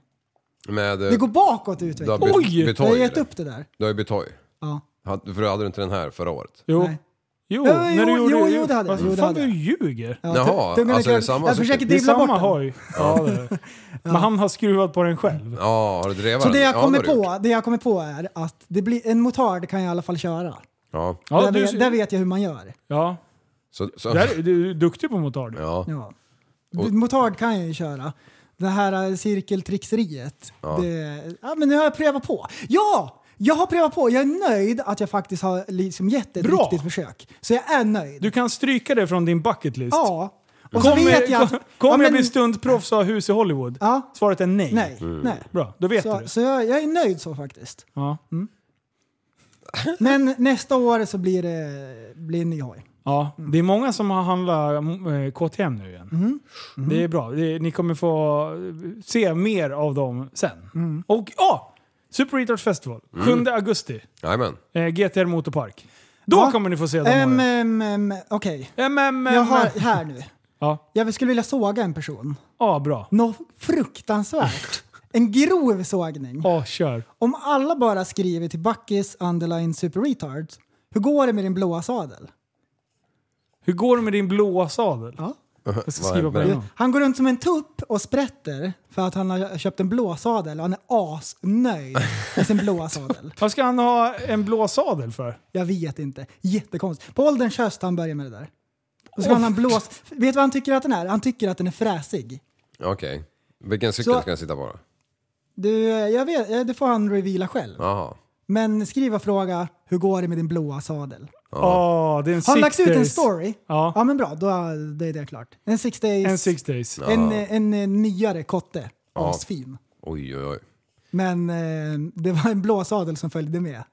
Speaker 6: Med, eh,
Speaker 5: Det går bakåt i
Speaker 6: du har
Speaker 5: utvecklingen.
Speaker 6: bytt,
Speaker 4: Oj!
Speaker 6: bytt
Speaker 5: Jag har
Speaker 6: hoj,
Speaker 5: gett
Speaker 6: eller?
Speaker 5: upp det där.
Speaker 6: Du har ju bytt hoj.
Speaker 5: Ja.
Speaker 6: Hade- För du hade inte den här förra året?
Speaker 4: Jo.
Speaker 5: Nej.
Speaker 4: Jo,
Speaker 5: Ja,
Speaker 4: när du
Speaker 5: jo,
Speaker 4: gjorde,
Speaker 5: jo, jo, det hade jag.
Speaker 4: Vad
Speaker 5: Jo, det
Speaker 4: fan
Speaker 5: hade
Speaker 4: du ljuger?
Speaker 5: Ja,
Speaker 6: Jaha,
Speaker 5: tungan
Speaker 6: alltså är det
Speaker 5: klämd.
Speaker 6: samma
Speaker 5: Jag
Speaker 6: cykel?
Speaker 5: försöker
Speaker 4: Det är
Speaker 5: dribbla bort
Speaker 4: samma
Speaker 5: den.
Speaker 4: hoj. Ja, det är. det. Men han har skruvat på den själv.
Speaker 6: Ja, har du drevat
Speaker 5: Så det
Speaker 6: den?
Speaker 5: jag,
Speaker 6: ja,
Speaker 5: kommer
Speaker 6: har du gjort.
Speaker 5: på, det jag kommer på är att det blir, en motard kan jag i alla fall köra.
Speaker 6: Ja.
Speaker 4: Ja,
Speaker 5: där,
Speaker 4: du,
Speaker 5: vet, där vet jag hur man gör.
Speaker 4: ja.
Speaker 6: Så, så,
Speaker 4: Där, du är duktig på motard.
Speaker 6: ja.
Speaker 5: Ja.
Speaker 6: Och-
Speaker 5: Motard kan jag ju köra. Det här eh, cirkeltrickseriet. Det, ja, men det har jag prövat på. Ja! Jag har prövat på. Jag är nöjd att jag faktiskt har liksom gett ett
Speaker 4: Bra.
Speaker 5: riktigt försök. Så jag är nöjd.
Speaker 4: Du kan stryka det från din bucket list.
Speaker 5: Ja. Och så
Speaker 4: Kommer
Speaker 5: vet jag att...
Speaker 4: kom-
Speaker 5: ja,
Speaker 4: kommer
Speaker 5: men-
Speaker 4: jag bli stuntproffs och ha hus i Hollywood?
Speaker 5: Ja.
Speaker 4: Svaret är nej.
Speaker 5: Nej. nej.
Speaker 4: Bra, då vet
Speaker 5: Så,
Speaker 4: du.
Speaker 5: så jag, jag är nöjd så faktiskt.
Speaker 4: Ja.
Speaker 5: Men nästa år så blir det blir en ny hoj.
Speaker 4: Ja. Det är många som har handlat eh, KTM nu igen.
Speaker 5: Mhm.
Speaker 4: Det är bra. Det, ni kommer få eh, se mer av dem sen.
Speaker 5: Mm.
Speaker 4: Och ja! Super Retard Festival, 7 augusti.
Speaker 6: Jajamän.
Speaker 4: Eh, GTR Motorpark. Då
Speaker 5: Ja.
Speaker 4: kommer ni få se dem.
Speaker 5: Um,
Speaker 4: Mm,
Speaker 5: um, um, Okej,
Speaker 4: mm,
Speaker 5: jag
Speaker 4: mm.
Speaker 5: har här nu.
Speaker 4: Ja.
Speaker 5: Jag skulle vilja såga en person.
Speaker 4: ja, bra.
Speaker 5: Något fruktansvärt. En grov sågning.
Speaker 4: Ja, kör.
Speaker 5: Om alla bara skriver till Backis underline super retard, hur går det med din blåa sadel?
Speaker 4: Hur går det med din blåa sadel? Jag ska
Speaker 6: Vad
Speaker 4: skriva på
Speaker 6: händer?
Speaker 4: den. här.
Speaker 5: Han går runt som en tupp och sprätter för att han har köpt en blå sadel och han är asnöjd med sin blåa sadel.
Speaker 4: Vad ska han ha en blå sadel för?
Speaker 5: Jag vet inte. Jättekonstigt. På ålderns höst han börjar med det där. Och så har han blås... Vet du vad han tycker att den är? Han tycker att den är fräsig.
Speaker 6: Okej. Vilken cykel
Speaker 5: Så-
Speaker 6: ska jag sitta på då?
Speaker 5: Du, eh, jag vet, eh, det får han reveala själv.
Speaker 6: Jaha.
Speaker 5: Men skriv och fråga, hur går det med din blåa sadel?
Speaker 4: Åh, det är en
Speaker 5: Har han
Speaker 4: six
Speaker 5: lagt ut en
Speaker 4: days.
Speaker 5: story?
Speaker 4: Ja.
Speaker 5: ja men bra, då är det, det klart. En six days.
Speaker 4: En six days.
Speaker 5: en, eh, en, eh, nyare kotte. Asfin.
Speaker 6: Oj, oj, oj.
Speaker 5: Men eh, det var en blåsadel som följde med.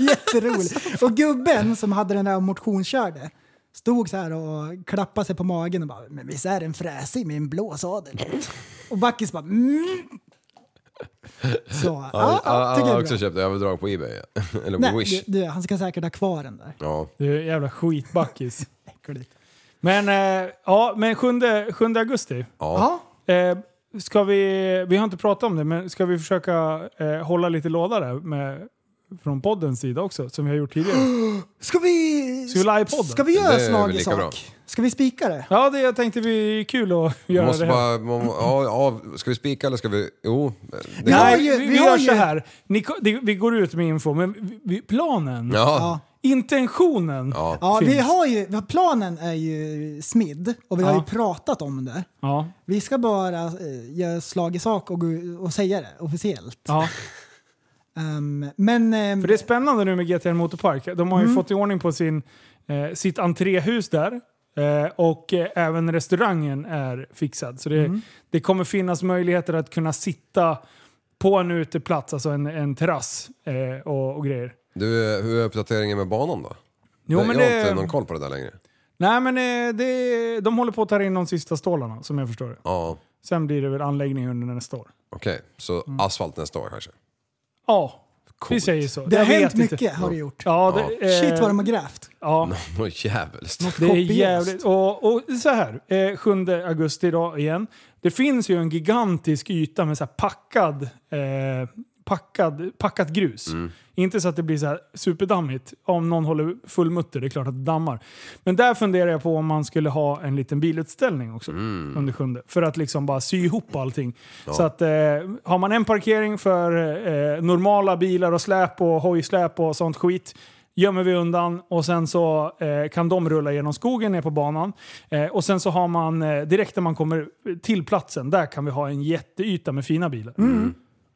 Speaker 5: Jätteroligt. Och gubben som hade den där och motionskörde stod så här och klappade sig på magen och bara “Men visst är den fräsig med en blåsadel?” Och Backis bara mm. Så, ja,
Speaker 6: Ja,
Speaker 5: ja,
Speaker 6: jag
Speaker 5: tycker
Speaker 6: har
Speaker 5: jag
Speaker 6: också
Speaker 5: är bra.
Speaker 6: köpt det. Jag vill dra den på Ebay. Eller på
Speaker 5: Nej,
Speaker 6: Wish.
Speaker 5: du, du, han ska säkert ha kvar den där.
Speaker 6: Ja.
Speaker 4: Du är jävla skitbackis. men eh, ja, men 7, 7 augusti.
Speaker 5: Ja,
Speaker 4: Eh, ska vi, vi har inte pratat om det, men ska vi försöka eh, hålla lite låda där med, från poddens sida också, som vi har gjort tidigare?
Speaker 5: ska vi...
Speaker 4: Ska vi livepodda?
Speaker 5: Ska vi
Speaker 6: Det är
Speaker 5: göra
Speaker 6: väl
Speaker 5: slag i
Speaker 6: lika
Speaker 5: sak?
Speaker 6: bra.
Speaker 5: Ska vi spika det?
Speaker 4: Ja, det jag tänkte vi är kul att göra
Speaker 6: Måste
Speaker 4: det här.
Speaker 6: bara, må- ja, ja, ska vi spika eller ska vi... Jo. Det,
Speaker 5: Ja.
Speaker 4: Nej,
Speaker 5: Vi har ju-
Speaker 4: vi,
Speaker 5: vi
Speaker 4: vi
Speaker 5: har
Speaker 4: gör
Speaker 5: ju-
Speaker 4: så här. Ni, ko- det, vi går ut med info, men vi- vi, planen,
Speaker 6: ja.
Speaker 4: intentionen.
Speaker 6: Ja.
Speaker 5: Ja, vi
Speaker 4: Finns.
Speaker 5: har ju, planen är ju smidd och vi har
Speaker 4: Ja.
Speaker 5: ju pratat om det.
Speaker 4: Ja,
Speaker 5: Vi ska bara eh, göra slag i sak och, gå ut och säga det officiellt.
Speaker 4: ja.
Speaker 5: Ehm, men... ehm,
Speaker 4: För det är spännande nu med GTN Motorpark. De har ju
Speaker 5: Mm.
Speaker 4: fått i ordning på sin, eh, sitt entréhus där. Eh, och eh, även restaurangen är fixad. Så det,
Speaker 5: Mm.
Speaker 4: det kommer finnas möjligheter att kunna sitta på en uteplats, alltså en, en terrass eh, och, och grejer.
Speaker 6: Du, hur är uppdateringen med banan då?
Speaker 4: Jo,
Speaker 6: jag
Speaker 4: men
Speaker 6: har inte någon
Speaker 4: det,
Speaker 6: koll på det där längre.
Speaker 4: nej, men eh, det, de håller på att ta in de sista stålarna som jag förstår det.
Speaker 6: Ja,
Speaker 4: Sen blir det väl anläggning under nästa år.
Speaker 6: okej. Så asfalt nästa år kanske?
Speaker 4: Ja, vi
Speaker 6: Coolt.
Speaker 4: säger så.
Speaker 5: det har
Speaker 4: Jag vet
Speaker 5: hänt
Speaker 4: inte.
Speaker 5: mycket har det gjort.
Speaker 4: Ja, det, eh,
Speaker 5: Shit vad de har grävt.
Speaker 4: ja.
Speaker 6: Något jävligt.
Speaker 4: Det är
Speaker 5: Kopiöst.
Speaker 4: jävligt. Och, och så här, eh, 7 augusti idag igen. Det finns ju en gigantisk yta med så här packad, eh, packad, packat grus. Inte så att det blir så här superdammigt. Om någon håller full mutter, det är klart att det dammar. Men där funderar jag på om man skulle ha en liten bilutställning också under sjunde. För att liksom bara sy ihop allting. Så att eh, har man en parkering för eh, normala bilar och släp och hojsläp och sånt skit gömmer vi undan och sen så eh, kan de rulla genom skogen ner på banan. Eh, och sen så har man, eh, direkt när man kommer till platsen, där kan vi ha en jätteyta med fina bilar.
Speaker 5: Mm.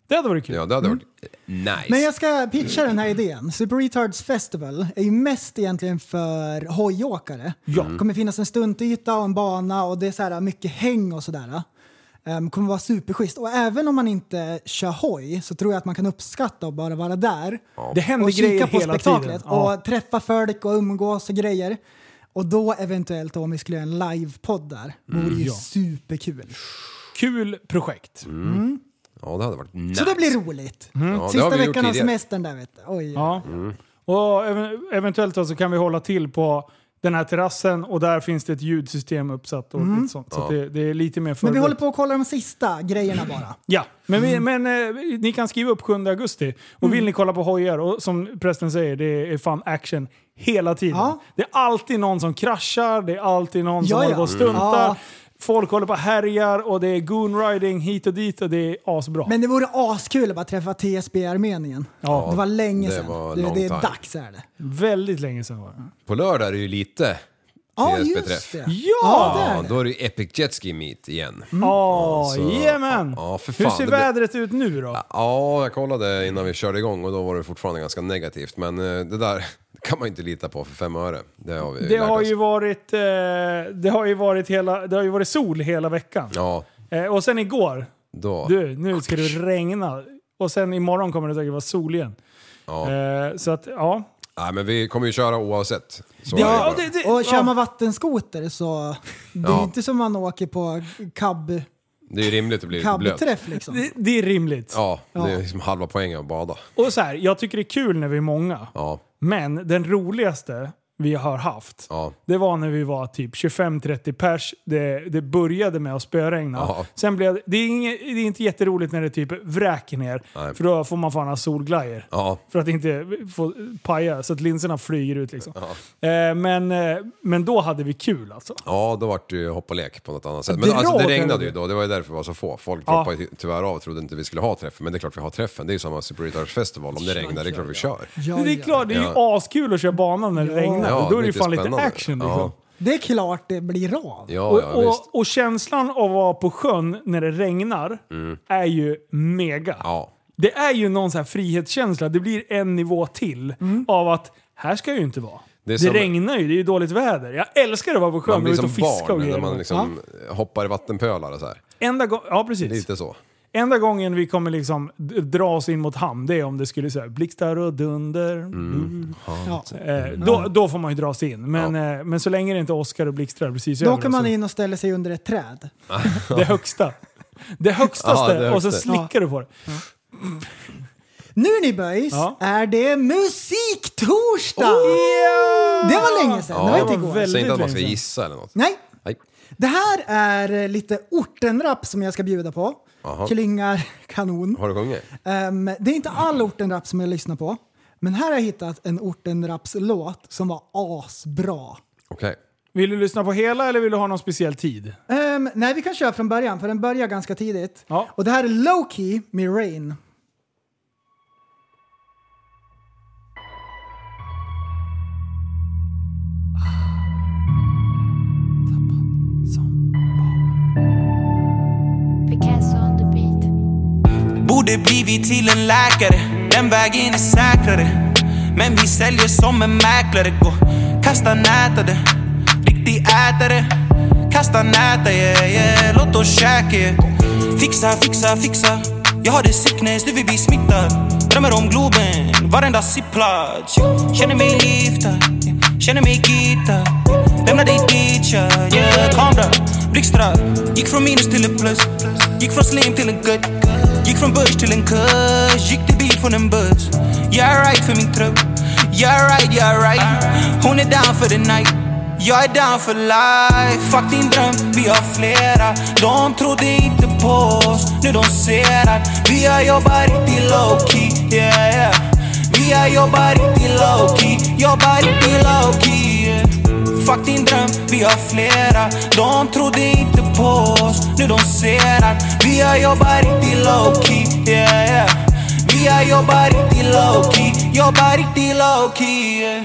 Speaker 4: Det hade varit kul.
Speaker 6: Ja, det hade varit nice.
Speaker 5: Men jag ska pitcha den här idén. Super Retards Festival är ju mest egentligen för hojåkare.
Speaker 4: Ja.
Speaker 5: Det kommer finnas en stuntyta och en bana och det är så här mycket häng och sådär. Um, kommer vara superschysst. Och även om man inte kör hoj så tror jag att man kan uppskatta att bara vara där.
Speaker 4: Det händer
Speaker 5: och
Speaker 4: grejer
Speaker 5: kika på
Speaker 4: hela
Speaker 5: spektaklet.
Speaker 4: tiden. Ja.
Speaker 5: Och träffa folk och umgås och grejer. Och då eventuellt om vi skulle göra en livepodd där. Vore ju
Speaker 4: Mm. Ja.
Speaker 5: superkul.
Speaker 4: Kul projekt.
Speaker 6: Ja, det hade varit nice.
Speaker 5: Så det blir roligt.
Speaker 6: Ja, det har
Speaker 5: Sista
Speaker 6: vi gjort
Speaker 5: veckan av
Speaker 6: tidigare.
Speaker 5: semestern där vet du. Oj.
Speaker 4: Mm. Ja. Och ev- eventuellt då så kan vi hålla till på den här terrassen och där finns det ett ljudsystem uppsatt och lite sånt. Så att det, det är lite mer
Speaker 5: Mm. Men vi
Speaker 4: förberett.
Speaker 5: håller på att kolla de sista grejerna bara.
Speaker 4: Ja, men, vi,
Speaker 5: Mm.
Speaker 4: men eh, ni kan skriva upp 7 augusti. Och vill ni kolla på hojar, och som prästen säger, det är fan action hela tiden.
Speaker 5: Ja.
Speaker 4: Det är alltid någon som kraschar, det är alltid någon som
Speaker 5: Ja,
Speaker 4: håller
Speaker 5: ja. Mm.
Speaker 4: på och stuntar.
Speaker 5: Ja.
Speaker 4: Folk håller på och härjar och det är goonriding hit och dit och det är asbra.
Speaker 5: Men det vore askul att bara träffa TSB i Armenien.
Speaker 4: Ja.
Speaker 5: det var länge
Speaker 6: det
Speaker 5: sedan.
Speaker 6: var
Speaker 5: det,
Speaker 6: long
Speaker 5: det är
Speaker 6: time.
Speaker 5: dags är det.
Speaker 4: Väldigt länge sedan var det.
Speaker 6: På lördag är det ju lite
Speaker 5: Ja,
Speaker 6: TSB
Speaker 5: just
Speaker 6: träff.
Speaker 5: det.
Speaker 4: Ja!
Speaker 5: ja det
Speaker 6: Ja,
Speaker 5: är det.
Speaker 6: då är det ju Epic Jet Ski Meet igen.
Speaker 4: Mm. Ja,
Speaker 6: Så-
Speaker 4: jajamän!
Speaker 6: Alltså, Ja, för fan,
Speaker 4: Hur ser
Speaker 6: det blir-
Speaker 4: vädret ut nu då?
Speaker 6: Ja, jag kollade innan vi körde igång och då var det fortfarande ganska negativt. Men eh, det där kan man ju inte lita på för fem öre. Det har vi
Speaker 4: Det
Speaker 6: lärt
Speaker 4: har,
Speaker 6: oss.
Speaker 4: ju varit, eh, det, har ju varit hela, det har ju varit sol hela veckan.
Speaker 6: Ja,
Speaker 4: Eh, och sen igår,
Speaker 6: då.
Speaker 4: Du, nu ska det regna. Och sen imorgon kommer det säkert vara sol igen.
Speaker 6: Ja.
Speaker 4: Eh, så att, ja.
Speaker 6: Nej, men vi kommer ju köra oavsett. Så är
Speaker 4: Ja,
Speaker 6: bara.
Speaker 4: det, det,
Speaker 5: Och kör
Speaker 4: ja.
Speaker 5: man vattenskoter så... Det är
Speaker 6: Ja.
Speaker 5: inte som man åker på cab,
Speaker 6: det är ju rimligt att bli lite blöt.
Speaker 5: cab-träff liksom.
Speaker 4: Det, det är rimligt.
Speaker 6: Ja, det är liksom halva poängen att bada.
Speaker 4: Och så här, jag tycker det är kul när vi är många.
Speaker 6: Ja,
Speaker 4: Men den roligaste vi har haft,
Speaker 6: ja.
Speaker 4: det var när vi var typ 25-30 pers. Det, det började med att spöregna.
Speaker 6: Ja.
Speaker 4: Sen blev det, det, är inget, det är inte jätteroligt när det typ vräker ner.
Speaker 6: Nej.
Speaker 4: För då får man fan ha solglajjor.
Speaker 6: Ja,
Speaker 4: För att inte få paja så att linserna flyger ut liksom. Eh, men, eh, men då hade vi kul alltså.
Speaker 6: ja då vart det ju hopp och lek på något annat sätt. Men
Speaker 4: Dra
Speaker 6: alltså, det
Speaker 4: åt
Speaker 6: regnade
Speaker 4: helvete.
Speaker 6: ju då, det var ju därför vi var så få. Folk
Speaker 4: Ja.
Speaker 6: droppade ju ty- tyvärr av och trodde inte vi skulle ha träffen. Men det är klart vi har träffen, det är ju samma Super Retarders Festival. Om det regnar, det är klart vi kör.
Speaker 5: Ja,
Speaker 4: det är
Speaker 5: ja.
Speaker 4: klart, det är ju askul att köra banan när det regnar.
Speaker 6: Ja,
Speaker 4: då är det ju
Speaker 6: lite
Speaker 4: fan lite
Speaker 6: spännande.
Speaker 4: action liksom.
Speaker 6: Ja.
Speaker 5: Det är klart det blir rav.
Speaker 6: Ja,
Speaker 4: Och,
Speaker 6: ja visst.
Speaker 4: och, och känslan av att vara på sjön när det regnar är ju mega.
Speaker 6: Mm. Ja.
Speaker 4: Det är ju någon så här frihetskänsla. Det blir en nivå till
Speaker 5: Mm.
Speaker 4: av att här ska jag ju inte vara.
Speaker 6: Det
Speaker 4: Det,
Speaker 6: är som-
Speaker 4: regnar ju, det är ju dåligt väder. Jag älskar att vara på sjön
Speaker 6: Man
Speaker 4: och
Speaker 6: blir
Speaker 4: ute
Speaker 6: som
Speaker 4: och fiska och
Speaker 6: barn
Speaker 4: grejer.
Speaker 6: när man liksom hoppar i vattenpölar och så här.
Speaker 4: ja. Enda gång, ja, precis.
Speaker 6: Lite så.
Speaker 4: Enda gången vi kommer liksom d- dra oss in mot hamn, det är om det skulle säga blixtar och dunder.
Speaker 6: Mm.
Speaker 5: Ja.
Speaker 4: Eh, då, då får man ju dra sig in. Men, eh, men så länge det inte är Oscar och blixtrar precis
Speaker 5: Då
Speaker 4: över
Speaker 5: kan
Speaker 4: oss,
Speaker 5: man
Speaker 4: så-
Speaker 5: in och ställa sig under ett träd.
Speaker 4: Det högsta. Det
Speaker 6: Ja,
Speaker 4: högstaste.
Speaker 6: det
Speaker 4: Och så
Speaker 6: högsta.
Speaker 4: slickar du på det.
Speaker 5: Nu ni böjs
Speaker 4: Ja. Oh!
Speaker 5: är det musiktorsdag! Det var länge sedan, det
Speaker 6: Ja.
Speaker 5: var inte
Speaker 4: Det var
Speaker 5: igår.
Speaker 4: väldigt-
Speaker 6: Säg inte att man ska
Speaker 4: länge sedan.
Speaker 6: gissa eller något.
Speaker 5: Nej,
Speaker 6: Nej.
Speaker 5: det här är eh, lite ortenrapp som jag ska bjuda på.
Speaker 6: Jaha.
Speaker 5: Klingar kanon.
Speaker 6: Har du sjungit?
Speaker 5: Ehm, det är inte all ortenrapp som jag lyssnar på. Men här har jag hittat en ortenrappslåt som var asbra.
Speaker 6: Okej.
Speaker 4: Vill du lyssna på hela eller vill du ha någon speciell tid?
Speaker 5: Ehm, nej, vi kan köra från början, för den börjar ganska tidigt.
Speaker 4: Ja.
Speaker 5: Och det här är Low Key med Rain.
Speaker 8: Picasso on the beat.
Speaker 9: Borde blivit till en läkare, den vägen är säkrare. Men vi säljer som en mäklare, gå kasta nätare. Riktig ätare, kasta nätare, yeah, yeah. låt oss käka. Yeah. Fixa, fixa, fixa. Jag har det sickness, du vill bli smittad. Drömmer om Globen, varenda sittplats. Känner mig liftad, känner mig gittad. Lämna dig dit, ja, yeah. Kamera, blixtra. Gick från minus till ett plus. Gick från slim till en gutt. Gick från börs till en kurs, gick till bil från en buss Jag är right för min trupp, jag är right, jag är right Hon är down för the night, jag är down för life Fuck din dröm, vi har flera De trodde inte på oss, nu de ser att Vi har jobbat riktigt low key, yeah yeah Vi har jobbat riktigt low key, jobbat riktigt low key yeah. Fuck din dröm, vi har flera De trodde inte på oss, nu de ser att Vi har jobbat riktigt low key, yeah yeah Vi har jobbat riktigt low key, jobbat riktigt low key yeah.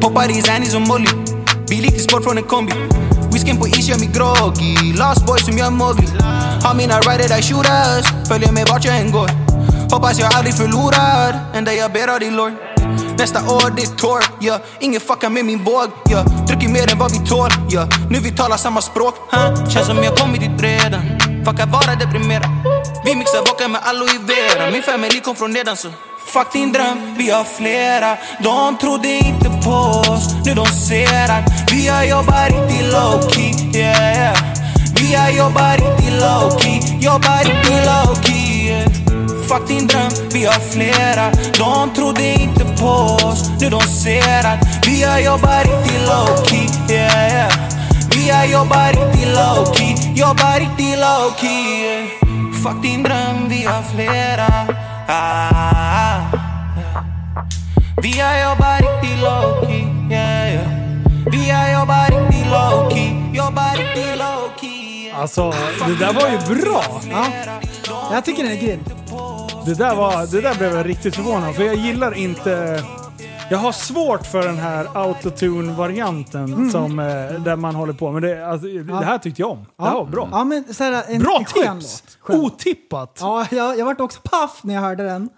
Speaker 9: Poppar i Zannies och Molly Vi är lite sport från en kombi Whiskyn på is gör mig groggy Lost boy som jag Mowgli Har mina rider där shooters Följer med vart jag än går Hoppas jag aldrig förlorar Enda jag ber av dig Lord Nästa år det är torr, yeah. ingen fuckar med min våg yeah. Druckit mer än vad vi tål, yeah. nu vi talar samma språk huh? Känns som jag kommit dit redan, fuck att vara deprimerad Vi mixar vodka med aloe vera, min familj kom från nedan så Fuck din dröm, vi har flera De trodde inte på oss, nu de ser att Vi har jobbat riktigt low key, yeah, yeah. Vi har jobbat riktigt low key, jobbat riktigt low key yeah. Fuck din dröm, vi har flera De trodde inte på oss, nu de ser att Vi har jobbat riktigt low key, yeah, yeah. Vi har jobbat riktigt low key, jobbat riktigt low key yeah. Fuck din dröm, vi har flera ah, ah, yeah. Vi har jobbat riktigt low key, yeah, yeah. Vi har jobbat riktigt low key, jobbat riktigt low key yeah.
Speaker 4: Alltså, det där var ju bra!
Speaker 5: Jag tycker den är grym.
Speaker 4: Det där, var, det där blev jag riktigt förvånad för jag gillar inte... Jag har svårt för den här autotune-varianten
Speaker 5: Mm.
Speaker 4: som, eh, där man håller på. Men det, alltså, det här tyckte jag om. Det här var bra.
Speaker 5: Ja, men så här, en,
Speaker 4: Bra
Speaker 5: en skön
Speaker 4: tips!
Speaker 5: låt. Skön låt.
Speaker 4: Otippat!
Speaker 5: Ja, jag, jag vart också paff när jag hörde den.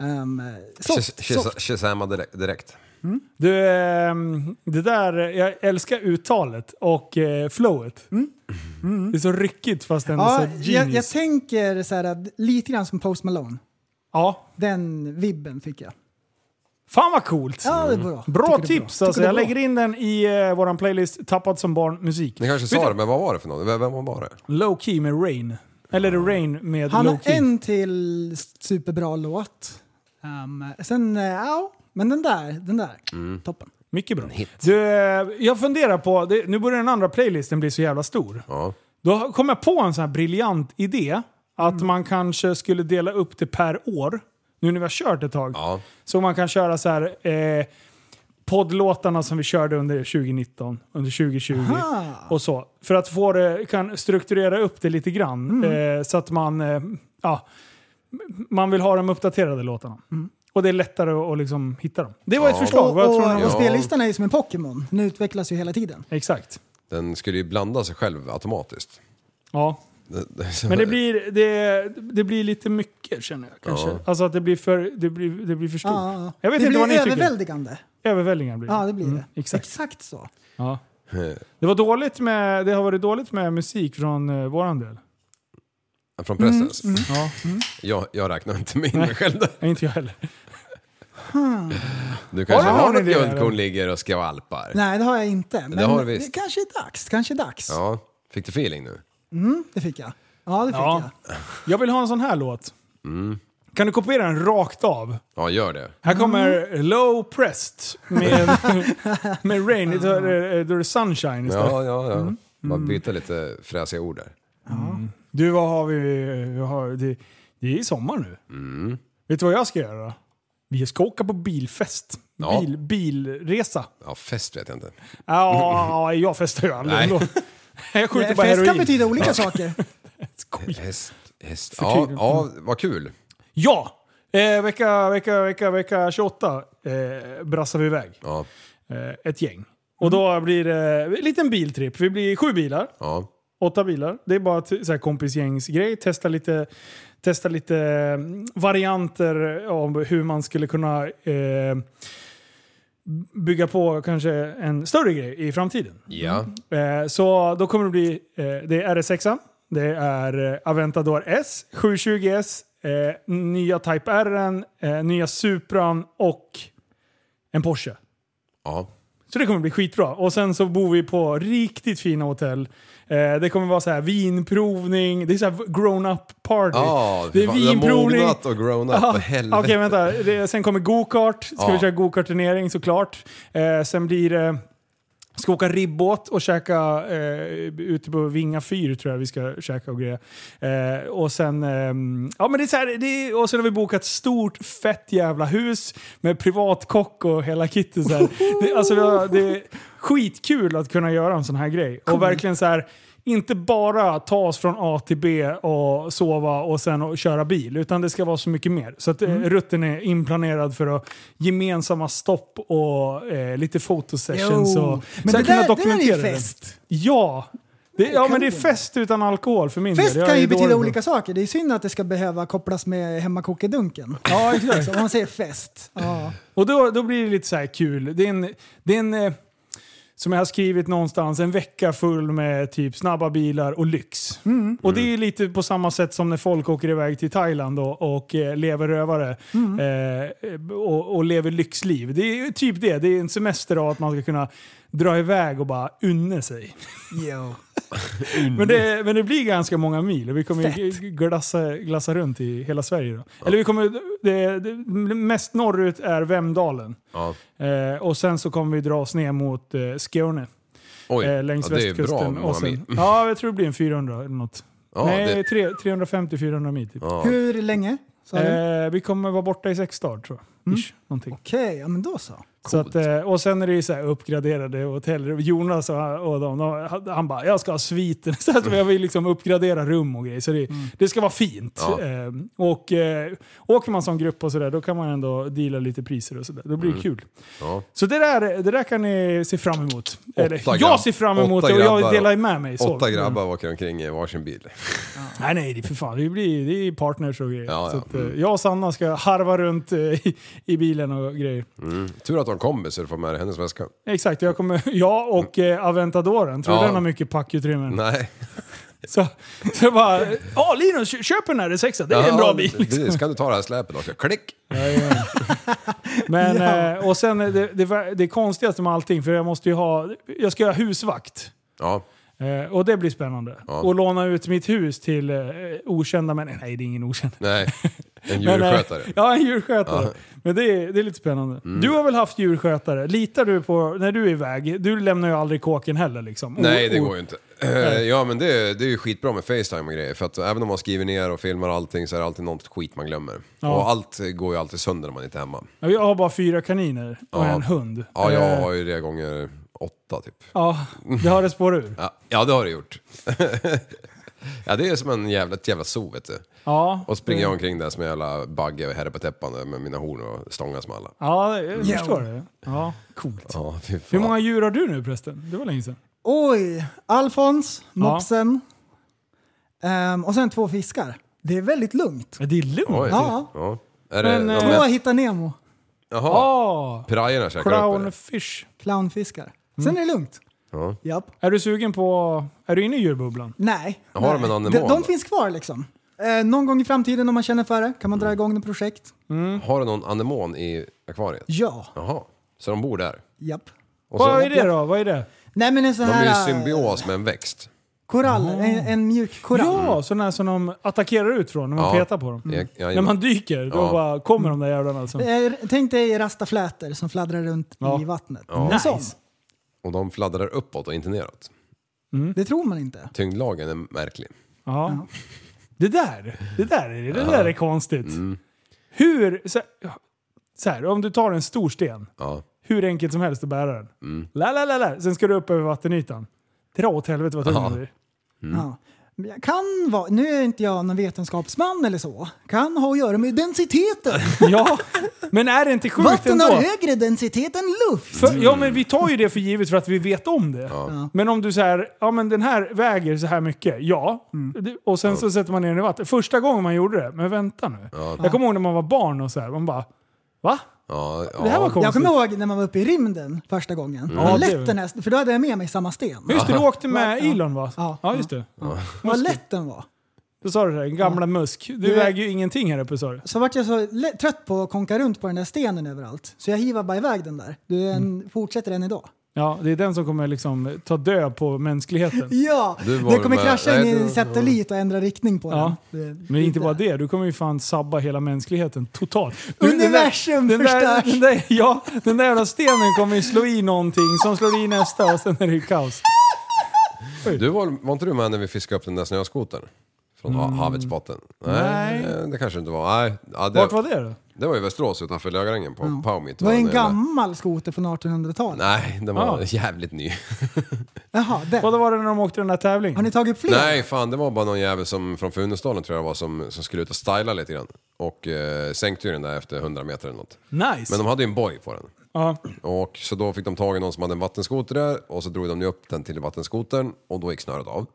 Speaker 5: Ehm, soft, soft.
Speaker 6: Shazama direkt- direkt.
Speaker 4: Du, ehm, det där, jag älskar uttalet och eh, flowet. Det är så ryckigt fast ändå
Speaker 5: Mm. Ja,
Speaker 4: så
Speaker 5: jag, jag
Speaker 4: genius.
Speaker 5: tänker så här, att lite grann som Post Malone.
Speaker 4: ja.
Speaker 5: Den vibben fick jag.
Speaker 4: Fan vad coolt!
Speaker 5: Ja, det är bra.
Speaker 4: Mm. Bra
Speaker 5: Tycker det är
Speaker 4: tips!
Speaker 5: Tycker
Speaker 4: Alltså,
Speaker 5: det är
Speaker 4: jag
Speaker 5: bra.
Speaker 4: lägger in den i eh, våran playlist Tappad som barn musik.
Speaker 6: Ni kanske sa det, men vad var det för någon? Vem, vem var det?
Speaker 4: Low Key med Rain. Eller Rain med
Speaker 5: Han
Speaker 4: Low
Speaker 5: har
Speaker 4: Key.
Speaker 5: en till superbra låt. Ehm, sen, eh, ja. Men den där, den där.
Speaker 6: Mm.
Speaker 5: Toppen.
Speaker 4: Mycket bra. Du, eh, jag funderar på, det, nu börjar den andra playlisten bli så jävla stor.
Speaker 6: Ja.
Speaker 4: Då kom jag på en sån här briljant idé. Att man kanske skulle dela upp det per år. Nu när vi har kört ett tag.
Speaker 6: Ja.
Speaker 4: Så man kan köra så här eh, poddlåtarna som vi körde under 2019, under 2020 och så. För att få det, kan strukturera upp det lite grann. Eh, så att man, eh, ja, man vill ha de uppdaterade låtarna. Och det är lättare att, att liksom hitta dem. Det var ett förslag.
Speaker 5: Och,
Speaker 4: Vad tror ni?
Speaker 5: och,
Speaker 4: om-
Speaker 5: och
Speaker 6: Ja.
Speaker 5: spellistan är ju som en Pokémon. Den utvecklas ju hela tiden.
Speaker 4: Exakt.
Speaker 6: Den skulle ju blanda sig själv automatiskt.
Speaker 4: Ja. Men det blir, det, det blir lite mycket känner jag kanske.
Speaker 6: Ja.
Speaker 4: Alltså att det blir för, det blir, det blir för stort.
Speaker 5: Ja, ja, ja.
Speaker 4: Jag vet
Speaker 5: det
Speaker 4: inte vad ni
Speaker 5: blir
Speaker 4: tycker.
Speaker 5: överväldigande.
Speaker 4: Överväldigande blir det.
Speaker 5: Ja, det blir
Speaker 4: Mm,
Speaker 5: det.
Speaker 4: Exakt.
Speaker 5: så.
Speaker 4: Ja. Det, var dåligt med, det har varit dåligt med musik från eh, våran del.
Speaker 6: Från pressen.
Speaker 4: Mm, Ja,
Speaker 6: Jag, jag räknar inte med mig själv där.
Speaker 4: Nej, inte jag heller.
Speaker 6: Du kanske
Speaker 4: Har du
Speaker 6: har
Speaker 4: någon
Speaker 6: något
Speaker 4: idé,
Speaker 6: guldkorn
Speaker 4: eller?
Speaker 6: ligger och skvalpar?
Speaker 5: Nej, det har jag inte. Men det,
Speaker 6: har du visst.
Speaker 5: kanske är dags. Kanske är dags.
Speaker 6: Ja, fick du feeling nu?
Speaker 5: Det fick jag. Ja, det fick
Speaker 4: Ja.
Speaker 5: jag.
Speaker 4: Jag vill ha en sån här låt.
Speaker 5: Mm.
Speaker 4: Kan du kopiera den rakt av?
Speaker 6: Ja, gör det.
Speaker 4: Här kommer
Speaker 5: Mm.
Speaker 4: Low Pressed med, med Rain. eh, Då är det- då är det Sunshine istället.
Speaker 6: Ja, ja, ja.
Speaker 4: Mm,
Speaker 6: Bara byta lite fräsiga ord där.
Speaker 4: Du, vad har vi? vi har, det, det är sommar nu.
Speaker 6: Mm.
Speaker 4: Vet du vad jag ska göra då? Vi ska åka på bilfest.
Speaker 6: Ja.
Speaker 4: Bil, bilresa.
Speaker 6: Ja, fest vet jag inte.
Speaker 4: Ja, jag festar ju aldrig
Speaker 6: Nej.
Speaker 4: ändå. Jag skjuter bara
Speaker 5: Fest
Speaker 4: heroin.
Speaker 5: kan betyda olika saker.
Speaker 6: Häst, häst. Ja, ja, vad kul.
Speaker 4: Ja! Eh, vecka, vecka, vecka, vecka 28 eh, brassar vi iväg.
Speaker 6: Ja,
Speaker 4: Eh, ett gäng. Och då blir det en liten biltripp. Vi blir sju bilar.
Speaker 6: ja.
Speaker 4: Åtta bilar. Det är bara ett så här kompisgängsgrej. Testa lite, testa lite mm, varianter av hur man skulle kunna eh, bygga på kanske en större grej i framtiden.
Speaker 6: Ja,
Speaker 4: Eh, så då kommer det bli, eh, det är RS6, det är eh, Aventador S, 720S, eh, nya Type R, eh, nya Supran och en Porsche.
Speaker 6: ja.
Speaker 4: Så det kommer bli skitbra. Och sen så bor vi på riktigt fina hotell. Eh, det kommer vara så här vinprovning, det är så här grown-up party.
Speaker 6: Ja,
Speaker 4: det är
Speaker 6: fan, du har
Speaker 4: vinprovning.
Speaker 6: mognat och grown up.
Speaker 4: Ja,
Speaker 6: För helvete.
Speaker 4: Okej, vänta. Det, sen kommer go-kart. Ska
Speaker 6: Ja.
Speaker 4: vi köra go-kart-turnering såklart. Eh, sen blir det... Ska åka ribbåt och käka eh, ute på Vinga fyr tror jag vi ska käka och grejer. Eh, och sen... ehm, ja men det är så här, det är, Och sen har vi bokat stort fett jävla hus med privatkock och hela kittet så här. Det, alltså det, var- det är skitkul att kunna göra en sån här grej. Och verkligen så här... Inte bara ta oss från A till B och sova och sen och köra bil, utan det ska vara så mycket mer. Så att eh, rutten är inplanerad för att gemensamma stopp och eh, lite fotosessions.
Speaker 5: Jo.
Speaker 4: Och,
Speaker 5: Men
Speaker 4: så
Speaker 5: det
Speaker 4: jag kunna
Speaker 5: där, det där är ju
Speaker 4: dokumentera
Speaker 5: fest.
Speaker 4: Ja, det, ja
Speaker 5: kan
Speaker 4: men det är
Speaker 5: det.
Speaker 4: fest utan alkohol för min
Speaker 5: Fest
Speaker 4: del. Jag
Speaker 5: kan
Speaker 4: är
Speaker 5: ju betyda
Speaker 4: dålig på-
Speaker 5: olika saker. Det är synd att det ska behöva kopplas med hemmakokedunken.
Speaker 4: Ja, exakt.
Speaker 5: Liksom, om man säger fest. Ja.
Speaker 4: Och då, då blir det lite så här kul. Det är en, det är en eh, som jag har skrivit någonstans, en vecka full med typ snabba bilar och lyx.
Speaker 5: Mm.
Speaker 4: Och det är lite på samma sätt som när folk åker iväg till Thailand och, och eh, lever rövare
Speaker 5: Mm.
Speaker 4: eh, och, och lever lyxliv. Det är ju typ det. Det är en semester av att man ska kunna dra iväg och bara unna sig.
Speaker 5: Jo.
Speaker 4: Men
Speaker 6: Mm.
Speaker 4: det, men det blir ganska många mil och vi kommer ju
Speaker 5: Fett.
Speaker 4: glassa, glassa runt i hela Sverige. Då. Eller vi kommer, det, det, mest norrut är Vemdalen.
Speaker 6: Ja.
Speaker 4: Eh, och sen så kommer vi dra oss ner mot eh, Skåne.
Speaker 6: Oj,
Speaker 4: Eh, längs
Speaker 6: ja, det är bra
Speaker 4: västkusten.
Speaker 6: många
Speaker 4: och sen,
Speaker 6: mil. Mm.
Speaker 4: ja, jag tror det blir en 400 eller något.
Speaker 6: Ja,
Speaker 4: Nej,
Speaker 6: det-
Speaker 4: tre- 350-400 mil typ.
Speaker 6: Ja.
Speaker 5: Hur länge? sa du?
Speaker 4: Eh, vi kommer vara borta i sex dagar tror jag.
Speaker 6: Mm.
Speaker 4: Ish, någonting.
Speaker 5: Okej, ja, men då så.
Speaker 4: Så att, eh, och sen är det ju så här uppgraderade hotell. Jonas och, och de, de, han- han bara “jag ska ha sviten”. Så att jag vill liksom uppgradera rum och grejer. Så det, det ska vara fint.
Speaker 6: Mm. Ja.
Speaker 4: Eh, och eh, åker man som grupp och sådär, då kan man ändå deala lite priser och sådär. Då blir det kul.
Speaker 6: Mm. Ja.
Speaker 4: Så det där, det där kan ni se fram emot. Eller,
Speaker 6: Åtta grabb-
Speaker 4: jag ser fram emot det
Speaker 6: åtta
Speaker 4: och jag
Speaker 6: grabbar-
Speaker 4: delar med mig. Så. Mm.
Speaker 6: Åtta grabbar åker omkring i varsin bil.
Speaker 4: Nej, nej, det är för fan. Det, blir, det är partners och grejer.
Speaker 6: Ja, Mm. ja.
Speaker 4: Så att, eh, jag och Sanna ska harva runt eh, i, i bilen och grejer.
Speaker 6: Tur att de kommer så du får med dig hennes väska.
Speaker 4: Exakt, jag kommer... Ja, och eh, Aventadoren. Tror du
Speaker 6: Mm. Ja.
Speaker 4: den har mycket packutrymmen?
Speaker 6: Nej.
Speaker 4: Så, så jag bara... Ja, Linus, kö- köp en R6. Det är en bra bil. liksom.
Speaker 6: Precis, kan du ta det här släpet också? Klick!
Speaker 4: Men, eh, och sen eh, det, det, var- det konstigaste med allting, för jag måste ju ha... Jag ska ha husvakt.
Speaker 6: Ja,
Speaker 4: Eh, och det blir spännande. Och låna ut mitt hus till eh, okända människor. Nej, det är ingen okänd.
Speaker 6: nej. En
Speaker 4: Men, eh,
Speaker 6: djurskötare.
Speaker 4: ja, en djurskötare.
Speaker 6: Ja. Mm.
Speaker 4: Men det är, det är lite spännande. Du har väl haft djurskötare? Litar du på, när du är iväg, du lämnar ju aldrig kåken heller liksom.
Speaker 6: Nej, det går ju inte. Eh, Ja, men det, det är ju skitbra med Facetime och grejer. För att även om man skriver ner och filmar allting så är det alltid något skit man glömmer.
Speaker 4: Ja.
Speaker 6: Och allt går ju alltid sönder när man inte är hemma.
Speaker 4: Ja, Jag har bara fyra kaniner och
Speaker 6: Ja.
Speaker 4: en hund.
Speaker 6: Ja, jag
Speaker 4: Eh,
Speaker 6: har ju det gånger åtta typ.
Speaker 4: ja, det har det spårat ur.
Speaker 6: Ja, ja det har det gjort. Ja, det är som en jävla, ett jävla zoo vet du.
Speaker 4: Ja.
Speaker 6: Och springer jag omkring där som en jävla bagge och herre på täppan med mina horn och stångas med alla.
Speaker 4: Ja, jag förstår det. Ja, coolt.
Speaker 6: Ja, fy fan.
Speaker 4: Hur många djur har du nu förresten? Det var länge sedan.
Speaker 5: Oj! Alfons, mopsen ehm, och sen två fiskar. Det är väldigt lugnt.
Speaker 4: Men det är lugnt.
Speaker 6: Oj.
Speaker 5: Ja.
Speaker 6: Ja. Är det
Speaker 4: Men,
Speaker 6: någon
Speaker 4: eh,
Speaker 5: Två
Speaker 6: med...
Speaker 5: hittar Nemo,
Speaker 6: Jaha,
Speaker 4: Ah,
Speaker 6: pirajerna käkar upp det?
Speaker 4: clownfish.
Speaker 5: clownfiskar.
Speaker 4: Mm.
Speaker 5: Sen är det lugnt.
Speaker 6: Ja.
Speaker 5: Japp.
Speaker 4: Är du sugen på... Är du inne i djurbubblan?
Speaker 5: Nej.
Speaker 6: Har de
Speaker 5: nej.
Speaker 6: en anemon
Speaker 5: de, de
Speaker 6: då?
Speaker 5: finns kvar liksom. Eh, någon gång i framtiden om man känner för det kan man
Speaker 6: Mm.
Speaker 5: dra igång ett projekt.
Speaker 6: Har du någon anemon i akvariet?
Speaker 5: Ja,
Speaker 6: Jaha, så de bor där?
Speaker 5: japp.
Speaker 6: Och så,
Speaker 4: Vad är det då? Vad är det?
Speaker 5: Nej men en sån
Speaker 6: De är ju i
Speaker 5: här... eh,
Speaker 6: symbios med en växt.
Speaker 5: Korall, en, en mjuk korall.
Speaker 4: Ja, sådana här som de attackerar ut från när man
Speaker 6: Ja.
Speaker 4: petar på dem.
Speaker 6: Ja, ja,
Speaker 4: När man dyker, då
Speaker 6: Ja.
Speaker 4: bara kommer de där jävlarna. Alltså.
Speaker 5: Eh, Tänk dig rastaflätor som fladdrar runt
Speaker 4: Ja.
Speaker 5: i vattnet.
Speaker 6: Ja.
Speaker 5: En sån.
Speaker 6: Och de fladdrar uppåt och inte neråt.
Speaker 4: Mm.
Speaker 5: Det tror man inte.
Speaker 6: Tyngdlagen är märklig.
Speaker 4: Ja. Det där, det där, är- det där är konstigt.
Speaker 6: Mm.
Speaker 4: Hur... Så, så här, om du tar en stor sten,
Speaker 6: Ja. Mm.
Speaker 4: hur enkelt som helst att bära den. La, la, la, la. Sen ska du upp över vattenytan. Dra åt helvete vad tung
Speaker 6: Ja.
Speaker 4: den blir.
Speaker 5: Ja. Men jag Kan vara, nu är inte jag någon vetenskapsman eller så. Kan ha att göra med densiteten.
Speaker 4: Ja, men är det inte sjukt
Speaker 5: Vatten
Speaker 4: ändå?
Speaker 5: har högre densitet än luft.
Speaker 4: För, ja, men vi tar ju det för givet för att vi vet om det. Men om du säger ja men den här väger så här mycket, ja.
Speaker 5: Mm.
Speaker 4: Det- Och sen så sätter man ner den i vatten. Första gången man gjorde det, men vänta nu. Jag kommer ihåg när man var barn och så här, man bara, va?
Speaker 6: Ja, ja.
Speaker 4: Det här var konstigt. Mm.
Speaker 5: Jag kommer ihåg när man var uppe i rymden första gången. Vad
Speaker 4: det-
Speaker 5: lätt den här, för då hade jag med mig samma sten.
Speaker 4: Just det, du åkte med
Speaker 5: Ja.
Speaker 4: Elon va?
Speaker 5: Ja.
Speaker 4: Ja, just det.
Speaker 5: Vad lätt den var.
Speaker 4: Då sa du det, här, gamla Musk. Du
Speaker 5: Det-
Speaker 4: väger ju ingenting här uppe sa du.
Speaker 5: Så vart jag så lä- trött på att konka runt på den där stenen överallt. Så jag hivade bara iväg den där. Du den
Speaker 4: Mm.
Speaker 5: fortsätter än idag.
Speaker 4: Ja, det är den som kommer liksom ta död på mänskligheten.
Speaker 5: Ja,
Speaker 6: Du var
Speaker 5: det kommer
Speaker 6: med-
Speaker 5: krascha in
Speaker 6: Nej,
Speaker 5: i
Speaker 6: du-
Speaker 5: en satellit och ändra riktning på
Speaker 4: Ja.
Speaker 5: den. Det-
Speaker 4: Men inte bara det, du kommer ju fan sabba hela mänskligheten totalt. Du,
Speaker 5: Universum
Speaker 4: den där, den där,
Speaker 5: förstörs.
Speaker 4: den där, Ja, den där jävla stenen kommer ju slå i någonting som slår i nästa och sen är det ju kaos.
Speaker 6: Du var, var inte du med när vi fiskade upp den där snöskotern? Från ha- havets botten?
Speaker 4: Nej.
Speaker 6: eh, Det kanske inte var. Nej. Ja, det,
Speaker 4: Vart var det då?
Speaker 6: det var i Västerås utanför Lögarängen på ja. Paumit.
Speaker 5: Det var en
Speaker 6: Den jävla-
Speaker 5: gammal skoter från 1800-talet.
Speaker 6: Nej, den var
Speaker 4: Ja.
Speaker 6: jävligt ny.
Speaker 5: Jaha, den.
Speaker 4: Vad var det när de åkte den där
Speaker 5: Har
Speaker 4: tävlingen?
Speaker 5: ni tagit upp fler?
Speaker 6: Nej, fan det var bara någon jävel som, från Funäsdalen tror jag det var som, som skulle ut och styla lite grann. Och eh, sänkte ju den där efter 100 meter eller något.
Speaker 4: Nice!
Speaker 6: Men de hade ju en boj på den.
Speaker 4: ja.
Speaker 6: Och så då fick de tag i någon som hade en vattenskoter där och så drog de ju upp den till vattenskotern och då gick snöret av.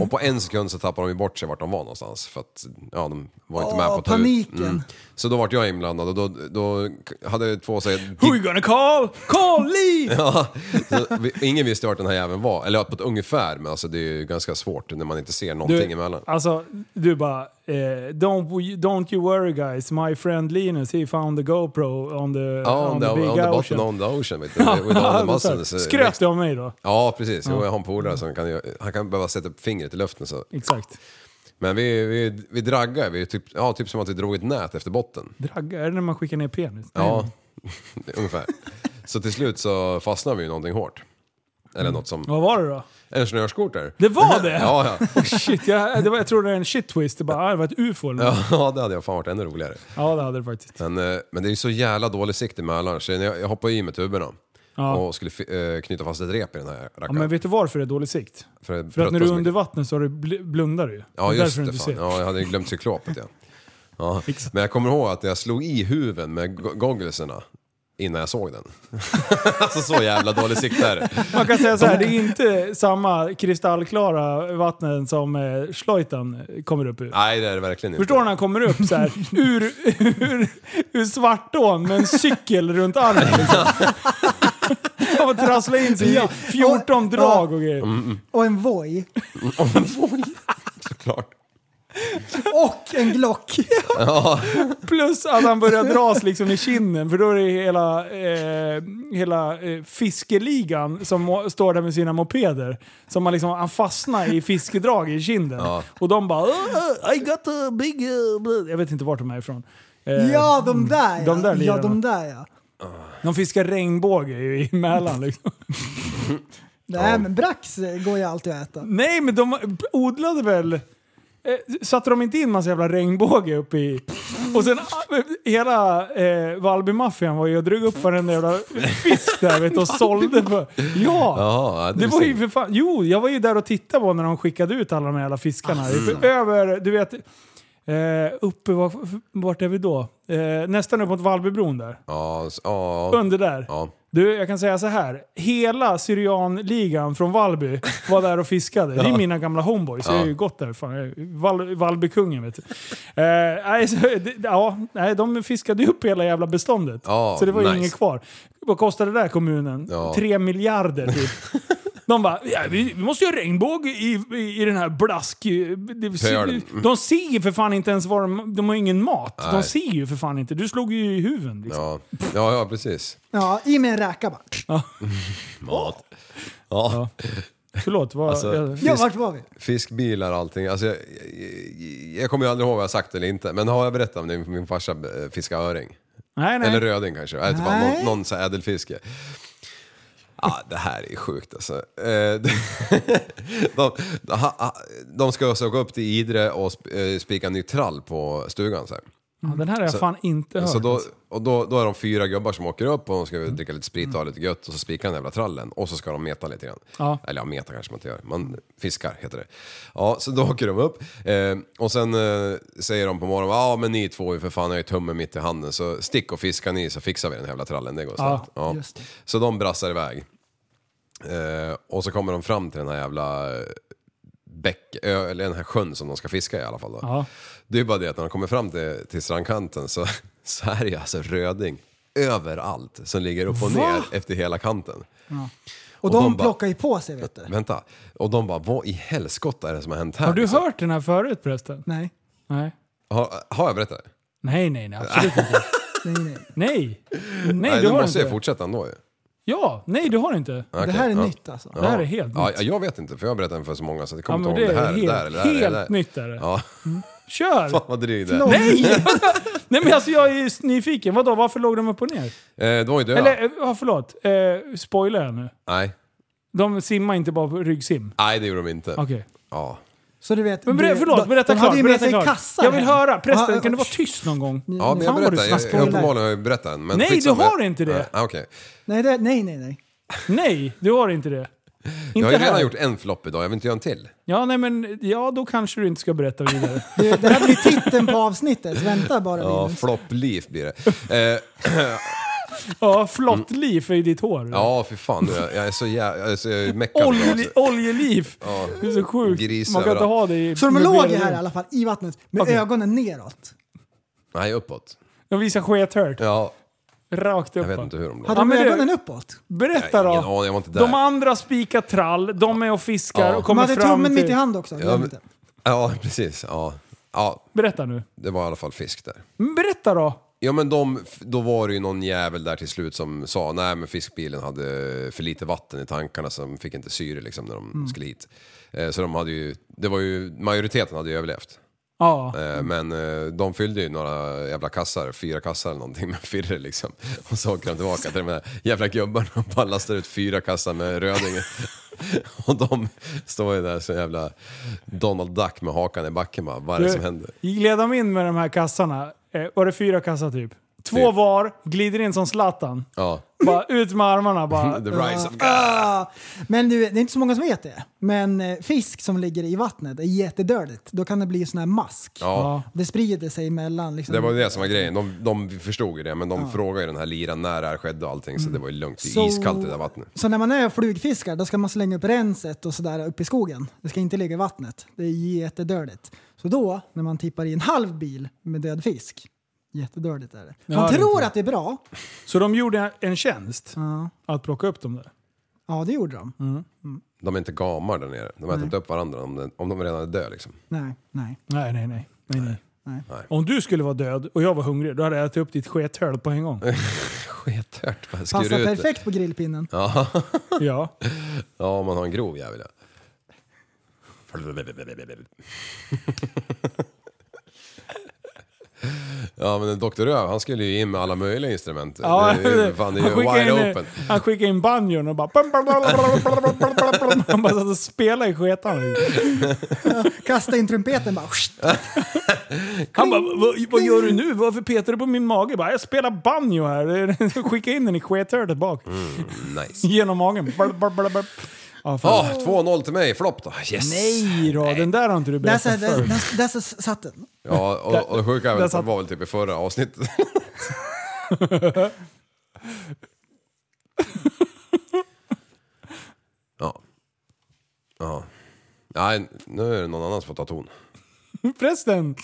Speaker 6: Och på en sekund så tappade de ju bort sig vart de var någonstans för att ja, de var inte med på
Speaker 5: Åh,
Speaker 6: att ta ut- Mm.
Speaker 5: paniken.
Speaker 6: Så då vart jag inblandad och då, då hade två så här,
Speaker 4: Who you gonna call? Call Lee!
Speaker 6: Ja, så vi- ingen visste vart den här jäveln var. Eller på ett ungefär, men alltså det är ju ganska svårt när man inte ser någonting emellan.
Speaker 4: alltså, du bara... Eh, don't, we- don't you worry guys, my friend Linus he found the GoPro on the,
Speaker 6: Ja,
Speaker 4: on
Speaker 6: on
Speaker 4: the
Speaker 6: the,
Speaker 4: big
Speaker 6: on the
Speaker 4: ocean.
Speaker 6: bottom on the ocean. Vet du. With all the muscles. eh,
Speaker 4: Skröt du om mig då?
Speaker 6: Ja, precis. Jo, jag har en polare som kan, ju- han kan behöva sätta upp fingret i luften. Så.
Speaker 4: Exakt.
Speaker 6: Men vi, vi, vi draggar, vi är typ, ja, typ som att vi drog ett nät efter botten.
Speaker 4: Dragga, är det när man skickar ner penis?
Speaker 6: Ja, ungefär. Så till slut så fastnar vi i någonting hårt. Eller något som...
Speaker 4: Vad var det då?
Speaker 6: En snöskoter.
Speaker 4: Mm. Det var det?
Speaker 6: Ja, ja.
Speaker 4: Shit, jag, det var, jag trodde det var en shit twist. Det, bara, ah, det var ett ufo eller något.
Speaker 6: ja, det hade jag fan varit ännu roligare.
Speaker 4: Ja, det hade det faktiskt.
Speaker 6: Men, eh, men det är ju så jävla dålig sikt i Mälaren så jag, jag hoppade i med tuberna. Och skulle fi- eh, knyta fast ett rep i den här
Speaker 4: Ja,
Speaker 6: rackaren.
Speaker 4: men vet du varför det är dålig sikt?
Speaker 6: för det
Speaker 4: För att när du är
Speaker 6: pruttar så
Speaker 4: under
Speaker 6: mycket.
Speaker 4: vattnet så har du bl- blundar du ju.
Speaker 6: Ja
Speaker 4: är
Speaker 6: just
Speaker 4: därför du
Speaker 6: det,
Speaker 4: inte
Speaker 6: fan.
Speaker 4: ser.
Speaker 6: Ja, jag hade ju glömt cyklopet ja. ja. Men jag kommer ihåg att jag slog i huven med go- goggleserna innan jag såg den. alltså så jävla dålig sikt är det.
Speaker 4: Man kan säga så här, det är inte samma kristallklara vatten som eh, Schleutan kommer upp ur.
Speaker 6: Nej det är det verkligen inte.
Speaker 4: Förstår du när han kommer upp så här, ur, ur, ur Svartån med en cykel runt armen? liksom. Han får trassla in sig i 14 drag och grejer.
Speaker 5: Och en voj.
Speaker 6: Såklart.
Speaker 5: Och en glock.
Speaker 4: Plus att han börjar dras liksom i kinden för då är det hela, eh, hela eh, fiskeligan som må- står där med sina mopeder. Som man liksom, han fastnar i fiskedrag i kinden. Och de bara "Oh, I got a big... uh, blah." Jag vet inte vart de är ifrån. Eh,
Speaker 5: Ja, de där ja.
Speaker 4: De där
Speaker 5: ja,
Speaker 4: lirarna.
Speaker 5: de där ja.
Speaker 4: De fiskar regnbåge i i Mälaren liksom.
Speaker 5: Nej, men brax eh, går ju alltid att äta.
Speaker 4: Nej men de odlade väl... Eh, satte de inte in massa jävla regnbåge uppe i... Och sen ah, hela eh, Valby-maffian var ju och drog upp varenda jävla fisk där vet, du, och sålde. För. Ja,
Speaker 6: Jaha, det
Speaker 4: det var
Speaker 6: visste
Speaker 4: ju för fan. Jo, jag var ju där och tittade på när de skickade ut alla de här jävla fiskarna.
Speaker 6: Ah,
Speaker 4: Över, du vet, eh, uppe, var, vart är vi då? Eh, nästan upp mot Valbybron där.
Speaker 6: Ja, s- ja,
Speaker 4: Under där.
Speaker 6: ja.
Speaker 4: Du, jag kan säga så här. Hela Syrianligan från Valby var där och fiskade. Det är mina gamla homeboys. Jag har ju gått där. Fan. jag är Val, Valbykungen vet du. Eh, nej, så, det- ja, nej, de fiskade ju upp hela jävla beståndet.
Speaker 6: Ja,
Speaker 4: så det var ju
Speaker 6: nice.
Speaker 4: inget kvar. Vad kostade det där kommunen?
Speaker 6: Ja.
Speaker 4: Tre miljarder typ. De bara, ja, vi, vi måste göra regnbåge i, i, i den här blask...
Speaker 6: Pölen.
Speaker 4: De, de ser ju för fan inte ens vad de... De har ju ingen mat. De ser ju för fan inte. Du slog ju i huven. Liksom.
Speaker 6: Ja, ja, ja precis.
Speaker 5: Ja, i med en räka bara.
Speaker 6: Mat. Ja.
Speaker 4: Förlåt, vad...
Speaker 6: Alltså,
Speaker 4: jag,
Speaker 5: Ja, vart var vi?
Speaker 6: Fiskbilar och allting. Alltså, jag, jag, jag kommer ju aldrig ihåg vad jag har sagt eller inte, men har jag berättat om det? Min farsa eh, fiskade öring.
Speaker 4: nej, nej.
Speaker 6: Eller röding kanske. Jag vet inte,
Speaker 5: Nej.
Speaker 6: fan, någon, någon så här ädelfiske. Ah, det här är sjukt alltså. Eh, de, de, de ska söka upp till Idre och sp- eh, spika en ny trall på stugan. Så här.
Speaker 4: Ja, Den här har jag fan inte hört. alltså.
Speaker 6: Så då, och då, då är de fyra gubbar som åker upp och de ska dricka lite sprit och ha lite gött och så spikar den jävla trallen och så ska de meta lite grann.
Speaker 4: Ja.
Speaker 6: Eller ja, meta kanske man inte gör. Man fiskar heter det. Ja, så då åker de upp eh, och sen eh, säger de på morgonen ja men ni två är ju för fan, jag har ju tummen mitt i handen så stick och fiska ni så fixar vi den här jävla trallen, det går snabbt. Ja, Så de brassar iväg. Eh, och så kommer de fram till den här jävla eh, bäck, ö, eller den här sjön som de ska fiska i alla fall. Då.
Speaker 4: Ja.
Speaker 6: Det är bara det att när de kommer fram till, till strandkanten så, så här är det alltså röding överallt som ligger upp och ner efter hela kanten.
Speaker 5: Och,
Speaker 6: Och
Speaker 5: de,
Speaker 6: de bara-
Speaker 5: plockar ju på sig vet du.
Speaker 6: Vänta. Och de bara, vad i helskotta är det som har hänt här?
Speaker 4: har du
Speaker 6: liksom?
Speaker 4: hört den här förut förresten?
Speaker 5: Nej,
Speaker 4: Nej.
Speaker 6: Har, har jag berättat? det?
Speaker 4: Nej, nej, nej. Absolut inte.
Speaker 5: nej, nej.
Speaker 4: Nej. Nej,
Speaker 6: Nej,
Speaker 4: du
Speaker 6: då
Speaker 4: har
Speaker 6: måste
Speaker 4: inte.
Speaker 6: jag fortsätta ändå ju.
Speaker 4: Ja, nej du har inte.
Speaker 5: Det
Speaker 6: Okej,
Speaker 5: här är
Speaker 6: ja.
Speaker 5: nytt alltså.
Speaker 4: Det här är helt
Speaker 6: Ja,
Speaker 4: nytt.
Speaker 6: ja, jag vet inte, för jag har berättat den för så många så jag
Speaker 4: Ja,
Speaker 6: kommer
Speaker 4: men
Speaker 6: inte
Speaker 4: det
Speaker 6: ihåg det
Speaker 4: är
Speaker 6: här,
Speaker 4: helt,
Speaker 6: där eller där.
Speaker 4: helt
Speaker 6: eller där.
Speaker 4: nytt är det.
Speaker 6: Ja,
Speaker 4: Kör!
Speaker 6: fan vad dryg det är.
Speaker 5: Förlåt.
Speaker 4: Nej! nej men alltså jag är ju nyfiken. Vadå, varför låg de upp och ner?
Speaker 6: Eh, de var ju döda.
Speaker 4: Eller, eh, ja, förlåt. Eh, spoilar jag nu?
Speaker 6: Nej.
Speaker 4: De simmar inte bara på ryggsim?
Speaker 6: Nej, det gjorde de inte.
Speaker 4: Okej.
Speaker 6: Ja.
Speaker 5: Så du vet,
Speaker 4: Men ber-
Speaker 5: du-
Speaker 4: förlåt,
Speaker 5: de-
Speaker 4: berätta
Speaker 5: de
Speaker 4: klart.
Speaker 5: hade ju med
Speaker 4: berätta
Speaker 5: sig
Speaker 4: klart.
Speaker 5: kassar
Speaker 4: jag vill
Speaker 5: hem.
Speaker 4: höra. Prästen,
Speaker 5: Ja,
Speaker 4: kan du vara
Speaker 5: och-
Speaker 4: tyst någon gång?
Speaker 6: Ja, men jag
Speaker 4: Fan vad du
Speaker 6: berättar. Jag, jag,
Speaker 4: snaskar.
Speaker 6: uppenbarligen har jag berättat den. Men
Speaker 4: Nej, du
Speaker 6: skitsamma.
Speaker 4: har inte det.
Speaker 6: Ja, okej.
Speaker 5: Nej, det, nej, nej, nej.
Speaker 4: Nej, du har inte det. Inte
Speaker 6: Jag har ju redan
Speaker 4: här.
Speaker 6: gjort en flopp idag, jag vill inte göra en till.
Speaker 4: Ja, nej men ja, då kanske du inte ska berätta vidare.
Speaker 5: Du, det här blir titeln på avsnittet. Vänta bara
Speaker 6: Ja,
Speaker 5: Linus.
Speaker 6: floppliv blir det. Eh,
Speaker 4: ja, flottliv är ju ditt hår.
Speaker 6: ja, för fan. nu är Jag, jag är så jävla... Jag är så jag är meckad idag,
Speaker 4: Oljeli,
Speaker 6: alltså.
Speaker 4: oljeliv! Det är så sjukt.
Speaker 6: Gris
Speaker 4: Man kan inte
Speaker 6: överallt.
Speaker 4: ha det i...
Speaker 5: Så de
Speaker 4: med
Speaker 5: låg ju
Speaker 4: benen.
Speaker 5: här i alla fall i vattnet med
Speaker 4: Okej.
Speaker 5: ögonen neråt.
Speaker 6: Nej, uppåt.
Speaker 4: De visar skethört.
Speaker 6: Ja,
Speaker 4: Rakt
Speaker 6: jag
Speaker 4: upp.
Speaker 6: vet inte hur de låg.
Speaker 5: Hade
Speaker 4: Ja,
Speaker 5: de
Speaker 4: men det-
Speaker 5: ögonen uppåt?
Speaker 4: Berätta
Speaker 6: Jag
Speaker 4: då.
Speaker 6: har ingen aning, jag var inte där.
Speaker 4: De andra spikar trall, de är och fiskar
Speaker 6: Ja.
Speaker 4: och
Speaker 5: De
Speaker 4: kommer
Speaker 5: hade
Speaker 4: fram
Speaker 5: tummen mitt i
Speaker 4: till...
Speaker 5: hand också.
Speaker 6: Ja,
Speaker 5: glöm
Speaker 6: men,
Speaker 5: inte.
Speaker 6: ja, precis. Ja. ja,
Speaker 4: Berätta nu.
Speaker 6: det var i alla fall fisk där.
Speaker 4: Men Berätta då.
Speaker 6: Ja men de, då var det ju någon jävel där till slut som sa nej men fiskbilen hade för lite vatten i tankarna så de fick inte syre liksom när de skulle hit. Eh, Så de hade ju, det var ju, majoriteten hade ju överlevt.
Speaker 4: Ja.
Speaker 6: Eh, Men eh, de fyllde ju några jävla kassar, fyra kassar eller någonting med firre liksom. Och så åker de tillbaka till de här jävla gubbarna och bara lastar ut fyra kassar med röding. Och de står ju där som jävla Donald Duck med hakan i backen bara, vad är det som händer?
Speaker 4: Gled dem in med de här kassarna. Eh, var det fyra kassar typ? Två
Speaker 6: Typ.
Speaker 4: var, glider in som Zlatan.
Speaker 6: Ja,
Speaker 4: Bara ut med armarna bara.
Speaker 6: the rise of God.
Speaker 5: Ah, men du, det är inte så många som vet det. Men eh, fisk som ligger i vattnet är jättedördigt. Då kan det bli sån här mask.
Speaker 6: Ja.
Speaker 5: Det sprider sig mellan. Liksom.
Speaker 6: Det var ju det som var grejen. De, de förstod ju det, men de frågade ju den här liran när det här skedde och allting. Så det var ju lugnt. Det är iskallt i det där vattnet.
Speaker 5: Så när man är och flugfiskar då ska man slänga upp renset och sådär uppe i skogen. Det ska inte ligga i vattnet. Det är jättedördigt. Så då, när man tippar i en halv bil med död fisk, jättedördigt är
Speaker 4: Ja,
Speaker 5: det. Man
Speaker 4: det är
Speaker 5: tror
Speaker 4: inte.
Speaker 5: att det är bra.
Speaker 4: Så de gjorde en tjänst att plocka upp dem där.
Speaker 5: Ja, det gjorde de.
Speaker 4: Mm.
Speaker 6: De är inte gamar där nere. De äter inte upp varandra om, den, om de redan är döda liksom.
Speaker 5: Nej, nej.
Speaker 4: Nej, nej, nej. nej, nej. Om du skulle vara död och jag var hungrig, då hade jag ätit upp ditt skethöl på en gång.
Speaker 6: Skethört. bara Skur ut
Speaker 5: Passar
Speaker 6: det.
Speaker 5: perfekt på grillpinnen.
Speaker 4: Ja.
Speaker 6: Ja, om man har en grov jävel. ja. Ja men Dr. Röv han skulle ju in med alla möjliga instrument.
Speaker 4: ja
Speaker 6: det är ju, fan, det är ju
Speaker 4: skickade
Speaker 6: wide
Speaker 4: in,
Speaker 6: open.
Speaker 4: Han skickade in banjon och bara... Han bara satt och spelade i sketan.
Speaker 5: Kasta in trumpeten bara.
Speaker 4: Han bara, "Vad- vad gör du nu? Varför petar du på min mage? Jag, bara, jag spelar banjo här. Skicka in den i skethörnet bak.
Speaker 6: Mm. Nice.
Speaker 4: Genom magen. Blub, blub, blub, blub. Ja, fan.
Speaker 6: Ah, 2-0 till mig, flopp då. Yes!
Speaker 4: Nej då, den där har inte du
Speaker 5: Där, sa-
Speaker 4: berättat
Speaker 5: där,
Speaker 4: förr.
Speaker 5: där, där sa- satt den.
Speaker 6: Ja, och, och det sjuka är väl
Speaker 4: Där
Speaker 6: att det
Speaker 4: satt-
Speaker 6: var väl typ i förra avsnittet. ja. Ja. Nej, nu är det någon annan som får ta ton.
Speaker 4: Förresten,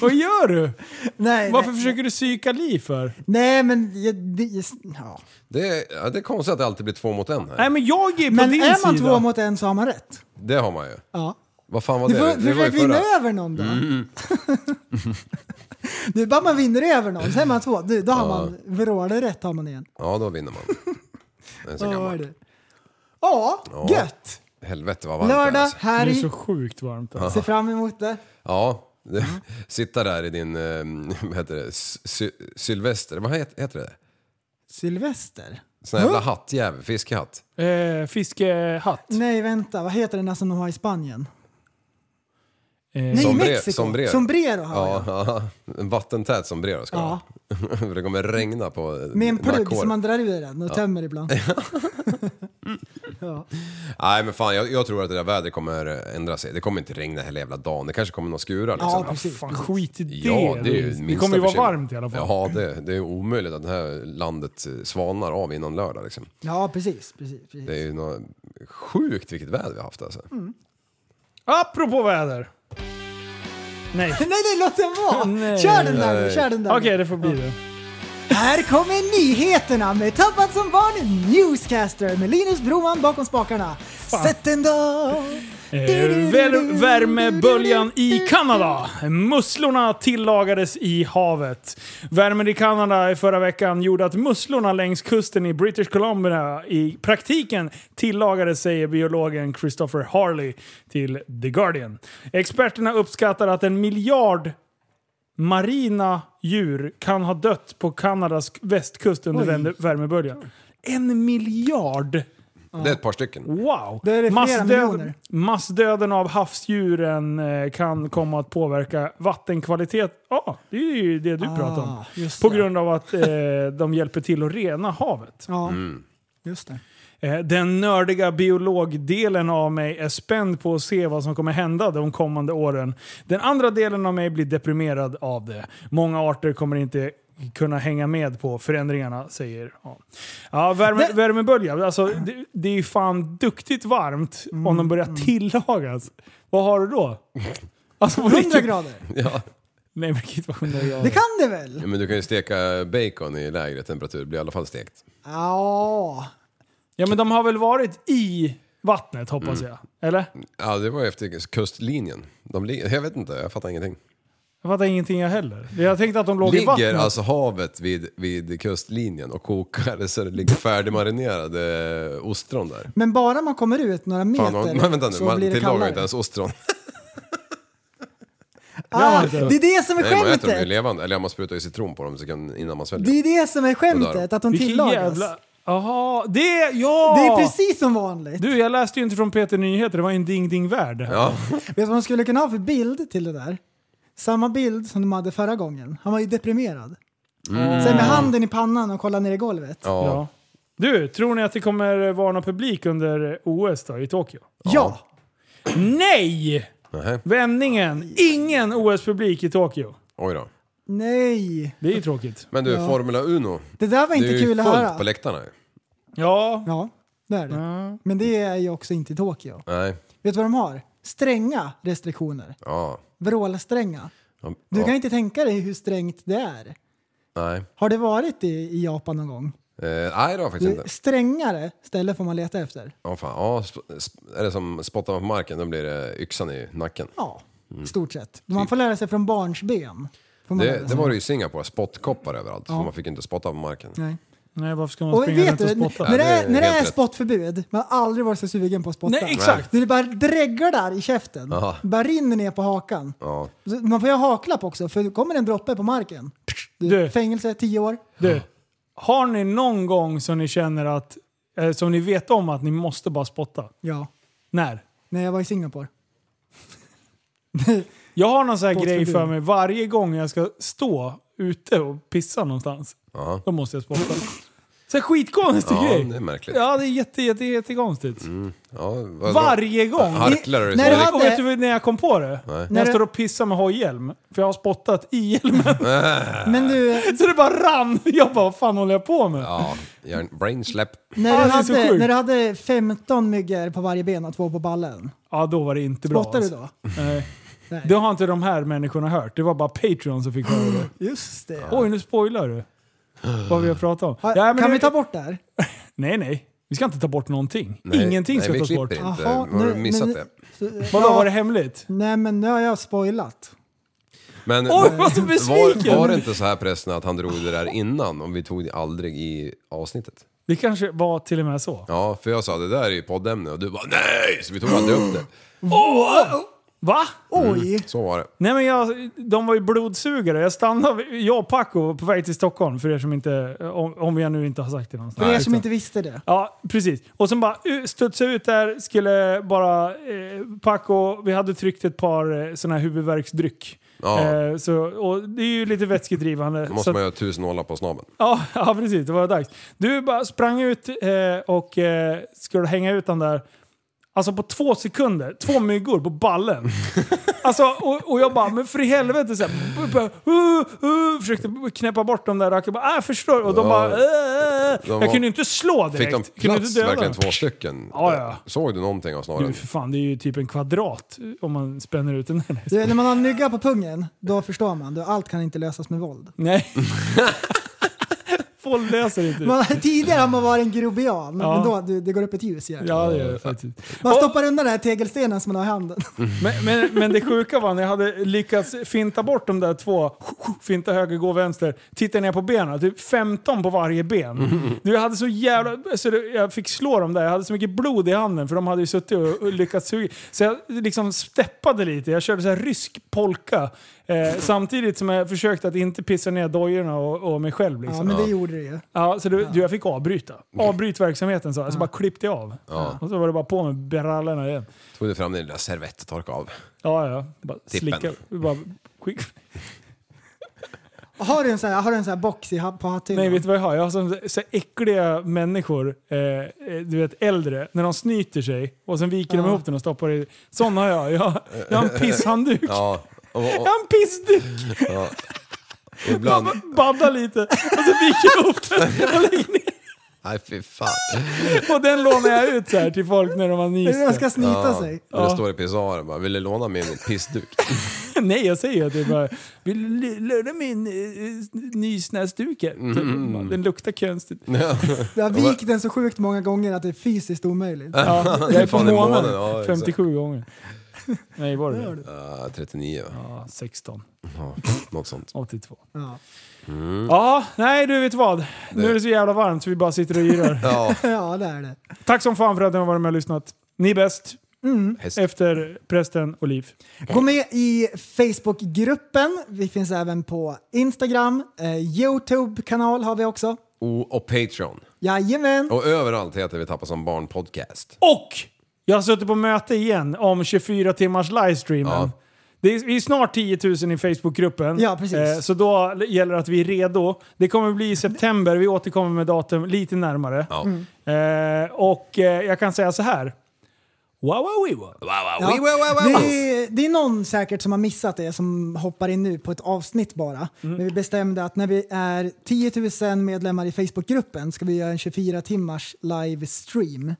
Speaker 4: vad gör du?
Speaker 5: Nej,
Speaker 4: Varför
Speaker 5: nej,
Speaker 4: försöker du psyka liv för?
Speaker 5: nej men... jag- det- Ja.
Speaker 6: Det är, ja, det är konstigt att det alltid blir två mot en här.
Speaker 4: Nej men jag är på
Speaker 5: Men
Speaker 4: din
Speaker 5: är man
Speaker 4: sida.
Speaker 5: två mot en så har man rätt.
Speaker 6: Det har man ju.
Speaker 5: Ja.
Speaker 6: Vad fan var
Speaker 5: Du
Speaker 6: det?
Speaker 5: får
Speaker 6: det var ju Mm.
Speaker 5: försök vinna över någon då. Det är bara man vinner över någon, sen är man två. Du, då har man vrålrätt har man igen.
Speaker 6: Ja, då vinner man. Det är så
Speaker 5: Ja,
Speaker 6: gammalt.
Speaker 5: du. Ja,
Speaker 6: Ja.
Speaker 5: gött!
Speaker 6: Helvete vad varmt det är.
Speaker 5: Lördag,
Speaker 6: Alltså.
Speaker 4: Det är
Speaker 5: här
Speaker 4: så sjukt varmt. Alltså.
Speaker 5: Se fram emot det.
Speaker 6: Ja. det-
Speaker 5: Mm.
Speaker 6: Sitta där i din, eh, vad heter det, sy- sy- sylvester, vad het- heter det?
Speaker 5: Sylvester?
Speaker 6: Sån här jävla
Speaker 5: Mm.
Speaker 6: hattjävel, fiskehatt.
Speaker 4: Eh, fiskehatt.
Speaker 5: Nej, vänta. Vad heter den där som de har i Spanien?
Speaker 4: Eh,
Speaker 5: Nej,
Speaker 6: Sombre-
Speaker 5: Mexiko.
Speaker 6: sombrero.
Speaker 5: Sombrero har
Speaker 6: Ja,
Speaker 5: jag.
Speaker 6: ja. En vattentät sombrero ska
Speaker 5: Ja.
Speaker 6: ja. För det kommer regna på
Speaker 5: Med en plugg
Speaker 6: nackhåret.
Speaker 5: som man drar ur den och tömmer ibland. ja.
Speaker 6: Nej men fan, jag, jag tror att det där vädret kommer ändra sig. Det kommer inte regna hela jävla dagen. Det kanske kommer några skurar liksom.
Speaker 5: Ja, precis.
Speaker 4: Fan skit i det.
Speaker 6: Ja, det är ju minsta
Speaker 4: det kommer ju vara
Speaker 6: förkyl-
Speaker 4: varmt i alla fall.
Speaker 6: Ja, det, det är omöjligt att det här landet eh, svalnar av innan lördag liksom.
Speaker 5: ja, precis. precis, precis.
Speaker 6: Det är ju något sjukt vilket väder vi har haft alltså.
Speaker 4: Apropå väder. Nej.
Speaker 5: Nej, nej, låt den vara!
Speaker 4: Nej.
Speaker 5: Kör den där nu, kör den där
Speaker 4: Okej,
Speaker 5: nu.
Speaker 4: det får bli det.
Speaker 5: Här kommer nyheterna med Tappad som barn Newscaster med Linus Broman bakom spakarna. Sätt en dag!
Speaker 4: Eh, väl- Värmeböljan i Kanada. Musslorna tillagades i havet. Värmen i Kanada i förra veckan gjorde att musslorna längs kusten i British Columbia i praktiken tillagades, säger biologen Christopher Harley till The Guardian. Experterna uppskattar att en miljard marina djur kan ha dött på Kanadas västkust under vände- värmeböljan. En miljard!
Speaker 6: Det är ett par stycken.
Speaker 4: Wow!
Speaker 5: Då är det flera miljoner.
Speaker 4: massdöden av havsdjuren eh, kan komma att påverka vattenkvalitet. Ja, det är ju det du pratar om.
Speaker 5: Ah, just
Speaker 4: På
Speaker 5: det.
Speaker 4: grund av att eh, de hjälper till att rena havet.
Speaker 5: Ja,
Speaker 6: Mm.
Speaker 5: just det.
Speaker 4: Eh, den nördiga biologdelen av mig är spänd på att se vad som kommer hända de kommande åren. Den andra delen av mig blir deprimerad av det. Många arter kommer inte kunna hänga med på förändringarna, säger ja. Ja, värme,
Speaker 5: Det-
Speaker 4: Värmebölja, alltså, det, det är ju fan duktigt varmt om de börjar tillagas. Vad har du då? Alltså, på
Speaker 5: 100
Speaker 4: riktigt-
Speaker 5: grader.
Speaker 6: Ja.
Speaker 4: Nej, men gud vad 100 grader.
Speaker 5: Det kan det väl?
Speaker 6: Men du kan ju steka bacon i lägre temperatur, det blir i alla fall stekt.
Speaker 5: Ja.
Speaker 4: Ja, men de har väl varit i vattnet, hoppas jag? Eller?
Speaker 6: Ja, det var ju efter kustlinjen. De li- jag vet inte, jag fattar ingenting.
Speaker 4: Jag fattar ingenting jag heller. Jag tänkte att de låg i
Speaker 6: Ligger
Speaker 4: vattnet.
Speaker 6: alltså havet vid, vid kustlinjen och kokar så det ligger färdigmarinerade eh, ostron där?
Speaker 5: Men bara man kommer ut några meter
Speaker 6: Fan, man, men vänta nu,
Speaker 5: så
Speaker 6: man
Speaker 5: blir det
Speaker 6: tillagar ju
Speaker 5: kallare.
Speaker 6: inte ens ostron.
Speaker 5: ah, det är det som är
Speaker 6: Nej, man äter dem ju
Speaker 5: skämtet!
Speaker 6: levande. Eller ja, man sprutar ju citron på dem så kan, innan man sväljer.
Speaker 5: Det är det som är
Speaker 6: Och där.
Speaker 5: skämtet, att de tillagas.
Speaker 4: Jaha, det... Ja!
Speaker 5: Det är precis som vanligt.
Speaker 4: Du, jag läste ju inte från Peter Nyheter. Det var ju en Ding Ding Värld. Ja.
Speaker 6: Ja,
Speaker 5: Vet du vad man skulle kunna ha för bild till det där? Samma bild som de hade förra gången. Han var ju deprimerad. Sen med handen i pannan och kollade ner i golvet. Ja!
Speaker 6: Mm. ja.
Speaker 4: Du, tror ni att det kommer vara någon publik under OS då, i Tokyo? Nej!
Speaker 6: Nähä.
Speaker 4: Vändningen! Ingen OS-publik i Tokyo.
Speaker 6: Oj då.
Speaker 5: Nej!
Speaker 4: Det är ju tråkigt.
Speaker 6: Men du, Formula Uno.
Speaker 5: Det där var
Speaker 6: Det
Speaker 5: inte
Speaker 6: är ju
Speaker 5: kul
Speaker 6: fullt
Speaker 5: att höra.
Speaker 6: på läktarna ju.
Speaker 4: Ja.
Speaker 5: Ja, det är det. Men det är ju också inte i Tokyo.
Speaker 6: Nej,
Speaker 5: Vet du vad de har? Stränga restriktioner.
Speaker 6: ja.
Speaker 5: Vrålstränga.
Speaker 6: ja.
Speaker 5: Du kan
Speaker 6: ja.
Speaker 5: inte tänka dig hur strängt det är.
Speaker 6: Nej.
Speaker 5: Har det varit i, i Japan någon gång?
Speaker 6: Eh, nej, det har jag faktiskt inte.
Speaker 5: Strängare ställe får man leta efter.
Speaker 6: Ja, fan. Ja, sp- sp- är det som spottar man på marken, då blir det yxan i nacken.
Speaker 5: Ja, i stort sett. Man får lära sig från barnsben. Får man lära
Speaker 6: Mm.
Speaker 5: sig.
Speaker 6: Det, det var det ju i Singapore, spottkoppar överallt. För man fick ju inte spotta på marken.
Speaker 5: Nej.
Speaker 4: Nej, varför ska man
Speaker 5: Och
Speaker 4: springa runt
Speaker 5: vet
Speaker 4: och
Speaker 5: du,
Speaker 4: spotta?
Speaker 5: när det
Speaker 6: Ja, det
Speaker 5: är,
Speaker 6: är
Speaker 5: när det
Speaker 6: helt
Speaker 5: är
Speaker 6: rätt.
Speaker 5: spottförbud, man har aldrig varit så sugen på att spotta.
Speaker 4: Nej, exakt.
Speaker 5: Det bara dreglar där i käften.
Speaker 6: Aha.
Speaker 5: Bara rinner ner på hakan.
Speaker 6: Ja.
Speaker 5: Så Man får ju ha haklapp också, för kommer en droppe på marken, du,
Speaker 4: Du.
Speaker 5: fängelse, tio år.
Speaker 4: Du, har ni någon gång som ni känner att... eh, Som ni vet om att ni måste bara spotta?
Speaker 5: Ja,
Speaker 4: När?
Speaker 5: när jag var i Singapore.
Speaker 4: Jag har någon sån här grej
Speaker 5: Båtförbud.
Speaker 4: för mig varje gång jag ska stå ute och pissa någonstans.
Speaker 6: Ja.
Speaker 4: Då måste jag spotta. Så här skitkonstig
Speaker 6: Ja,
Speaker 4: grej.
Speaker 6: det är märkligt.
Speaker 4: Ja, det är jätte, jätte, jättekonstigt.
Speaker 6: Ja, vad-
Speaker 4: Varje gång.
Speaker 6: Alltså, Harklar du dig
Speaker 5: När
Speaker 6: så?
Speaker 5: du
Speaker 4: Och
Speaker 5: hade-
Speaker 4: vet du när jag kom på det? När jag
Speaker 5: du-
Speaker 4: står och pissar med hojhjälm. För jag har spottat i hjälmen.
Speaker 6: Äh.
Speaker 5: Men du,
Speaker 4: Så det bara rann. Jag bara, vad fan håller jag på med?
Speaker 6: Ja, hjärn- brain slap.
Speaker 5: när du,
Speaker 4: Ah, det är så
Speaker 5: hade,
Speaker 4: sjukt.
Speaker 5: när du hade 15 myggor på varje ben och två på ballen,
Speaker 4: Ja, då var det inte bra.
Speaker 5: spottade du
Speaker 4: alltså.
Speaker 5: då?
Speaker 4: Nej.
Speaker 5: Nej.
Speaker 4: Det har inte de här människorna hört. Det var bara Patreon som fick höra det.
Speaker 5: Just det.
Speaker 4: Oj, nu spoilar du. Vad vi har pratat om.
Speaker 5: Ha,
Speaker 4: Ja, men
Speaker 5: kan
Speaker 4: det-
Speaker 5: vi ta bort det här?
Speaker 4: Nej, nej. Vi ska inte ta bort någonting.
Speaker 6: Nej,
Speaker 4: Ingenting ska
Speaker 6: nej, vi
Speaker 4: tas bort.
Speaker 6: klipper inte.
Speaker 5: Jaha,
Speaker 6: har du
Speaker 5: nu-
Speaker 6: missat
Speaker 5: men-
Speaker 6: det?
Speaker 4: Vadå, var det hemligt?
Speaker 5: Nej men nu har jag spoilat.
Speaker 6: Men
Speaker 4: Oj, vad så
Speaker 6: var,
Speaker 4: besviken!
Speaker 6: var det inte så här förresten att han drog det där innan och vi tog det aldrig i avsnittet?
Speaker 4: Det kanske var till och med så.
Speaker 6: Ja, för jag sa det där är ju poddämne och du bara nej! Så vi tog aldrig upp det.
Speaker 4: Va?
Speaker 5: Oj!
Speaker 6: Så var det.
Speaker 4: Mm. Nej men jag, de var ju blodsugare. Jag stannade, jag och Paco var på väg till Stockholm för er som inte, om, om jag nu inte har sagt det någonstans.
Speaker 5: För er som inte visste det.
Speaker 4: Ja, precis. Och sen bara uh, studsade ut där, skulle bara... Eh, Paco, vi hade tryckt ett par eh, såna här huvudvärksdryck.
Speaker 6: Ja.
Speaker 4: Eh, så, och det är ju lite vätskedrivande.
Speaker 6: Då
Speaker 4: så
Speaker 6: måste
Speaker 4: att-
Speaker 6: man göra tusen nålar på snabeln.
Speaker 4: Ja, ja, precis. Det var dags. Du bara sprang ut eh, och eh, skulle hänga ut den där. Alltså på två sekunder, två myggor på ballen. Alltså, och, och jag bara, men för i helvete. Så här, b- b- uh, uh, försökte knäppa bort de där rackarna. Bara, ah, jag förstår. Och de
Speaker 6: Ja.
Speaker 4: bara, eh, eh.
Speaker 6: De var-
Speaker 4: jag kunde ju inte slå direkt.
Speaker 6: Fick de
Speaker 4: kunde inte
Speaker 6: plats
Speaker 4: döda
Speaker 6: verkligen
Speaker 4: dem.
Speaker 6: två stycken?
Speaker 4: Ja, ja.
Speaker 6: Såg du någonting av
Speaker 4: Du,
Speaker 6: snaren?
Speaker 4: för fan, det är ju typ en kvadrat om man spänner ut den där.
Speaker 5: Du, när man har en mygga på pungen, då förstår man. Du, allt kan inte lösas med våld.
Speaker 4: Nej. Folk löser inte det.
Speaker 5: Man, tidigare har man varit en grobian,
Speaker 4: Ja.
Speaker 5: men då du, det går upp ett ljus igen.
Speaker 4: Ja, det gör det faktiskt.
Speaker 5: Man
Speaker 4: Och-
Speaker 5: stoppar undan den här tegelstenen som man har i handen.
Speaker 4: Men, men, men det sjuka var när jag hade lyckats finta bort de där två, finta höger, gå vänster, titta ner på benen, typ 15 på varje ben. Du, jag hade så jävla... Så det, jag fick slå dem där, jag hade så mycket blod i handen för de hade ju suttit och, och lyckats suga. Så jag liksom steppade lite, jag körde så här rysk polka. Eh, samtidigt som jag försökte att inte pissa ner dojorna och, och mig själv.
Speaker 5: Ja,
Speaker 4: Liksom.
Speaker 5: men det gjorde det ju.
Speaker 4: Ja, så du, du, jag fick avbryta. Avbryt verksamheten så. Alltså bara klippte jag av. Och så var det bara på med brallorna igen.
Speaker 6: Tog du fram din lilla servett och torkade av?
Speaker 4: Ja, ja. Bara
Speaker 6: Tippen.
Speaker 4: slicka. Bara, skick.
Speaker 5: Har du en sån här, har du en sån här box i, ha- på hatthyllan?
Speaker 4: Nej, vet du vad jag har? Jag har sån- så äckliga människor, eh, eh, du vet äldre, när de snyter sig och sen viker de
Speaker 5: Ja.
Speaker 4: ihop den och stoppar i. Sån har jag. Jag, jag har en pisshandduk.
Speaker 6: Ja. Och, och,
Speaker 4: Jag har en pissduk!
Speaker 6: och ibland...
Speaker 4: Badda lite och så viker jag ihop den och lägger ner.
Speaker 6: Nej fy fan.
Speaker 4: Och den lånar jag ut så här till folk när de har
Speaker 5: Hur den
Speaker 4: nyst.
Speaker 5: ska snyta
Speaker 6: Ja.
Speaker 5: sig.
Speaker 6: Och det står i pissoaren bara, vill du låna mig min pissduk?
Speaker 4: Nej, jag säger ju att det är bara... Vill du löna min eh, nysnäsduk här?
Speaker 6: Mm.
Speaker 4: Den luktar konstigt.
Speaker 5: Du har vikt den så sjukt många gånger att det är fysiskt omöjligt.
Speaker 4: Ja, jag Typ är på
Speaker 6: Fan, det är
Speaker 4: månaden.
Speaker 6: månaden, ja, exakt.
Speaker 4: 57 gånger. Nej, var det det?
Speaker 6: Ja, 39 va?
Speaker 4: Ja, 16.
Speaker 6: Ja, något sånt.
Speaker 4: 82.
Speaker 5: Ja.
Speaker 4: Ja, Mm. nej du vet vad. Nu är det så jävla varmt så vi bara sitter och yrar.
Speaker 6: Ja,
Speaker 5: ja, det är det.
Speaker 4: Tack som fan för att ni har varit med och lyssnat. Ni är bäst. Mm.
Speaker 6: häst.
Speaker 4: Efter prästen och liv.
Speaker 5: Gå med i Facebookgruppen. Vi finns även på Instagram. Eh, Youtube-kanal har vi också.
Speaker 6: Och, och Patreon.
Speaker 5: Jajamän!
Speaker 6: Och överallt heter vi Tappa som barn podcast.
Speaker 4: Och jag har suttit på möte igen om 24 timmars livestreamen.
Speaker 6: Ja.
Speaker 4: Det är, vi är snart 10 000 i Facebookgruppen. Eh,
Speaker 5: Ja, precis.
Speaker 4: så då gäller det att vi är redo. Det kommer bli i september. Vi återkommer med datum lite närmare.
Speaker 6: Ja.
Speaker 4: Eh, och eh, jag kan säga så här. Wow, wow, wow.
Speaker 5: Ja. Det, är, det är någon säkert som har missat det som hoppar in nu på ett avsnitt bara.
Speaker 4: Mm.
Speaker 5: Men vi bestämde att när vi är 10 000 medlemmar i Facebookgruppen ska vi göra en 24 timmars livestream.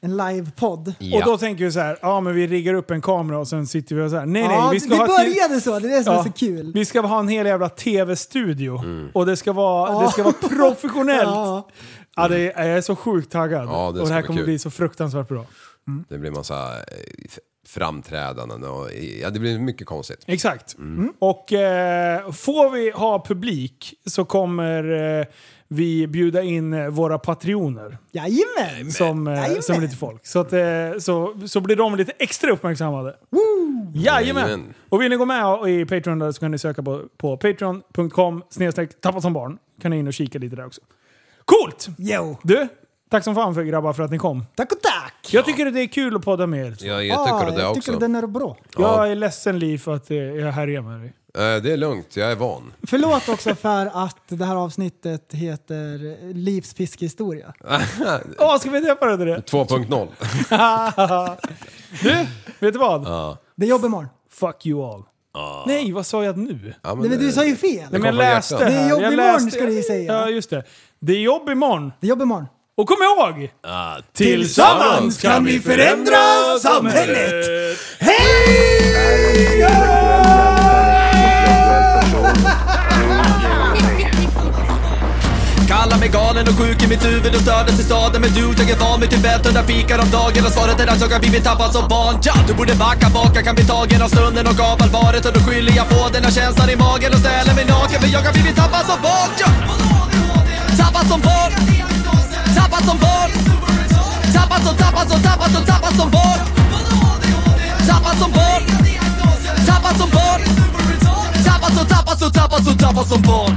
Speaker 5: En livepodd.
Speaker 4: Och då
Speaker 6: Ja.
Speaker 4: tänker vi så här, ja men vi riggar upp en kamera och sen sitter vi och så här. Nej, nej,
Speaker 5: Ja,
Speaker 4: vi ska
Speaker 5: det
Speaker 4: ha ett-
Speaker 5: började så, det är det som
Speaker 4: Ja,
Speaker 5: är så kul.
Speaker 4: Vi ska ha en hel jävla tv-studio.
Speaker 6: Mm.
Speaker 4: Och det ska vara, det ska vara professionellt. ja.
Speaker 5: Ja.
Speaker 4: det är, jag är så sjukt taggad.
Speaker 6: Ja, det
Speaker 4: och det
Speaker 6: ska
Speaker 4: här
Speaker 6: bli
Speaker 4: kommer
Speaker 6: kul.
Speaker 4: bli så fruktansvärt bra.
Speaker 6: Det blir massa eh, f- framträdanden och ja, det blir mycket konstigt.
Speaker 4: Exakt.
Speaker 6: Mm.
Speaker 4: Mm. Och eh, får vi ha publik så kommer eh, vi bjuda in eh, våra patrioner
Speaker 5: Jajamän!
Speaker 4: som, eh,
Speaker 5: Jajamän.
Speaker 4: som lite folk. Så, att, eh, så, så blir de lite extra uppmärksammade. Jajamän!
Speaker 6: Jajamän.
Speaker 4: Och vill ni gå med i Patreon där så kan ni söka på, på patreon.com snedstreck tappat som barn. Kan ni in och kika lite där också. Coolt!
Speaker 5: Jo!
Speaker 4: Du, Tack som fan för grabbar för att ni kom.
Speaker 5: Tack och tack!
Speaker 4: Jag tycker att det är kul att podda med er.
Speaker 6: Ja, jag tycker det
Speaker 5: Ah, jag
Speaker 6: också.
Speaker 5: tycker den är bra.
Speaker 4: Jag är ledsen Liv för att eh, jag härjar med dig.
Speaker 6: Eh, Det är lugnt, jag är van.
Speaker 5: Förlåt också för att det här avsnittet heter Livs fiskehistoria.
Speaker 4: Åh, ska vi döpa det till det?
Speaker 6: 2.0.
Speaker 4: Du, vet du vad?
Speaker 5: Det är jobb imorgon.
Speaker 4: Fuck you all. Nej, vad sa jag nu?
Speaker 6: Ja, men
Speaker 5: Nej, men du
Speaker 6: det-
Speaker 5: sa ju fel.
Speaker 4: Nej,
Speaker 6: kom
Speaker 4: men jag
Speaker 6: från
Speaker 4: läste
Speaker 6: hjärtat.
Speaker 4: här.
Speaker 5: Det är jobb
Speaker 4: jag
Speaker 5: imorgon,
Speaker 4: läste-
Speaker 5: ska du säga.
Speaker 4: Ja, just det. Det är jobb imorgon.
Speaker 5: Det är jobb imorgon.
Speaker 4: Och kom ihåg!
Speaker 6: Tillsammans kan vi förändra
Speaker 4: samhället!
Speaker 1: Kallar mig galen och sjuk i mitt huvud och stördes i staden Men du, jag är van vid Tibet och där fikar om dagen Och svaret är att jag har blivit tappad som barn ja, Du borde backa bak, jag kan bli tagen av stunden och av allvaret Och då skyller jag på den här känslan i magen och ställer mig naken För jag har blivit tappad som barn ja. Tappad som barn Tappad som barn Tappad som, tappad som, tappad som, tappad som barn Tappad som barn Tappad som barn Tappad som, tappad som, tappad som, tappad som barn